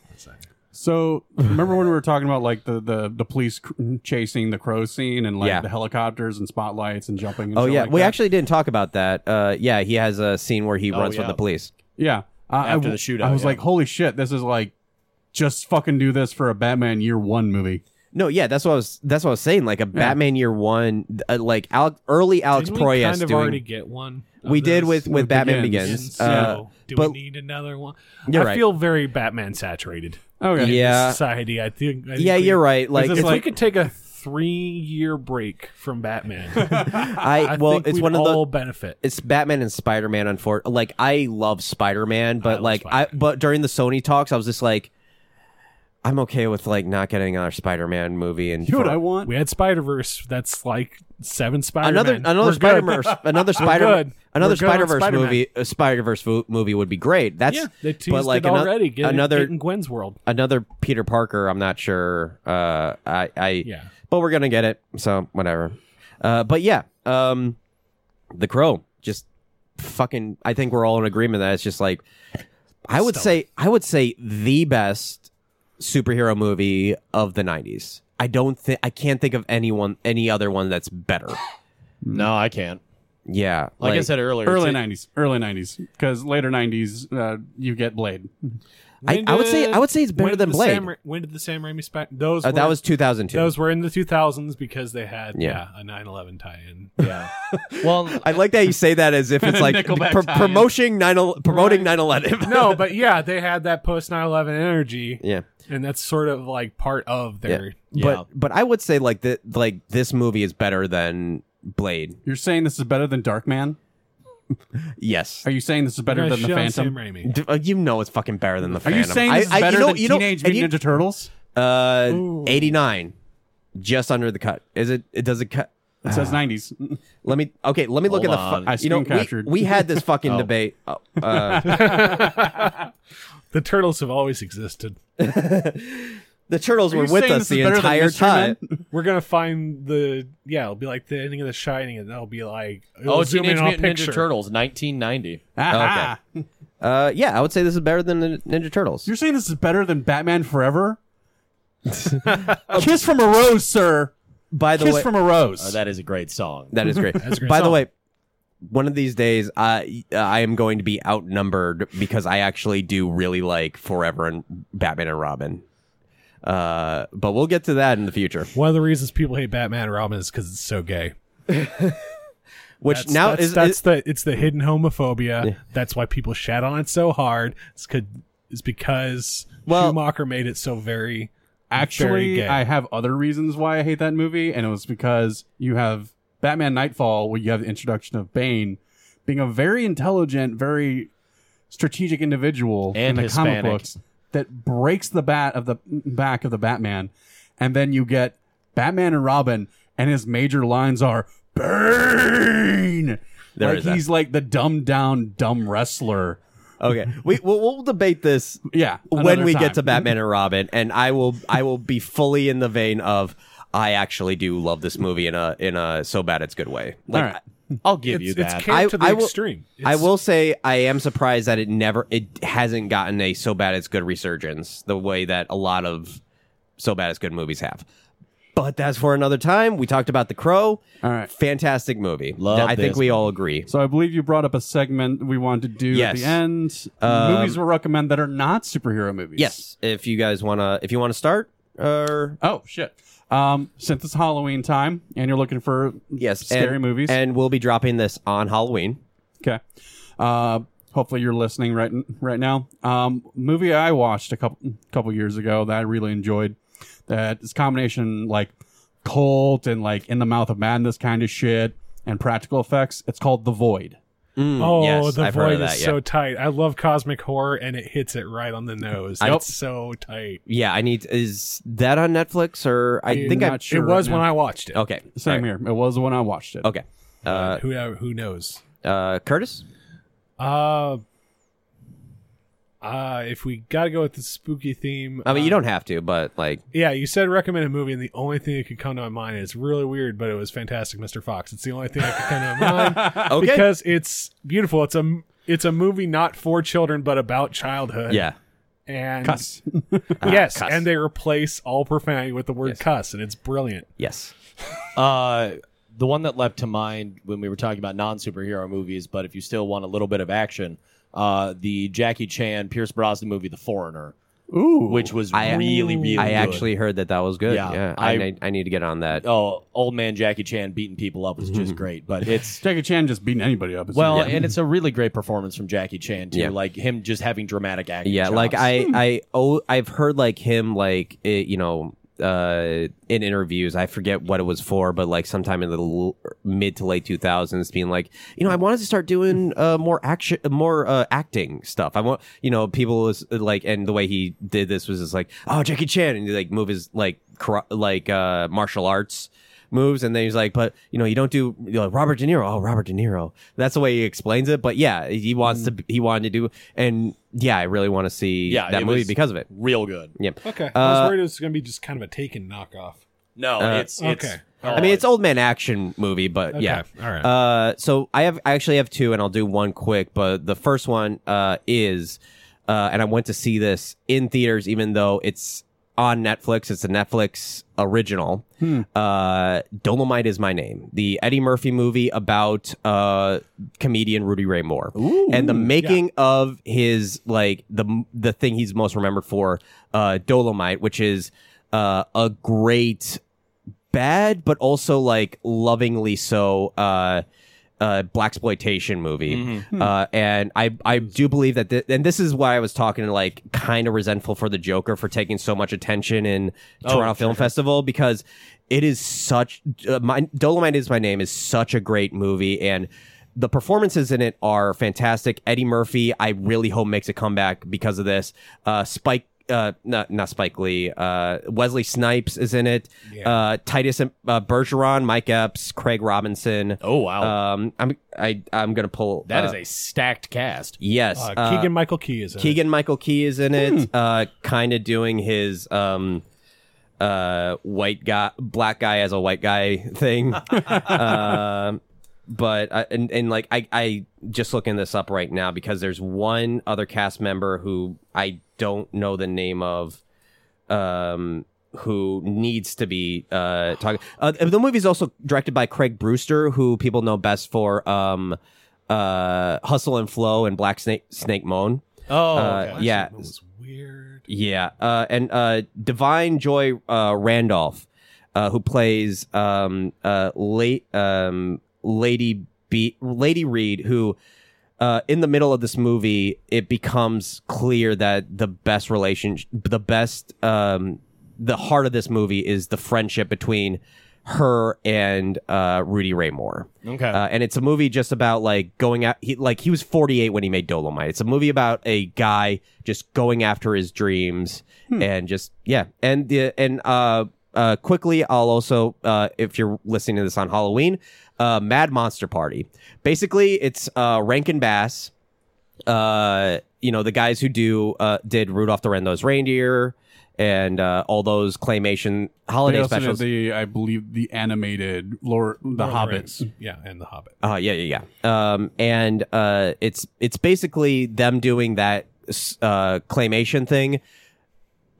B: So remember when we were talking about like the the, the police cr- chasing the crow scene and like
A: Yeah.
B: the helicopters and spotlights and jumping? And
A: Oh
B: shit
A: yeah,
B: like
A: we
B: that?
A: actually didn't talk about that. Uh, yeah, he has a scene where
C: Oh,
A: he runs
D: yeah.
A: from the police.
B: yeah. Uh, I, w-
D: After the shootout,
B: I was
D: yeah.
B: like, holy shit, this is like just fucking do this for a Batman Year One movie.
A: No, yeah, that's what I was. That's what I was saying. Like a Batman Year One, uh, like Al- early Alex
C: Didn't we
A: Oh, Proyas
C: kind of
A: doing.
C: already get one. of
A: we did
C: this?
A: with with Batman
B: Begins.
A: Begins.
C: So,
A: Uh,
C: do
A: but-
C: we need another one?
A: You're
C: I
A: right.
C: feel very Batman saturated.
B: Okay.
C: in this (laughs)
A: Yeah.
C: society. I think. I think
A: yeah,
C: we-
A: you're right. Like,
C: if
A: it's
C: we
A: like
C: could take a three-year break from Batman,
A: I,
C: I
A: well,
C: think
A: it's
C: we'd
A: one of
C: all
A: the
C: benefit.
A: it's Batman and Spider Man. Unfortunately, like I love Spider Man, but
C: love
A: like I
C: Spider-Man.
A: but during the Sony talks, I was just like, I'm okay with like not getting another Spider Man movie and
B: You know what
A: for-
B: I want?
C: We had Spider Verse. That's like seven Spider.
A: another another Spider Verse another Spider
C: good.
A: another
C: We're good on
A: Spider Verse
C: Spider-Man.
A: movie a Spider Verse movie would be great. That's
C: (laughs) Yeah, they teased
A: but like
C: it
A: ano-
C: already. Get, another
A: another
C: in Gwen's world.
A: another Peter Parker. I'm not sure. Uh, I, I
C: Yeah.
A: but we're gonna get it. So whatever. Uh, but yeah, um, the Crow just fucking. I think we're all in agreement that it's just like I would say I would say the best superhero movie of the '90s. I don't think I can't think of anyone any other one that's better.
D: no, I can't.
A: Yeah,
D: Like, I said earlier,
B: Early '90s,
D: it's-
B: early '90s, because later '90s, uh, you get Blade.
A: I,
C: When
A: I would say
C: did-
A: I would say it's better
C: when
A: than
C: did the
A: Blade.
C: Sam Ra- when did the Sam Raimi Spider? Those
A: Uh,
C: were,
A: that was 2002.
C: those were in the 2000s because they had
A: Yeah.
C: yeah, a 9/11 tie-in.
D: yeah. Well,
A: I like that you say that as if it's like
B: Nickelback
A: pr-
B: tie-in.
A: promoting nine promoting nine eleven.
C: (laughs) no, but yeah, they had that post 9/11 energy,
A: Yeah.
C: and that's sort of like part of their.
D: Yeah.
A: But but I would say like that like this movie is better than Blade.
B: You're saying this is better than Dark Man?
A: Yes.
B: Are you saying this is better
C: You're
B: than the
C: showing
B: Phantom?
C: Sam Raimi.
A: D- uh, You know it's fucking better than the
B: Are
A: Phantom.
B: you saying this is
A: I- I-
B: better
A: you know-
B: than
A: you know-
B: Teenage
A: and you-
B: Mutant Ninja Turtles?
A: Uh, eighty nine, just under the cut. Is it? It does it cut? (sighs)
B: It says '90s.
A: Let me. Okay, let me look
D: Hold
A: at the.
D: on.
A: Fu-
B: I
A: you know,
B: screen
A: we,
B: captured.
A: we had
B: (laughs)
A: this fucking debate. Oh, uh,
C: The turtles have always existed.
A: the turtles
B: Are
A: were
B: you
A: with
B: saying
A: us
B: this is
A: the
B: better than
A: entire
B: Mystery Men?
A: time.
C: We're gonna find the yeah. It'll be like the ending of The Shining, and that'll be like it'll
D: oh,
C: zoom
D: Teenage
C: in on a
D: Mutant Ninja
C: picture.
D: Turtles, 1990.
B: Aha.
A: Uh, yeah, I would say this is better than the Ninja Turtles.
B: Ah. You're saying this is better than
A: (laughs)
B: Batman Forever? Kiss from a Rose, sir.
A: By the
B: Kiss
A: way,
B: from a Rose.
D: Oh, that is a great song.
A: That is great.
C: great
A: By the
C: song.
A: way, one of these days, I I am going to be outnumbered because I actually do really like Forever and Batman and Robin. Uh, but we'll get to that in the future.
C: One of the reasons people hate Batman and Robin is because it's so gay.
A: Which
H: That's-
A: now
H: that's,
A: is,
H: that's
A: is-
H: the it's the hidden homophobia. That's why people shat on it so hard. It's could is because
A: Well-
H: Schumacher made it so very very
B: Actually,
H: gay.
B: I have other reasons why I hate that movie, and it was because you have Batman Nightfall, where you have the introduction of Bane being a very intelligent, very strategic individual
D: And
B: in the comic
D: Hispanic.
B: books that breaks the bat of the back of the Batman, and then you get Batman and Robin, and his major lines are Bane.
A: There
B: like
A: is that.
B: he's like the dumbed down dumb wrestler.
A: okay. We we'll, we'll debate this
B: Yeah,
A: when
B: another
A: we
B: time.
A: get to Batman and Robin, and I will I will be fully in the vein of I actually do love this movie in a in a so bad it's good way. Like
B: All right.
D: I'll give you
H: It's-
D: that.
H: it's carried
A: I-
H: to the
A: I will-
H: extreme.
A: I will say I am surprised that it never it hasn't gotten a so bad it's good resurgence the way that a lot of so bad it's good movies have. But that's for another time. We talked about The Crow.
B: All right.
A: Fantastic movie.
D: Love
A: I think
D: this
A: we all agree.
B: So I believe you brought up a segment we wanted to do
A: Yes.
B: at the end.
A: Um,
B: movies we recommend that are not superhero movies.
A: Yes, if you guys want to if you want to start or
B: Oh shit. Um, since it's Halloween time and you're looking for
A: yes,
B: scary
A: and-
B: movies.
A: And we'll be dropping this on Halloween.
B: okay. Uh, hopefully you're listening right right now. Um, movie I watched a couple couple years ago that I really enjoyed. That is combination like cult and like in the mouth of madness kind of shit and practical effects. It's called The Void.
A: Mm,
H: Oh,
A: yes,
H: the
A: I've
H: void
A: heard of
H: is
A: that. yeah.
H: so tight. I love cosmic horror, and it hits it right on the nose.
A: Yep.
H: It's so tight.
A: yeah, I need is that on Netflix or I
B: I'm
A: think I
B: not sure
H: it was
B: right
H: when
B: now.
H: I watched it.
A: Okay.
B: Same
A: all right,
B: here. It was when I watched it.
A: Okay. Uh,
H: Who who knows?
A: uh, Curtis?
H: Uh, uh, if we gotta go with the spooky theme,
A: I mean,
H: uh,
A: you don't have to, but
B: (laughs)
A: like
H: Yeah, you said recommend a movie, and the only thing that could come to my mind is really weird, but it was fantastic, Mr. Fox. It's the only thing that could come
A: (laughs)
H: to my mind
A: Okay.
H: because it's beautiful. It's a it's a movie not for children, but about childhood.
A: yeah. Ah,
H: and (laughs)
B: Cuss.
H: yes,
A: cuss.
H: and they replace all profanity with the word cuss, and it's brilliant.
A: Yes.
D: Uh, the one that leapt to mind when we were talking about non superhero movies, but if you still want a little bit of action, uh, the Jackie Chan Pierce Brosnan movie, The Foreigner,
B: Ooh.
D: which was
A: I-
D: really really.
A: I
D: good.
A: actually heard that that was good. Yeah.
D: Yeah,
A: I,
D: I-
A: need, I need to get on that.
D: Oh, old man Jackie Chan beating people up was just great, but it's
B: Jackie Chan just beating anybody up. It's-
D: well,
B: Yeah.
D: and it's a really great performance from Jackie Chan too.
A: Yeah.
D: Like him just having dramatic acting.
A: yeah. Like
D: chops.
A: I, I, oh, I've heard like him, like, it, you know, uh, in interviews, I forget what it was for, but like sometime in the l- mid to late 2000s, being like, you know, I wanted to start doing uh, more action, more uh, acting stuff. I want, you know, people was like, and the way he did this was just like, oh, Jackie Chan, and he like move his like, cor- like uh, martial arts moves and then he's like but you know you don't do you know, robert de niro oh robert de niro that's the way he explains it but yeah he wants to he wanted to do and yeah i really want to see
D: Yeah,
A: that
D: it
A: movie
D: was-
A: because of it
D: real good.
A: yeah
C: Okay, I was
A: Uh,
C: worried it was gonna be just kind of a taken knockoff.
D: No, it's it's.
C: okay.
A: I mean, it's old man action movie, but yeah.
H: all right.
A: Uh, so I have I actually have two, and I'll do one quick. But the first one uh, is, uh, and I went to see this in theaters, even though it's on Netflix. It's a Netflix original. Uh, Dolomite is my name, the Eddie Murphy movie about uh, comedian Rudy Ray Moore and the making of his like the the thing he's most remembered for, uh, Dolomite, which is uh, a great bad but also like lovingly so uh uh black exploitation movie uh and i i do believe that th- and this is why i was talking like kind of resentful for the joker for taking so much attention in toronto film festival because it is such uh, my dolomite is my name is such a great movie and the performances in it are fantastic. Eddie Murphy, I really hope makes a comeback because of this. Uh, Spike, uh, not not Spike Lee. Uh, Wesley Snipes is in it. Uh, Titus uh, Bergeron, Mike Epps, Craig Robinson.
D: Oh wow,
A: Um, I'm I I'm gonna pull.
D: that is
A: uh,
D: a stacked cast.
A: yes.
H: uh,
A: uh,
H: Keegan Michael Key is in it.
A: Keegan Michael Key is in it, uh, kind of doing his um, uh, white guy, black guy as a white guy (laughs) thing. Um but I, and and like I I just looking this up right now because there's one other cast member who I don't know the name of, um, who needs to be uh talking. Uh, the movie's also directed by Craig Brewster, who people know best for um. Uh, Hustle and Flow and Black Snake Snake Moan.
D: Oh
A: Uh,
D: okay.
A: yeah,
C: That was weird.
A: yeah, uh, and uh, Divine Joy uh, Randolph, uh, who plays um, uh, late um, Lady be Lady Reed, who uh, in the middle of this movie, it becomes clear that the best relationship, the best, um, the heart of this movie is the friendship between her and uh, Rudy Ray Moore.
D: Okay.
A: Uh, and it's a movie just about like going out. He, like he was 48 when he made Dolomite. It's a movie about a guy just going after his dreams
B: Hmm.
A: and just yeah. And the and uh uh quickly I'll also uh if you're listening to this on Halloween, uh Mad Monster Party. Basically, it's uh Rankin Bass uh, you know, the guys who do uh, did Rudolph the Red-Nosed Reindeer and uh, all those claymation
B: They
A: holiday
B: also did
A: specials.
B: the, I believe, the animated Lord, the
H: Lord of
B: Hobbits.
H: Rings. Yeah, and the Hobbit.
A: Uh, yeah, yeah, yeah. Um, and uh, it's it's basically them doing that s- uh, claymation thing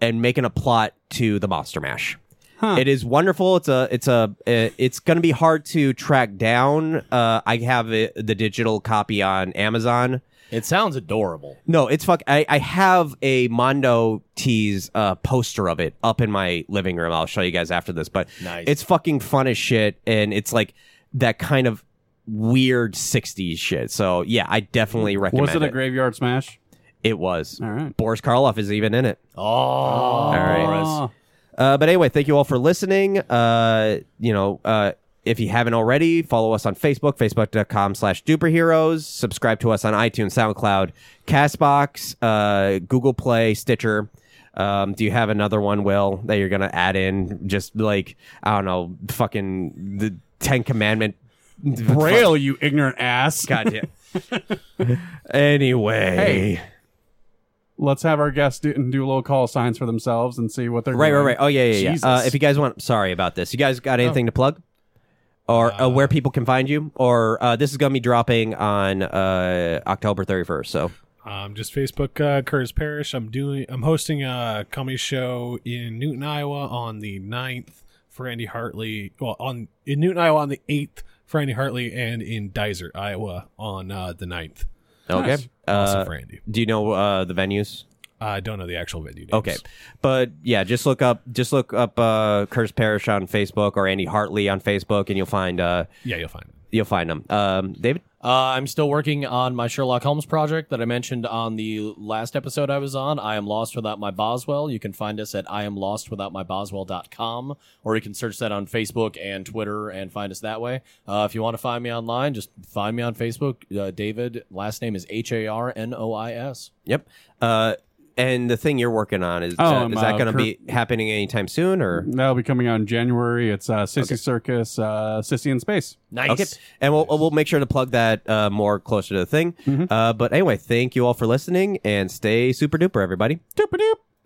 A: and making a plot to the Monster Mash. It is wonderful. It's a it's a uh, it's going to be hard to track down. Uh, I have it, the digital copy on Amazon.
D: It sounds adorable.
A: No, it's fuck. I, I have a Mondo tease uh, poster of it up in my living room. I'll show you guys after this, but
D: Nice.
A: it's fucking fun as shit, and it's like that kind of weird '60s shit. So yeah, I definitely recommend
B: Was it a graveyard smash?
A: It was.
B: All right.
A: Boris Karloff is even in it.
D: Oh,
A: all right. Uh, but anyway, thank you all for listening. Uh, you know, uh, if you haven't already, follow us on Facebook, facebook.com slash duperheroes. Subscribe to us on iTunes, SoundCloud, CastBox, uh, Google Play, Stitcher. Um, do you have another one, Will, that you're going to add in? Just like, I don't know, fucking the Ten Commandment.
B: Braille, you ignorant
A: (laughs)
B: ass.
A: Goddamn. (laughs) anyway.
B: Let's have our guests do, and do little call signs for themselves and see what they're
A: Right, right,
B: doing.
A: right. Oh, yeah, yeah, yeah.
B: Jesus.
A: Uh, if you guys want, sorry about this. You guys got anything to plug? Or uh, where people can find you? Or uh, this is going to be dropping on uh, October 31st. So,
H: Um, just Facebook, uh, Curtis Parish. I'm doing. I'm hosting a comedy show in Newton, Iowa, on the 9th for Andy Hartley. Well, on in Newton, Iowa, on the eighth for Andy Hartley, and in Dyser, Iowa, on uh, the 9th.
A: okay.
H: Also
A: Uh,
H: for Andy.
A: do you know uh, the venues?
H: I don't know the actual venue. Names.
A: Okay, but yeah, just look up just look up uh, Curse Parish on Facebook or Andy Hartley on Facebook, and you'll find uh,
H: Yeah, you'll find it.
A: you'll find them. Um, David,
D: Uh, I'm still working on my Sherlock Holmes project that I mentioned on the last episode I was on. I am lost without my Boswell. You can find us at I am lost without my Boswell.com, or you can search that on Facebook and Twitter and find us that way. Uh, if you want to find me online, just find me on Facebook. Uh, David, last name is H A R N O I S.
A: yep. Uh, and the thing you're working on is
B: Oh,
A: that-
B: I'm,
A: is that
B: uh,
A: going to
B: Cur-
A: be happening anytime soon or?
B: That'll be coming out in January. It's uh, Sissy Circus, uh, Sissy in Space.
D: Nice.
A: Okay. And we'll, we'll make sure to plug that uh, more closer to the thing. Uh, but anyway, thank you all for listening and stay super duper, everybody.
B: Doop-a-doop.